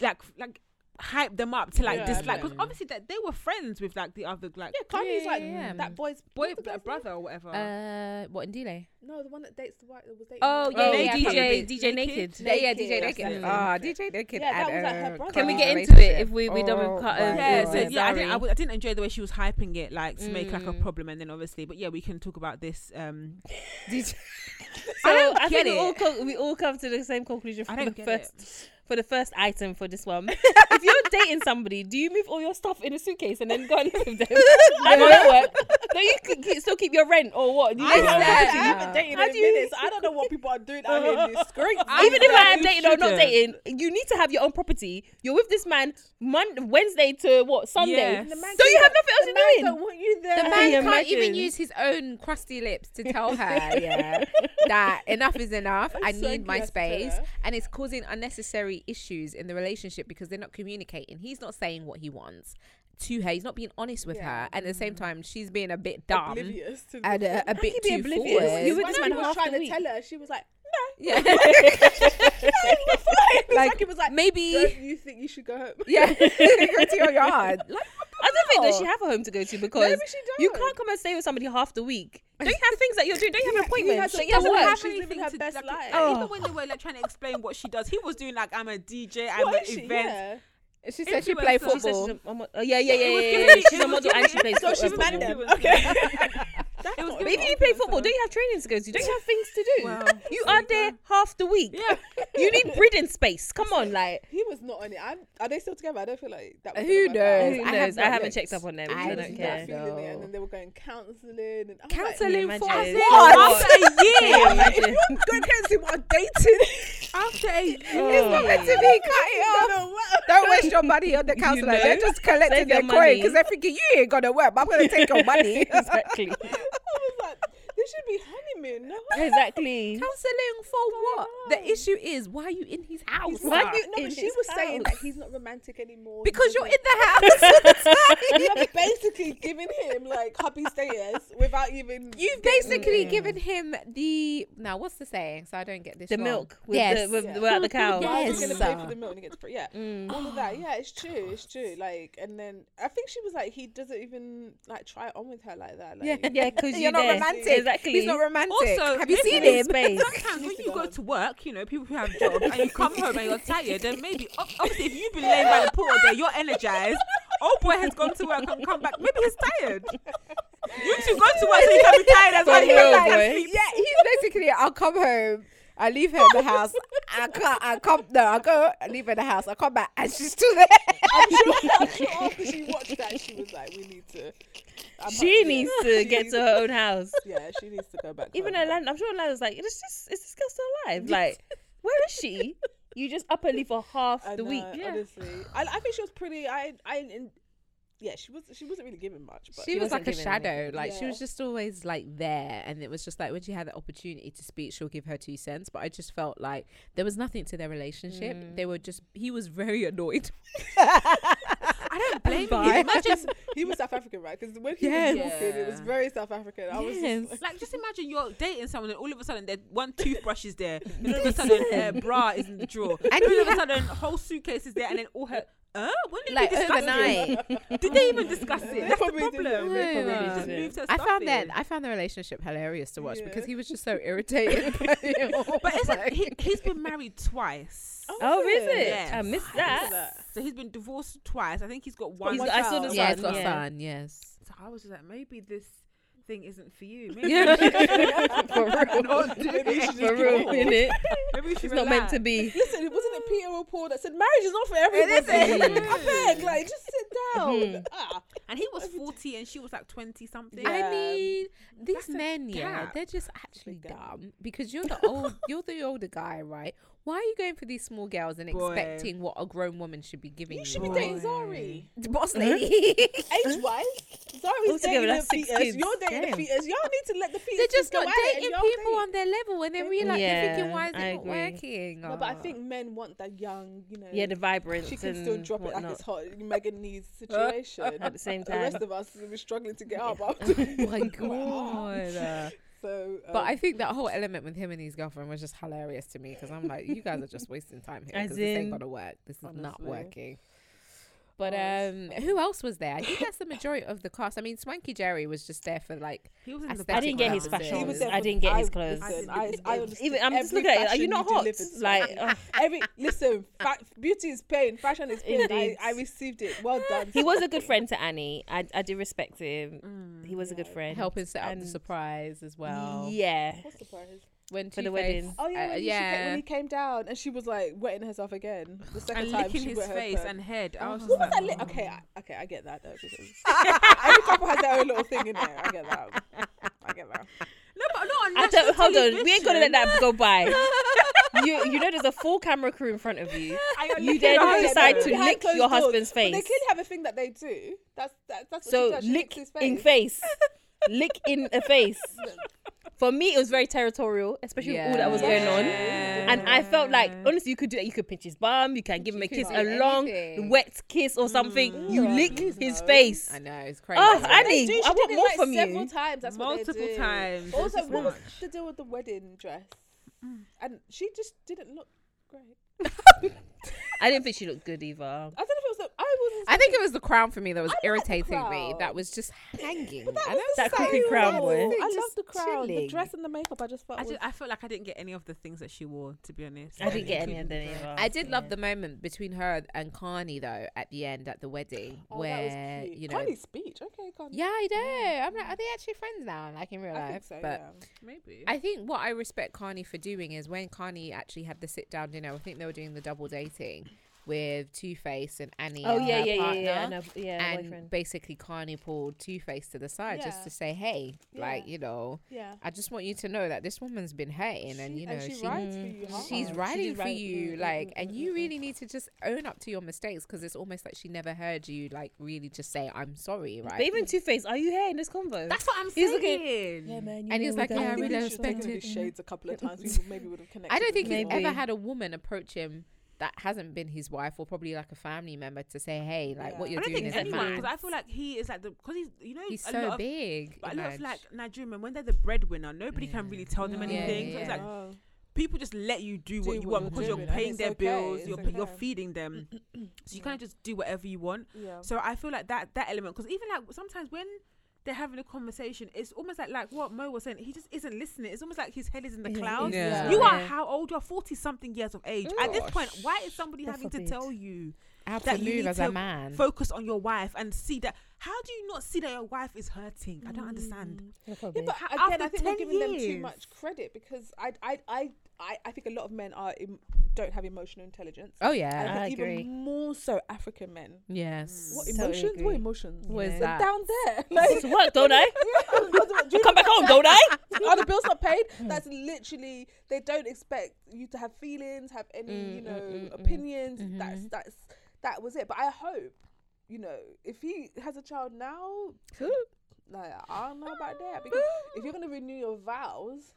Speaker 4: like, like hype them up to like
Speaker 2: Yeah,
Speaker 4: dislike because
Speaker 1: yeah.
Speaker 4: obviously that they were friends with like the other like
Speaker 2: Yeah, Cardi's like
Speaker 1: Yeah, yeah, yeah.
Speaker 2: that boy's
Speaker 4: boy
Speaker 2: what's the guy's
Speaker 4: brother or whatever.
Speaker 1: Uh, what in delay?
Speaker 2: name? No, the one that dates the white. That was dating.
Speaker 3: Oh
Speaker 2: the
Speaker 3: yeah,
Speaker 1: Oh,
Speaker 2: white
Speaker 1: yeah,
Speaker 3: yeah,
Speaker 1: I
Speaker 2: girl.
Speaker 1: can't
Speaker 3: DJ,
Speaker 1: remember.
Speaker 3: DJ Naked.
Speaker 1: Yeah, yeah,
Speaker 2: Naked,
Speaker 1: DJ
Speaker 2: that's
Speaker 1: Naked.
Speaker 4: it.
Speaker 1: Ah, DJ Naked.
Speaker 2: Yeah, that
Speaker 1: had
Speaker 2: was like her
Speaker 1: a
Speaker 2: brother.
Speaker 3: Can we
Speaker 1: cult
Speaker 3: get into it
Speaker 1: relationship.
Speaker 3: if we, we done with cut?
Speaker 1: my
Speaker 4: yeah,
Speaker 1: God.
Speaker 4: so yeah, I didn't, I,
Speaker 3: Sorry.
Speaker 4: w- I didn't enjoy the way she was hyping it, like to make like a
Speaker 3: Mm.
Speaker 4: problem, and then obviously, but yeah, we can talk about this. Um,
Speaker 1: DJ
Speaker 3: So
Speaker 1: I
Speaker 3: I,
Speaker 1: don't get
Speaker 3: think we
Speaker 1: it.
Speaker 3: all co- we all come to the same conclusion
Speaker 4: I
Speaker 3: for the
Speaker 4: don't get
Speaker 3: first
Speaker 4: it.
Speaker 3: for the first item for this one. if you're dating somebody, do you move all your stuff in a suitcase and then go and live with them? How does that work? No, you c- keep, still keep your rent or what? You
Speaker 2: I
Speaker 3: don't
Speaker 2: said
Speaker 3: have
Speaker 2: I
Speaker 3: to.
Speaker 2: haven't dated
Speaker 3: How
Speaker 2: in
Speaker 3: do you-
Speaker 2: minutes. I don't know what people are doing out here in these streets.
Speaker 3: even if I am
Speaker 4: you
Speaker 3: dating or not
Speaker 4: shouldn't.
Speaker 3: dating, you need to have your own property. You're with this man Mon- Wednesday to what Sunday,
Speaker 4: Yes.
Speaker 3: so
Speaker 4: The man
Speaker 3: you have nothing else
Speaker 2: the
Speaker 3: to
Speaker 2: man
Speaker 3: do.
Speaker 2: don't want you there.
Speaker 1: The man can't even
Speaker 3: imagine.
Speaker 1: use his own crusty lips to tell her, yeah, that enough is enough. I
Speaker 2: so
Speaker 1: need my
Speaker 2: cute,
Speaker 1: space,
Speaker 2: yeah.
Speaker 1: and it's causing unnecessary issues in the relationship because they're not communicating. He's not saying what he wants to her. He's not being honest with her, and at the same time, she's being a bit dumb
Speaker 2: oblivious to [laughs]
Speaker 1: and
Speaker 2: this.
Speaker 1: a, a bit
Speaker 3: be
Speaker 1: too
Speaker 3: oblivious?
Speaker 1: forward.
Speaker 3: You were
Speaker 2: One
Speaker 3: just
Speaker 2: of
Speaker 3: man
Speaker 2: them was
Speaker 3: half
Speaker 2: trying
Speaker 3: the
Speaker 2: to
Speaker 3: week.
Speaker 2: tell her. She was [laughs] like, no.
Speaker 1: yeah,
Speaker 2: like,
Speaker 1: like
Speaker 2: was like,
Speaker 1: maybe,
Speaker 2: Don't you think you should go home?
Speaker 1: yeah, go [laughs] to your yard. Like,
Speaker 3: [laughs] I don't think that she have a home to go to because
Speaker 2: Maybe she
Speaker 3: you
Speaker 2: don't.
Speaker 3: can't come and stay with somebody half
Speaker 1: [laughs]
Speaker 3: the week. Don't you have things that you're doing? Don't you have
Speaker 2: You had
Speaker 3: appointments?
Speaker 2: to
Speaker 3: Don't you have
Speaker 2: work.
Speaker 3: work?
Speaker 2: She's living her best
Speaker 4: like,
Speaker 2: life.
Speaker 3: Oh.
Speaker 4: Even when they were like trying to explain what she does, he was doing like I'm a DJ, I'm
Speaker 2: What
Speaker 4: an
Speaker 2: is she?
Speaker 4: event,
Speaker 2: Yeah.
Speaker 1: She said she played
Speaker 4: Influencer. She said
Speaker 1: football.
Speaker 3: She's a- I'm a- oh, yeah, yeah, yeah,
Speaker 4: It was
Speaker 3: yeah,
Speaker 4: giving
Speaker 3: yeah.
Speaker 4: me-
Speaker 3: She's
Speaker 4: it
Speaker 3: a
Speaker 4: was
Speaker 3: model and she
Speaker 4: giving
Speaker 3: plays
Speaker 4: me
Speaker 2: So
Speaker 3: football.
Speaker 2: she's
Speaker 4: That's
Speaker 2: mad
Speaker 4: what
Speaker 2: then.
Speaker 4: we do.
Speaker 2: Okay.
Speaker 4: [laughs] It was
Speaker 2: not-
Speaker 4: good
Speaker 3: But even
Speaker 4: for
Speaker 3: you play
Speaker 4: influencer.
Speaker 3: football, don't you have training skills? You don't have things to do.
Speaker 4: Wow.
Speaker 3: You are there half the week.
Speaker 4: Yeah.
Speaker 3: You need breathing space. Come on, like
Speaker 2: he was not on it. I'm, are they still together? I don't feel like that. Was
Speaker 1: Who
Speaker 2: gonna work out.
Speaker 1: knows?
Speaker 3: who
Speaker 1: I have
Speaker 3: knows? I,
Speaker 1: not
Speaker 3: haven't
Speaker 1: looked.
Speaker 3: checked up on them. so
Speaker 1: I
Speaker 3: I
Speaker 2: I
Speaker 1: haven't
Speaker 3: don't
Speaker 2: was
Speaker 3: care.
Speaker 2: not
Speaker 1: care.
Speaker 2: feeling it,
Speaker 1: No.
Speaker 2: and then they were going counselling and I was like,
Speaker 1: Counselling
Speaker 3: Imagine.
Speaker 1: for
Speaker 3: Imagine.
Speaker 1: what?
Speaker 4: After a year.
Speaker 2: Like, if you're going counselling while dating,
Speaker 4: After a year.
Speaker 1: [laughs] It's not meant to be. Cut it off.
Speaker 2: no, what?
Speaker 1: Don't waste your money on the
Speaker 3: You
Speaker 1: counselor.
Speaker 3: know?
Speaker 1: They're just collecting
Speaker 3: Save
Speaker 1: their
Speaker 3: your
Speaker 1: coin
Speaker 3: money.
Speaker 1: because they're thinking you ain't gonna work. But I'm gonna take your money.
Speaker 3: exactly.
Speaker 2: [laughs] I was like, this should be honeymoon. No,
Speaker 3: Exactly.
Speaker 1: Counseling for what? The issue is why are you in his house?
Speaker 3: Why
Speaker 2: Like,
Speaker 3: you-
Speaker 2: no,
Speaker 3: in
Speaker 2: but she
Speaker 3: his
Speaker 2: was saying that
Speaker 3: house?
Speaker 2: he's not romantic anymore
Speaker 1: Because
Speaker 2: He's
Speaker 1: you're
Speaker 2: not-
Speaker 1: in [laughs] the [laughs]
Speaker 2: You're
Speaker 1: house.
Speaker 2: basically giving him like hubby status without even.
Speaker 1: You've
Speaker 2: getting-
Speaker 1: basically given him the now. What's the saying? So I don't get this.
Speaker 3: The
Speaker 1: wrong.
Speaker 3: milk with
Speaker 1: yes.
Speaker 3: the with,
Speaker 2: Yeah.
Speaker 3: without the cow.
Speaker 2: Well,
Speaker 1: Yes.
Speaker 2: he's gonna pay
Speaker 1: sir.
Speaker 2: for the milk and he gets free. Yeah,
Speaker 1: Mm.
Speaker 2: all of
Speaker 1: Oh,
Speaker 2: that. Yeah, it's true. It's true. Like, and then I think she was like, he doesn't even like try it on with her like that. Like,
Speaker 1: Yeah. [laughs]
Speaker 2: [laughs]
Speaker 3: Yeah, because
Speaker 1: you're not romantic.
Speaker 3: Exactly.
Speaker 1: He's not romantic.
Speaker 4: Also,
Speaker 1: have you
Speaker 4: maybe
Speaker 1: seen
Speaker 4: he's
Speaker 1: him?
Speaker 3: Space.
Speaker 4: Sometimes when
Speaker 2: Mr.
Speaker 4: you go
Speaker 2: Dog.
Speaker 4: to work, you know, people who have jobs and you come home and you're tired, then maybe, ob- obviously, if you've been laying by the pool all day, you're energized. Old boy has gone to work and come back. Maybe he's tired. You two go to work so you can be tired as well.
Speaker 1: But
Speaker 4: You
Speaker 1: he's
Speaker 4: can
Speaker 1: like-
Speaker 4: like, sleep.
Speaker 1: [laughs] yeah, he's basically. I'll come home. I leave her in the house. I can't. I come. No, I go. I leave her in the house. I come back, and she's still there. [laughs]
Speaker 2: I'm sure, I'm sure after she watched that, she was like, we need to. I'm
Speaker 3: She
Speaker 2: like,
Speaker 3: needs
Speaker 2: yeah, [laughs]
Speaker 3: to
Speaker 2: she
Speaker 3: get
Speaker 2: needs-
Speaker 3: to her
Speaker 2: [laughs]
Speaker 3: own house.
Speaker 2: Yeah, she needs to go back.
Speaker 3: Even
Speaker 2: home.
Speaker 3: Alan, I'm sure Alan was like, "It's just, is this girl
Speaker 2: [laughs]
Speaker 3: still alive? Like, where is she? You just up and leave for half
Speaker 2: I
Speaker 3: the
Speaker 2: know,
Speaker 3: week.
Speaker 2: Honestly, I, I think she was pretty. I I and, yeah, she was. She wasn't really giving much. But
Speaker 1: she was
Speaker 3: wasn't
Speaker 1: like a
Speaker 3: giving anything.
Speaker 1: shadow. Like she
Speaker 2: Yeah.
Speaker 1: was just always like there, and it was just like when she had the opportunity to speak, she'll give her two cents. But I just felt like there was nothing to their relationship. They were just. He was very [laughs] annoyed.
Speaker 4: I don't blame
Speaker 1: Bye.
Speaker 4: you. Imagine,
Speaker 1: [laughs]
Speaker 2: he was South African, right? Because when he
Speaker 1: Yes.
Speaker 2: was walking, it was very South African. I was
Speaker 1: Yes.
Speaker 2: just like,
Speaker 4: like, just imagine you're dating someone and all of a sudden, there one toothbrush is there, and all of a sudden, her bra is in the drawer, and all
Speaker 1: he
Speaker 4: of a sudden, whole suitcase is there, and then all her. Uh, when did
Speaker 1: like
Speaker 4: we discuss it?
Speaker 1: overnight.
Speaker 2: [laughs]
Speaker 4: Did they even discuss it? That's the
Speaker 2: probably didn't.
Speaker 4: problem.
Speaker 2: They
Speaker 1: probably
Speaker 4: They just
Speaker 3: didn't.
Speaker 4: moved her
Speaker 1: I
Speaker 4: stuff
Speaker 1: found
Speaker 4: in.
Speaker 1: that I found the relationship hilarious to watch
Speaker 2: Yeah.
Speaker 1: because he was just so irritated. [laughs] by it all.
Speaker 4: [laughs] But
Speaker 1: Like-
Speaker 4: isn't he, he's [laughs] been married twice?
Speaker 3: Oh, is
Speaker 2: yeah.
Speaker 3: it?
Speaker 4: Yes.
Speaker 3: I missed
Speaker 2: I
Speaker 3: that.
Speaker 2: missed that.
Speaker 4: So he's been divorced twice. I think he's got one.
Speaker 3: He's
Speaker 2: one
Speaker 3: got- I saw
Speaker 2: child.
Speaker 3: the
Speaker 1: yeah,
Speaker 3: son,
Speaker 1: it's got a
Speaker 3: yeah.
Speaker 1: son. Yes.
Speaker 4: So I was just like, maybe this thing isn't for you. Maybe
Speaker 3: Yeah, [laughs]
Speaker 4: [laughs]
Speaker 1: For real.
Speaker 2: Maybe you should
Speaker 3: for
Speaker 2: just [laughs]
Speaker 3: real,
Speaker 2: keep it.
Speaker 3: innit?
Speaker 4: maybe we should
Speaker 3: It's not meant to be.
Speaker 2: Listen, it wasn't it Peter or Paul that said marriage is not for everybody.
Speaker 1: isn't.
Speaker 2: [laughs] I beg, like, just sit down.
Speaker 3: Mhm.
Speaker 2: ah,
Speaker 4: And he was forty, and she was like twenty something.
Speaker 2: Yeah.
Speaker 1: I mean, these
Speaker 4: that's a
Speaker 1: men, yeah,
Speaker 4: gap.
Speaker 1: they're just actually
Speaker 2: gap.
Speaker 1: dumb because you're
Speaker 2: [laughs]
Speaker 1: the old, you're the older guy, right? Why are you going for these small girls and
Speaker 4: Boy.
Speaker 1: expecting what a grown woman should be giving you?
Speaker 2: you should be
Speaker 4: Boy.
Speaker 2: dating Zari.
Speaker 1: [laughs] boss lady.
Speaker 2: Age wise, Zari's
Speaker 3: Altogether,
Speaker 2: dating the
Speaker 3: Uh-huh. that's six
Speaker 2: fetus.
Speaker 3: kids.
Speaker 2: You're dating
Speaker 3: Damn.
Speaker 2: the fetus. Y'all need to let the fetus.
Speaker 1: they're just
Speaker 2: go
Speaker 1: not
Speaker 2: at it and
Speaker 1: dating
Speaker 2: y'all
Speaker 1: people
Speaker 2: date.
Speaker 1: on their level, and they realize they're thinking,
Speaker 3: Yeah,
Speaker 1: why is it
Speaker 3: I
Speaker 1: not
Speaker 3: agree.
Speaker 1: working?
Speaker 2: No, but I
Speaker 1: Oh.
Speaker 2: think men want that young, you know.
Speaker 3: Yeah, the vibrance.
Speaker 2: she can still
Speaker 3: and
Speaker 2: drop it like
Speaker 3: whatnot.
Speaker 2: it's hot. Megan needs situation.
Speaker 3: [laughs] At the same
Speaker 2: The rest
Speaker 3: time.
Speaker 2: of us we're struggling to get up. [laughs]
Speaker 3: [laughs]
Speaker 1: Oh my
Speaker 2: Wow.
Speaker 1: god. Uh,
Speaker 2: So,
Speaker 1: But
Speaker 2: um,
Speaker 1: I think that whole element with him and his girlfriend was just hilarious to me because I'm like, you guys are just [laughs] wasting time here
Speaker 3: As
Speaker 1: because this ain't
Speaker 3: in-
Speaker 1: gonna work. This is not
Speaker 4: Honestly.
Speaker 1: working. But um,
Speaker 2: Honestly.
Speaker 1: who else was there? I think that's the majority of the cast. I mean, Swanky Jerry was just there for like.
Speaker 4: He was in the
Speaker 1: Aesthetic
Speaker 3: I didn't get his
Speaker 1: glasses.
Speaker 3: fashion.
Speaker 1: He was there
Speaker 3: I
Speaker 2: for-
Speaker 3: didn't get his
Speaker 2: I-
Speaker 3: clothes.
Speaker 2: Listen,
Speaker 4: I
Speaker 3: [laughs]
Speaker 2: I,
Speaker 4: didn't
Speaker 2: I
Speaker 4: get-
Speaker 2: understood
Speaker 3: Even I'm just
Speaker 2: every
Speaker 3: looking at it. Are
Speaker 2: fashion
Speaker 3: you not hot?
Speaker 2: delivered to [laughs]
Speaker 3: Like,
Speaker 2: me.
Speaker 3: ugh.
Speaker 2: every listen, fa- beauty is pain, fashion is pain. I,
Speaker 3: Indeed.
Speaker 2: I received it. Well done.
Speaker 3: he was a good friend to Annie. I I do respect
Speaker 2: Mm,
Speaker 3: him. he was a good friend.
Speaker 1: Helping set up the
Speaker 3: And-
Speaker 1: surprise as well.
Speaker 3: Yeah.
Speaker 2: What surprise?
Speaker 1: When
Speaker 3: For the
Speaker 1: Two-Face-
Speaker 3: wedding.
Speaker 2: Oh yeah,
Speaker 1: uh,
Speaker 2: when, he- she ca- when
Speaker 1: yeah.
Speaker 2: he came down and she was like wetting herself again. The second
Speaker 4: and
Speaker 2: time
Speaker 4: licking
Speaker 2: she
Speaker 4: his
Speaker 2: wet her
Speaker 4: face
Speaker 2: pants.
Speaker 4: and head. I was just
Speaker 2: What was
Speaker 4: like,
Speaker 2: that? Li-
Speaker 4: [laughs]
Speaker 2: okay, I, okay, I get that though. Because every couple has their own little thing in there. I get that. I get that.
Speaker 4: no, but not on
Speaker 3: I
Speaker 4: national
Speaker 3: don't, hold on. We ain't gonna let
Speaker 4: television. [laughs]
Speaker 3: that go by. you you know there's a full camera crew in front of you.
Speaker 4: [laughs] Are
Speaker 3: You
Speaker 4: licking
Speaker 3: then
Speaker 4: your
Speaker 2: Yeah,
Speaker 4: husband?
Speaker 3: decide
Speaker 2: but
Speaker 3: to
Speaker 2: behind
Speaker 3: lick
Speaker 2: closed
Speaker 3: your
Speaker 2: doors.
Speaker 3: husband's
Speaker 2: But they
Speaker 3: face.
Speaker 2: clearly have a thing that they do. That's that, that's what
Speaker 3: So
Speaker 2: she does. She
Speaker 3: lick
Speaker 2: licks his face.
Speaker 3: in face, lick in a face. For me, it was very territorial, especially with all that was going on. And I felt like
Speaker 1: oh,
Speaker 3: honestly, you could do that. You could pinch his bum. You can give him a
Speaker 1: could
Speaker 3: kiss,
Speaker 1: do
Speaker 3: a long
Speaker 1: anything.
Speaker 3: wet kiss or something. you
Speaker 2: Ugh,
Speaker 3: lick
Speaker 2: please
Speaker 3: his
Speaker 2: no.
Speaker 3: face.
Speaker 1: I know it's crazy.
Speaker 3: Oh,
Speaker 1: right?
Speaker 3: I
Speaker 2: They do. She
Speaker 3: need. I want
Speaker 2: did it,
Speaker 3: more
Speaker 2: like,
Speaker 3: from
Speaker 2: several
Speaker 3: you.
Speaker 2: times. That's what they
Speaker 4: Multiple
Speaker 2: do.
Speaker 4: times. This
Speaker 2: Also,
Speaker 4: is
Speaker 2: what was
Speaker 4: much.
Speaker 2: the deal with the wedding dress? And she just didn't look great.
Speaker 3: I didn't think she looked good either.
Speaker 2: I don't know if it was. The, I wasn't.
Speaker 1: I think it was the crown for me that was
Speaker 5: I like the
Speaker 1: irritating me.
Speaker 5: crown.
Speaker 1: That was just hanging.
Speaker 5: But that
Speaker 1: and
Speaker 5: was
Speaker 1: I
Speaker 5: the
Speaker 1: like,
Speaker 5: same
Speaker 6: creepy crown
Speaker 5: level.
Speaker 6: boy.
Speaker 5: I
Speaker 6: Just
Speaker 5: love the crown, the
Speaker 6: chilling.
Speaker 5: dress and the makeup. I just felt.
Speaker 4: I,
Speaker 5: was-
Speaker 4: just, I feel like I didn't get any of the things that she wore, to be honest.
Speaker 6: I didn't get any of
Speaker 4: Including
Speaker 6: them.
Speaker 4: the-
Speaker 6: either.
Speaker 1: I did love
Speaker 6: Yeah.
Speaker 3: Oh,
Speaker 1: the moment between her and Carney though at the end at the wedding
Speaker 5: Oh, that was
Speaker 1: where
Speaker 5: cute.
Speaker 1: you know.
Speaker 5: Cardi's speech. Okay, Cardi.
Speaker 1: yeah, I know. I'm like, are they actually friends now? Like in real
Speaker 2: I
Speaker 1: life,
Speaker 2: think so.
Speaker 1: but
Speaker 2: yeah.
Speaker 4: Maybe.
Speaker 1: I think what I respect Carney for doing is when Carney actually had the sit down dinner, I think they were doing the double dating with Two Face and Annie.
Speaker 3: Oh
Speaker 1: and
Speaker 3: yeah,
Speaker 1: her
Speaker 3: yeah, yeah,
Speaker 1: partner.
Speaker 3: yeah. And, a-
Speaker 1: And
Speaker 3: yeah, and boyfriend.
Speaker 1: basically, Carney pulled Two Face to the side just
Speaker 5: Yeah.
Speaker 1: to say, "Hey, like
Speaker 5: Yeah.
Speaker 1: you know,
Speaker 5: Yeah.
Speaker 1: I just want you to know that this woman's been hating, and
Speaker 5: She-
Speaker 1: you know,
Speaker 5: she,
Speaker 1: she
Speaker 5: rides for you. hard.
Speaker 1: she's
Speaker 5: She
Speaker 1: writing
Speaker 5: did
Speaker 1: for
Speaker 5: write-
Speaker 1: you
Speaker 5: mm, mm,
Speaker 1: like
Speaker 5: mm,
Speaker 1: and
Speaker 5: mm,
Speaker 1: you
Speaker 5: mm.
Speaker 1: really need to just own up to your mistakes because it's almost like she never heard you like really just say i'm sorry right
Speaker 3: But even Two Face, are you here in this convo?
Speaker 4: That's what I'm
Speaker 3: He's
Speaker 4: saying.
Speaker 3: looking-
Speaker 5: Yeah, man.
Speaker 1: And he was like,
Speaker 2: I
Speaker 1: Yeah, I
Speaker 2: think
Speaker 1: really
Speaker 2: he should have
Speaker 1: respect
Speaker 2: taken
Speaker 1: it.
Speaker 2: his shades a couple of times. We maybe would have connected.
Speaker 1: i don't think he's
Speaker 3: Maybe.
Speaker 1: ever had a woman approach him that hasn't been his wife or probably like a family member to say hey like
Speaker 2: Yeah.
Speaker 1: what you're
Speaker 4: I don't
Speaker 1: doing
Speaker 4: think
Speaker 1: isn't
Speaker 4: anyone,
Speaker 1: mine
Speaker 4: because I feel like he is like the, because he's, you know,
Speaker 1: he's
Speaker 4: a
Speaker 1: so
Speaker 4: lot of,
Speaker 1: big
Speaker 4: But a lot of
Speaker 1: Imaj.
Speaker 4: like Nigerian men, when they're the breadwinner, nobody can really tell them
Speaker 1: Yeah,
Speaker 4: anything.
Speaker 1: yeah,
Speaker 4: so it's
Speaker 1: yeah.
Speaker 4: like
Speaker 2: Oh,
Speaker 4: people just let you do what
Speaker 2: Do
Speaker 4: you
Speaker 2: what
Speaker 4: want
Speaker 2: you're
Speaker 4: because you're
Speaker 2: doing, and
Speaker 4: paying
Speaker 2: it's
Speaker 4: their
Speaker 2: okay,
Speaker 4: bills,
Speaker 2: it's
Speaker 4: you're you're
Speaker 2: okay.
Speaker 4: feeding them, so you kind of just do whatever you want.
Speaker 5: Yeah.
Speaker 4: So I feel like that that element because even like sometimes when they're having a conversation, it's almost like like what Mo was saying. He just isn't listening. It's almost like his head is in the clouds.
Speaker 1: Yeah.
Speaker 4: You are
Speaker 3: Yeah.
Speaker 4: how old? You're forty something years of age. At this point, why is somebody
Speaker 6: God
Speaker 4: having
Speaker 6: forbid.
Speaker 4: to tell you?
Speaker 1: how to
Speaker 4: that you
Speaker 1: move
Speaker 4: need
Speaker 1: as a
Speaker 4: to
Speaker 1: man
Speaker 4: Focus on your wife and see that. How do you not see that your wife is hurting? I don't
Speaker 1: Mm.
Speaker 4: understand.
Speaker 2: Yeah, but
Speaker 4: After
Speaker 2: again, I think we're
Speaker 4: 10
Speaker 2: giving them too
Speaker 4: years.
Speaker 2: much credit because I, I, I, I, I think a lot of men are Im- don't have emotional intelligence.
Speaker 1: oh
Speaker 2: And
Speaker 1: yeah
Speaker 2: I
Speaker 6: I
Speaker 2: think
Speaker 6: agree.
Speaker 2: even more so African men.
Speaker 4: Mm.
Speaker 1: yes
Speaker 2: What
Speaker 6: So
Speaker 2: emotions?
Speaker 6: agree.
Speaker 2: what emotions?
Speaker 1: What is
Speaker 6: Yeah.
Speaker 1: that?
Speaker 2: Down there, like
Speaker 3: It's
Speaker 2: [laughs]
Speaker 3: work, don't I?
Speaker 2: Do you
Speaker 3: Come back home, don't I?
Speaker 2: [laughs]
Speaker 3: Mm.
Speaker 2: are the bills not
Speaker 3: [laughs]
Speaker 2: paid? That's literally they don't expect you to have feelings, have any
Speaker 3: Mm,
Speaker 2: you know opinions.
Speaker 3: Mm-hmm.
Speaker 2: That's that's that was it. But I hope you know if he has a child now, like I don't know about that because if you're gonna renew your vows,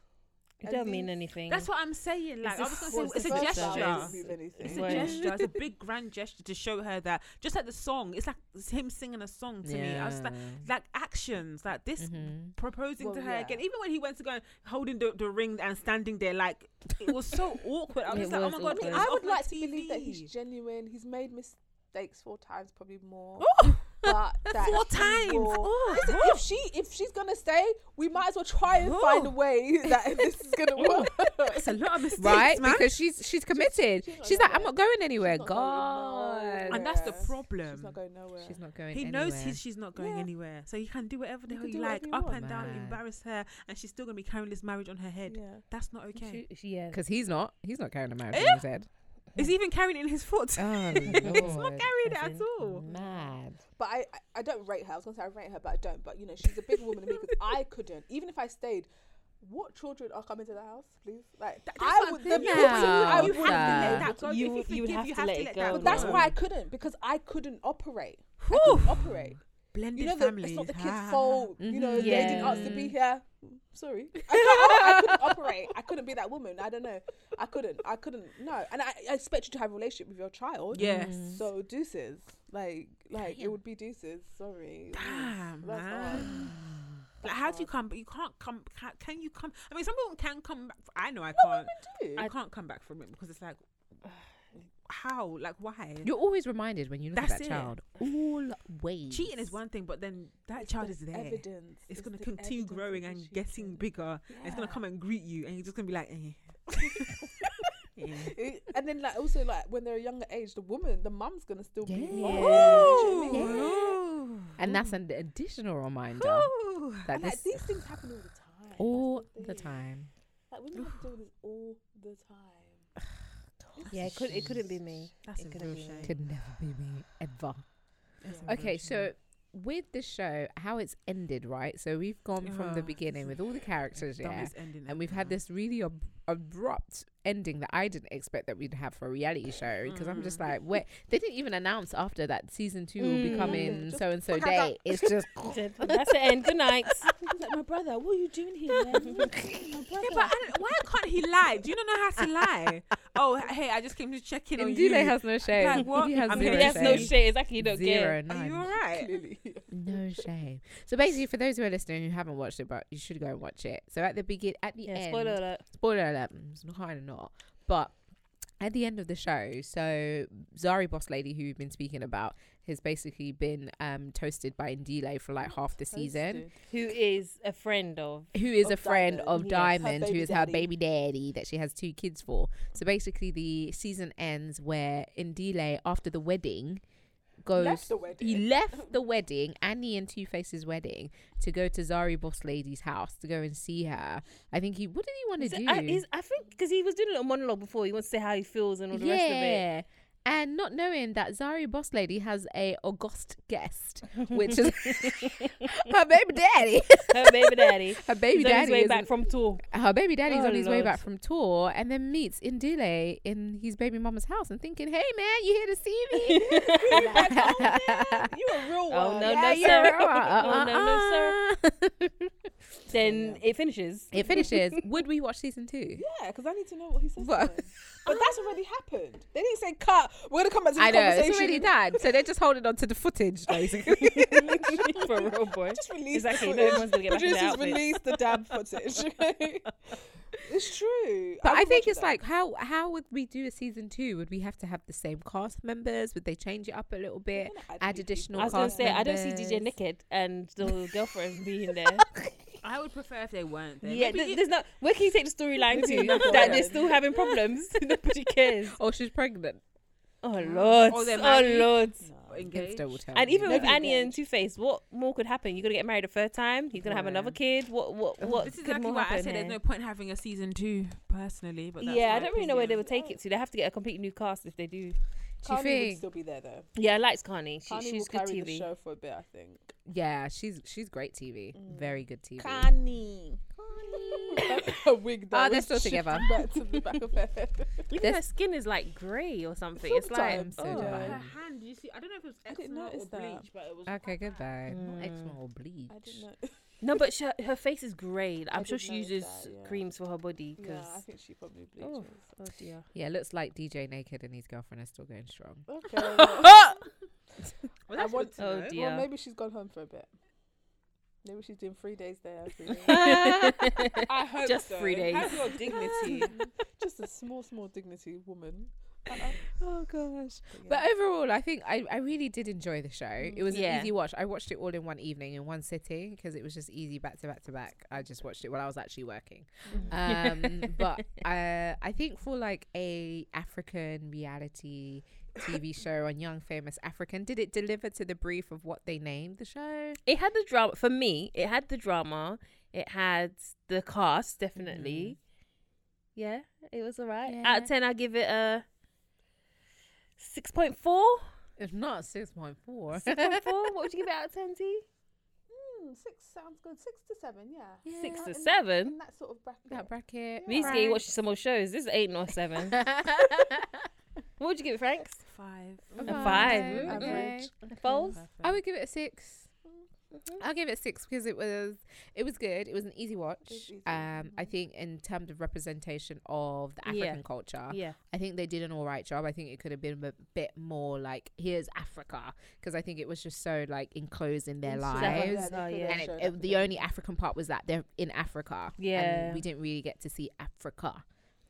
Speaker 3: It
Speaker 2: at
Speaker 3: don't mean
Speaker 2: least-
Speaker 3: anything.
Speaker 4: That's what I'm saying. Like I was gonna say,
Speaker 2: What's
Speaker 4: it's
Speaker 2: the
Speaker 4: a
Speaker 2: first
Speaker 4: gesture.
Speaker 2: vow? Doesn't move anything.
Speaker 4: It's a
Speaker 3: Right.
Speaker 4: gesture. It's a big grand gesture to show her that. Just like the song, it's like it's him singing a song to me. I was like, like actions, like this proposing
Speaker 2: Well,
Speaker 4: to her
Speaker 2: yeah.
Speaker 4: again. Even when he went to go and holding the, the ring and standing there, like it
Speaker 2: [laughs]
Speaker 4: was so awkward. I was
Speaker 3: It
Speaker 4: just like, oh my
Speaker 3: was
Speaker 4: god,
Speaker 3: awkward.
Speaker 4: get
Speaker 2: I
Speaker 4: this off
Speaker 2: would
Speaker 4: my
Speaker 2: like to believe that
Speaker 4: [laughs]
Speaker 2: he's
Speaker 4: TV.
Speaker 2: genuine. He's made mistakes four times, probably more.
Speaker 4: Oh, [laughs]
Speaker 2: But that
Speaker 4: four
Speaker 2: he
Speaker 4: times.
Speaker 2: will-
Speaker 4: Oh,
Speaker 2: [laughs] Listen,
Speaker 4: oh.
Speaker 2: if she if she's gonna stay, we might as well try and find a
Speaker 4: Oh.
Speaker 2: way [laughs] that this is gonna work.
Speaker 4: [laughs] It's
Speaker 2: [laughs]
Speaker 4: a lot of mistakes,
Speaker 1: right
Speaker 4: man.
Speaker 1: because she's she's committed she's,
Speaker 2: she's
Speaker 1: like
Speaker 2: not going
Speaker 1: i'm not going anywhere
Speaker 2: not going
Speaker 1: god
Speaker 4: and that's the
Speaker 2: Yes.
Speaker 4: problem.
Speaker 2: she's not going nowhere.
Speaker 1: she's not going
Speaker 4: He
Speaker 1: anywhere.
Speaker 4: knows he's, she's not going
Speaker 2: Yeah.
Speaker 4: anywhere, so he can do whatever the
Speaker 2: You
Speaker 4: hell
Speaker 2: can
Speaker 4: you
Speaker 2: do whatever
Speaker 4: like,
Speaker 2: you
Speaker 4: up
Speaker 2: want.
Speaker 4: and down,
Speaker 1: Man.
Speaker 4: embarrass her, and she's still gonna be carrying this marriage on her head.
Speaker 2: yeah.
Speaker 4: That's not okay.
Speaker 3: She- yeah.
Speaker 1: Because he's not. He's not carrying a marriage
Speaker 4: Eh?
Speaker 1: in his
Speaker 4: [laughs]
Speaker 1: head.
Speaker 4: Is he even carrying it in his foot?
Speaker 2: Uh,
Speaker 4: [laughs]
Speaker 1: Oh,
Speaker 4: He's not carrying it at
Speaker 3: That's
Speaker 4: all.
Speaker 1: Mad.
Speaker 2: But I, I I don't rate her. I was gonna say I rate her, but I don't. But you know, she's a big woman to me because I couldn't. Even if I stayed, what children are coming to the house, please? Like
Speaker 4: Th- that's
Speaker 2: I
Speaker 4: what
Speaker 2: would.
Speaker 4: I'm
Speaker 2: The
Speaker 4: thinking.
Speaker 2: minute I
Speaker 1: You
Speaker 2: would.
Speaker 1: have to let
Speaker 6: that
Speaker 4: go.
Speaker 6: You-
Speaker 4: If
Speaker 6: you would
Speaker 4: forgive,
Speaker 6: have to let it go,
Speaker 2: But that's
Speaker 6: Wow.
Speaker 2: why I couldn't because I couldn't operate. I
Speaker 4: Whew.
Speaker 2: couldn't operate.
Speaker 4: Blended
Speaker 2: you know, the,
Speaker 4: families.
Speaker 2: it's not the
Speaker 4: Ah.
Speaker 2: kids' fault. You know, they didn't ask to be
Speaker 3: Yeah.
Speaker 2: here.
Speaker 4: [laughs]
Speaker 2: Sorry, I, can't- I couldn't operate. I couldn't be that woman. I don't know. I couldn't. I couldn't. No, and I, I expect you to have a relationship with your child. Mm.
Speaker 4: Yes.
Speaker 2: So deuces, like, like it would be deuces. Sorry.
Speaker 4: Damn,
Speaker 2: That's
Speaker 4: man. Like,
Speaker 2: That's
Speaker 4: how do you
Speaker 2: hard.
Speaker 4: come? But you can't come. Can, can you come? I mean, some people can come. Back, I know I
Speaker 2: hard.
Speaker 4: can't.
Speaker 2: Dude.
Speaker 4: I can't come back from it because it's like, how? Like, why?
Speaker 1: You're always reminded when you look at
Speaker 4: That's
Speaker 1: that
Speaker 4: it.
Speaker 1: child. Always.
Speaker 4: Cheating is one thing, but then that child
Speaker 2: the
Speaker 4: is there.
Speaker 2: Evidence.
Speaker 4: It's gonna
Speaker 2: the
Speaker 4: continue
Speaker 2: evidence of
Speaker 4: growing
Speaker 2: the
Speaker 4: and getting
Speaker 2: cheating.
Speaker 4: bigger. and It's gonna
Speaker 2: Yeah.
Speaker 4: come and greet you, and you're just gonna be like, eh. Eh.
Speaker 2: [laughs] It- and then like also like when they're a younger age, the woman, the mum's gonna still be.
Speaker 1: Yeah. Ooh.
Speaker 2: involved. Do you know what I mean?
Speaker 4: Ooh.
Speaker 1: And that's an additional reminder
Speaker 4: Ooh.
Speaker 1: that
Speaker 2: And like
Speaker 1: this
Speaker 2: these things happen all
Speaker 1: all the
Speaker 2: the time. That's thing.
Speaker 1: time.
Speaker 2: Like women have to deal with this all the time.
Speaker 3: Yeah, it could. It couldn't
Speaker 1: [laughs]
Speaker 3: be me.
Speaker 4: That's
Speaker 3: It
Speaker 4: a
Speaker 3: could
Speaker 4: real
Speaker 3: be
Speaker 4: shame.
Speaker 3: like-
Speaker 1: Could never be me ever.
Speaker 4: That's a real
Speaker 1: Okay,
Speaker 4: shame.
Speaker 1: so with the show, how it's ended, right? So we've gone from the
Speaker 4: Oh,
Speaker 1: beginning with all the characters,
Speaker 4: Dumb
Speaker 1: yeah,
Speaker 4: is ending
Speaker 1: and
Speaker 4: it
Speaker 1: we've had
Speaker 4: now.
Speaker 1: this really ab- abrupt ending that I didn't expect that we'd have for a reality show because I'm
Speaker 4: Mm.
Speaker 1: just like, where they didn't even announce after that season two will be coming so and so day. It's just
Speaker 3: That's the end. Good [laughs] night.
Speaker 5: He's like, my brother, what are you doing here, man? my brother.
Speaker 4: Yeah, but I don't, why can't he lie? Do you not know how to lie? oh, h- hey, I just came to check in on [laughs] you.
Speaker 1: Ndule has no shame.
Speaker 4: Like, what?
Speaker 1: He has
Speaker 4: I mean,
Speaker 1: zero
Speaker 3: That's
Speaker 1: shame.
Speaker 3: no shit. Exactly. You don't
Speaker 1: Zero,
Speaker 3: care.
Speaker 4: Are
Speaker 1: none.
Speaker 4: you all right?
Speaker 2: Clearly.
Speaker 1: No shame. So basically, for those who are listening who haven't watched it, but you should go and watch it. So at the begin, at the
Speaker 3: Yeah.
Speaker 1: end, mm,
Speaker 3: Spoiler alert.
Speaker 1: spoiler alert, it's kind of not, but at the end of the show, so Zari Boss Lady, who we've been speaking about, has basically been um, toasted by Ndile for like half the season,
Speaker 3: Who is a friend of?
Speaker 1: who is
Speaker 2: Of
Speaker 1: a friend
Speaker 2: Diamond,
Speaker 1: of
Speaker 2: yes.
Speaker 1: Diamond,
Speaker 2: Her
Speaker 1: who
Speaker 2: baby
Speaker 1: is her
Speaker 2: daddy.
Speaker 1: baby daddy that she has two kids for. So basically, the season ends where Ndile, after the wedding, goes.
Speaker 2: Left the wedding. [laughs]
Speaker 1: He left the wedding, Annie and Two Face's wedding, to go to Zari Boss Lady's house to go and see her. I think he. What did he want to
Speaker 3: Is
Speaker 1: do?
Speaker 3: it- I, is- I think because he was doing a little monologue before. He wants to say how he feels and all the rest of it.
Speaker 1: And not knowing that Zari Boss Lady has a august guest, which
Speaker 3: [laughs]
Speaker 1: is her baby daddy.
Speaker 3: Her baby daddy.
Speaker 1: Her [laughs] baby
Speaker 3: He's on his
Speaker 1: daddy.
Speaker 3: way
Speaker 1: is-
Speaker 3: back from tour.
Speaker 1: her baby daddy's
Speaker 3: Oh,
Speaker 1: on his way
Speaker 3: Lord.
Speaker 1: back from tour, and then meets Indile in his baby mama's house, and thinking, "Hey man, you here to see me?"
Speaker 3: [laughs]
Speaker 1: [laughs]
Speaker 2: You a real
Speaker 3: Oh,
Speaker 2: one.
Speaker 3: no,
Speaker 1: Yeah,
Speaker 3: no,
Speaker 1: you're
Speaker 3: sir.
Speaker 1: right.
Speaker 3: Oh, no, no,
Speaker 1: Uh-uh.
Speaker 3: Then it finishes.
Speaker 1: it finishes. Would we watch season two?
Speaker 2: Yeah, because I need to know what he says.
Speaker 1: But-
Speaker 2: But, but that's already happened. They didn't say cut. We're gonna come back to the
Speaker 1: I know
Speaker 2: conversation.
Speaker 1: it's already done, so they're just holding on to the
Speaker 2: [laughs]
Speaker 1: footage, basically.
Speaker 3: [laughs] for real,
Speaker 1: [laughs]
Speaker 3: boy.
Speaker 2: Just release
Speaker 3: Exactly.
Speaker 2: the [laughs]
Speaker 3: No
Speaker 2: footage.
Speaker 3: one's gonna get back in the
Speaker 2: Producers
Speaker 3: outfit.
Speaker 2: release the
Speaker 1: [laughs]
Speaker 2: damn footage. [laughs] Okay? it's true.
Speaker 1: But I,
Speaker 2: would
Speaker 1: think
Speaker 2: watch
Speaker 1: it's
Speaker 2: that.
Speaker 1: like how how would we do a season two? Would we have to have the same cast members? Would they change it up a little
Speaker 2: [laughs]
Speaker 1: bit?
Speaker 2: gonna
Speaker 1: Add,
Speaker 2: add new
Speaker 1: additional.
Speaker 3: I was gonna
Speaker 1: cast
Speaker 3: say I don't see DJ
Speaker 1: members?
Speaker 3: naked and
Speaker 1: [laughs]
Speaker 3: the girlfriend being there.
Speaker 4: I would prefer if they weren't there.
Speaker 3: yeah,
Speaker 4: Maybe
Speaker 3: th-
Speaker 4: it-
Speaker 3: there's not. Where can you take the storyline
Speaker 2: Maybe
Speaker 3: to
Speaker 2: not
Speaker 3: that they're
Speaker 2: relevant.
Speaker 3: still having problems? Nobody cares.
Speaker 1: Oh, she's pregnant.
Speaker 3: Oh lord.
Speaker 4: Oh, they're
Speaker 3: Oh
Speaker 4: married?
Speaker 3: lord.
Speaker 4: engaged.
Speaker 1: Insta will tell
Speaker 3: And
Speaker 1: you.
Speaker 3: even with
Speaker 2: Maybe
Speaker 3: Annie and
Speaker 2: engaged.
Speaker 3: Two Face, what more could happen? You're gonna get married a third time. You're gonna have
Speaker 1: Yeah.
Speaker 3: another kid. What? What? What?
Speaker 4: this is
Speaker 3: could
Speaker 4: exactly
Speaker 3: more
Speaker 4: why I
Speaker 3: happen
Speaker 4: said there's
Speaker 3: here?
Speaker 4: no point having a season two personally. But that's
Speaker 3: yeah,
Speaker 4: my
Speaker 3: I don't really know where they
Speaker 4: opinion.
Speaker 3: would take it to. They have to get a complete new cast if they
Speaker 1: Do
Speaker 3: do.
Speaker 1: you
Speaker 2: Carney would
Speaker 1: think?
Speaker 2: still be there though.
Speaker 3: Yeah, I likes Carney. She,
Speaker 2: Carney
Speaker 3: she's
Speaker 2: will
Speaker 3: good
Speaker 2: carry the
Speaker 3: TV.
Speaker 2: show for a bit, I think.
Speaker 1: Yeah, she's she's great TV.
Speaker 2: Mm.
Speaker 1: Very good TV.
Speaker 2: [laughs] Carney. Her wig. that
Speaker 3: Ah,
Speaker 1: Oh, they're
Speaker 2: was
Speaker 1: still
Speaker 2: shifted
Speaker 1: together.
Speaker 2: Back to the back of her
Speaker 3: [laughs]
Speaker 2: head.
Speaker 3: Even her skin is like grey or something. It's like
Speaker 1: Sometimes, so do I.
Speaker 4: Her hand, you see, I don't know if it was
Speaker 2: didn't
Speaker 4: eczema or
Speaker 2: notice that.
Speaker 4: bleach, but it was.
Speaker 1: [coughs] Okay, goodbye. Not
Speaker 3: Mm.
Speaker 1: eczema or bleach.
Speaker 2: I didn't know.
Speaker 3: No, but she, her face is grey. I'm
Speaker 2: I
Speaker 3: sure
Speaker 2: did
Speaker 3: she
Speaker 2: notice
Speaker 3: uses
Speaker 2: that, yeah.
Speaker 3: creams for her body
Speaker 2: Yeah,
Speaker 3: because.
Speaker 2: I think she probably bleaches.
Speaker 3: oh, oh dear.
Speaker 1: Yeah, looks like DJ Naked and his girlfriend are still going strong.
Speaker 3: [laughs]
Speaker 2: Okay. well,
Speaker 4: Well,
Speaker 2: I
Speaker 4: that's
Speaker 2: want-
Speaker 4: good to
Speaker 3: Oh,
Speaker 4: know.
Speaker 3: dear.
Speaker 2: well, maybe she's gone home for a bit. Maybe she's doing three days there. Three days.
Speaker 3: [laughs]
Speaker 2: [laughs]
Speaker 3: Oh,
Speaker 2: I hope
Speaker 3: Just
Speaker 2: so.
Speaker 3: three days.
Speaker 2: Have your dignity. [laughs] Just a small, small dignity woman. Uh-uh.
Speaker 1: oh gosh.
Speaker 2: But
Speaker 1: But
Speaker 2: yeah.
Speaker 1: overall, I think I, I really did enjoy the show. It was
Speaker 3: Yeah.
Speaker 1: an easy watch. I watched it all in one evening in one sitting because it was just easy back to back to back. I just watched it while I was actually working. Um, but uh, I think for like a African reality TV show on Young Famous African, did it deliver to the brief of what they named the show?
Speaker 3: It had the drama for me. It had the drama. It had the cast definitely. Yeah, it was alright. Out
Speaker 1: Yeah.
Speaker 3: of ten, I give it a six point four.
Speaker 1: If not six point four.
Speaker 3: Six
Speaker 1: [laughs]
Speaker 3: point four. [laughs] What would you give it out of ten, T?
Speaker 2: Mm, six sounds good. Six to seven, yeah.
Speaker 3: Six
Speaker 2: In
Speaker 3: to
Speaker 2: that-
Speaker 3: seven.
Speaker 2: In that sort of bracket.
Speaker 1: That bracket.
Speaker 2: Yeah.
Speaker 3: These getting
Speaker 1: Frank.
Speaker 3: watching some more shows. This is eight nor seven. [laughs] what would you give it, Franks?
Speaker 4: Five.
Speaker 1: A [laughs]
Speaker 3: five.
Speaker 1: five, okay.
Speaker 3: Foles?
Speaker 1: I would give it a six.
Speaker 3: Mm-hmm.
Speaker 1: I'll give it six because it was it was good. It was an easy watch.
Speaker 2: was easy, Mm-hmm.
Speaker 1: Um, I think in terms of representation of the
Speaker 3: Yeah.
Speaker 1: African culture,
Speaker 3: Yeah.
Speaker 1: I think they did an all right job. I think it could have been a bit more like here's Africa because I think it was just so like enclosed in their
Speaker 2: It's just-
Speaker 3: yeah,
Speaker 1: lives.
Speaker 2: they
Speaker 3: And
Speaker 2: could've
Speaker 1: And it,
Speaker 2: shown
Speaker 1: it-
Speaker 2: that
Speaker 1: the
Speaker 2: bit.
Speaker 1: only African part was that they're in Africa.
Speaker 3: Yeah.
Speaker 1: and we didn't really get to see Africa.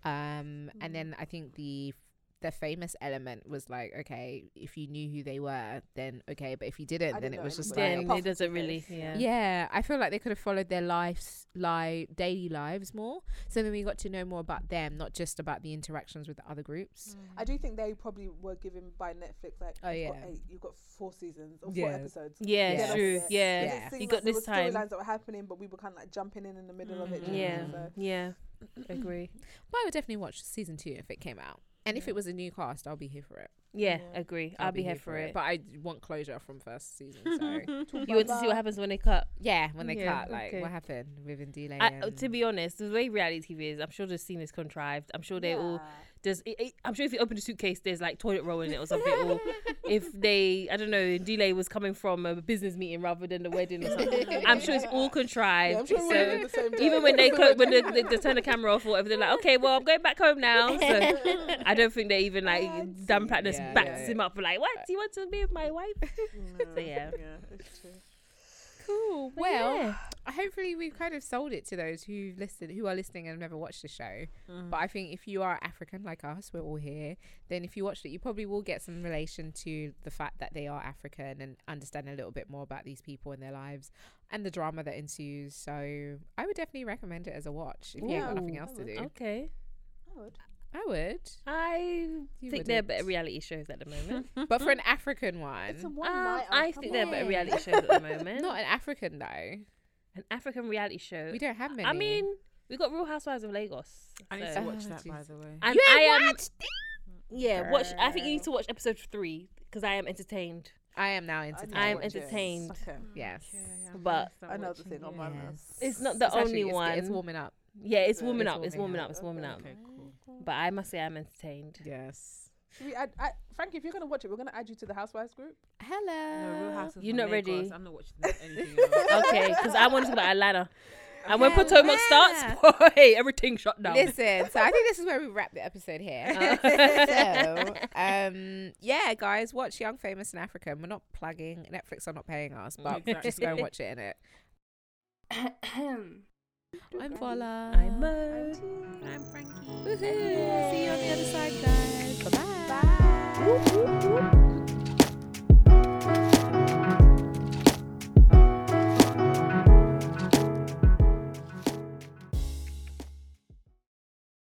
Speaker 1: Um,
Speaker 2: Mm.
Speaker 1: and then I think the the famous element was like, okay, if you knew who they were, then okay, but if you didn't,
Speaker 2: I
Speaker 1: then
Speaker 2: didn't
Speaker 1: it
Speaker 2: know
Speaker 1: was just
Speaker 2: anybody.
Speaker 1: like
Speaker 2: Yeah,
Speaker 3: Then
Speaker 2: apart
Speaker 3: it
Speaker 2: from
Speaker 3: doesn't
Speaker 2: the
Speaker 3: really.
Speaker 2: face,
Speaker 3: Yeah.
Speaker 1: yeah, I feel like they could have followed their lives, like daily lives, more. So then we got to know more about them, not just about the interactions with the other
Speaker 4: Hmm.
Speaker 1: groups.
Speaker 2: I do think they probably were given by Netflix like
Speaker 1: Oh,
Speaker 2: you've
Speaker 1: yeah.
Speaker 2: got eight, you've got four seasons or
Speaker 1: Yeah.
Speaker 2: four episodes.
Speaker 3: Yeah,
Speaker 1: Yeah,
Speaker 3: it's
Speaker 1: that's
Speaker 3: true.
Speaker 2: it.
Speaker 3: Yeah.
Speaker 2: It
Speaker 1: Yeah.
Speaker 2: just seemed
Speaker 3: You
Speaker 2: like
Speaker 3: got
Speaker 2: there
Speaker 3: this
Speaker 2: were
Speaker 3: time. Mm.
Speaker 2: storylines that were happening, but we were kind of like jumping in in the middle of it. do you know what I
Speaker 3: Yeah.
Speaker 2: mean? So-
Speaker 3: Yeah. Agree.
Speaker 1: But I would definitely watch season two if it came out. And if it was a new cast, I'll be here for it.
Speaker 3: Yeah,
Speaker 2: Yeah.
Speaker 3: agree. I'll, be, here for it.
Speaker 1: But I want closure from first season.
Speaker 3: [laughs]
Speaker 1: So
Speaker 3: You want to see what happens when they cut.
Speaker 1: yeah, when they
Speaker 3: Yeah,
Speaker 1: cut, like
Speaker 3: okay.
Speaker 1: what happened with Ndile
Speaker 3: I, uh,
Speaker 1: and
Speaker 3: to be honest, the way reality TV is, I'm sure the scene is contrived. I'm sure they all there's. It, it- I'm sure if you open a suitcase, there's like toilet roll in it or something. or if they, I don't know, delay was coming from a business meeting rather than the wedding or something. I'm sure it's all
Speaker 2: Yeah,
Speaker 3: contrived.
Speaker 2: I'm sure we [laughs] were in the
Speaker 3: so
Speaker 2: same day.
Speaker 3: even when they clo- when they, they, they turn the camera off or whatever, they're like, okay, well, I'm going back home now. So I don't think they even like Dan Plattner's
Speaker 1: Yeah,
Speaker 3: backs
Speaker 1: yeah.
Speaker 3: him up like, what? You want to be my wife?
Speaker 2: Yeah,
Speaker 3: So, yeah.
Speaker 2: it's true.
Speaker 3: Cool.
Speaker 1: But Well, hopefully we've kind of sold it to those who listened who are listening and have never watched the show
Speaker 3: Mm.
Speaker 1: but i think if you are african like us we're all here then if you watched it you probably will get some relation to the fact that they are african and understand a little bit more about these people and their lives and the drama that ensues so i would definitely recommend it as a watch if you ain't got nothing
Speaker 3: Ooh.
Speaker 1: else to do
Speaker 3: okay.
Speaker 1: i would
Speaker 3: I
Speaker 1: You
Speaker 3: think they're
Speaker 1: wouldn't.
Speaker 3: better reality shows at the moment.
Speaker 1: but for an
Speaker 3: Mm-hmm.
Speaker 1: african one
Speaker 5: It's a one
Speaker 3: um,
Speaker 2: oh,
Speaker 5: night.
Speaker 3: I think they're better
Speaker 5: but
Speaker 1: [laughs]
Speaker 3: reality shows at the moment.
Speaker 1: not an african though
Speaker 3: an African reality show.
Speaker 1: we don't have many
Speaker 3: I mean, we got Real Housewives of Lagos.
Speaker 4: I need
Speaker 3: so-
Speaker 4: to watch
Speaker 1: Oh,
Speaker 4: that, by
Speaker 1: Jesus.
Speaker 4: the way.
Speaker 3: And
Speaker 1: you
Speaker 3: I
Speaker 1: ain't
Speaker 3: am.
Speaker 1: watched it?
Speaker 3: Yeah, watch. I think you need to watch episode three because I am entertained.
Speaker 1: i am now into
Speaker 3: I am entertained,
Speaker 2: Okay.
Speaker 1: yes
Speaker 3: but
Speaker 2: Another thing on my list.
Speaker 3: it's not the
Speaker 1: actually-
Speaker 3: only
Speaker 1: it's-
Speaker 3: one.
Speaker 1: it's warming up
Speaker 3: yeah, it's
Speaker 2: Yeah,
Speaker 3: warming
Speaker 1: Uh, it's
Speaker 3: up. It's
Speaker 1: warming
Speaker 3: warming
Speaker 1: up.
Speaker 3: up. It's warming up.
Speaker 4: Okay, cool.
Speaker 3: But I must say,
Speaker 1: [laughs]
Speaker 3: I'm entertained.
Speaker 1: yes
Speaker 2: Should we add, I, Frankie, if you're gonna watch it, we're gonna add you to the Housewives group.
Speaker 1: Hello.
Speaker 4: No, Real Housewives
Speaker 3: You're
Speaker 4: of
Speaker 3: not
Speaker 4: Lagos,
Speaker 3: ready.
Speaker 4: I'm not watching anything. else.
Speaker 3: Okay, because I want to talk about Atlanta. And when
Speaker 1: Yeah,
Speaker 3: Potomac
Speaker 1: yeah.
Speaker 3: starts, [laughs] boy, everything shut down.
Speaker 1: Listen, so I think this is where we wrap the episode here.
Speaker 3: Uh.
Speaker 1: [laughs]
Speaker 3: [laughs]
Speaker 1: so, um, yeah, guys, watch Young, Famous, and African. We're not plugging Netflix. Are not paying us, but
Speaker 4: Exactly.
Speaker 1: just go and watch it in it. I'm Vola.
Speaker 3: I'm Mo.
Speaker 1: Woohoo.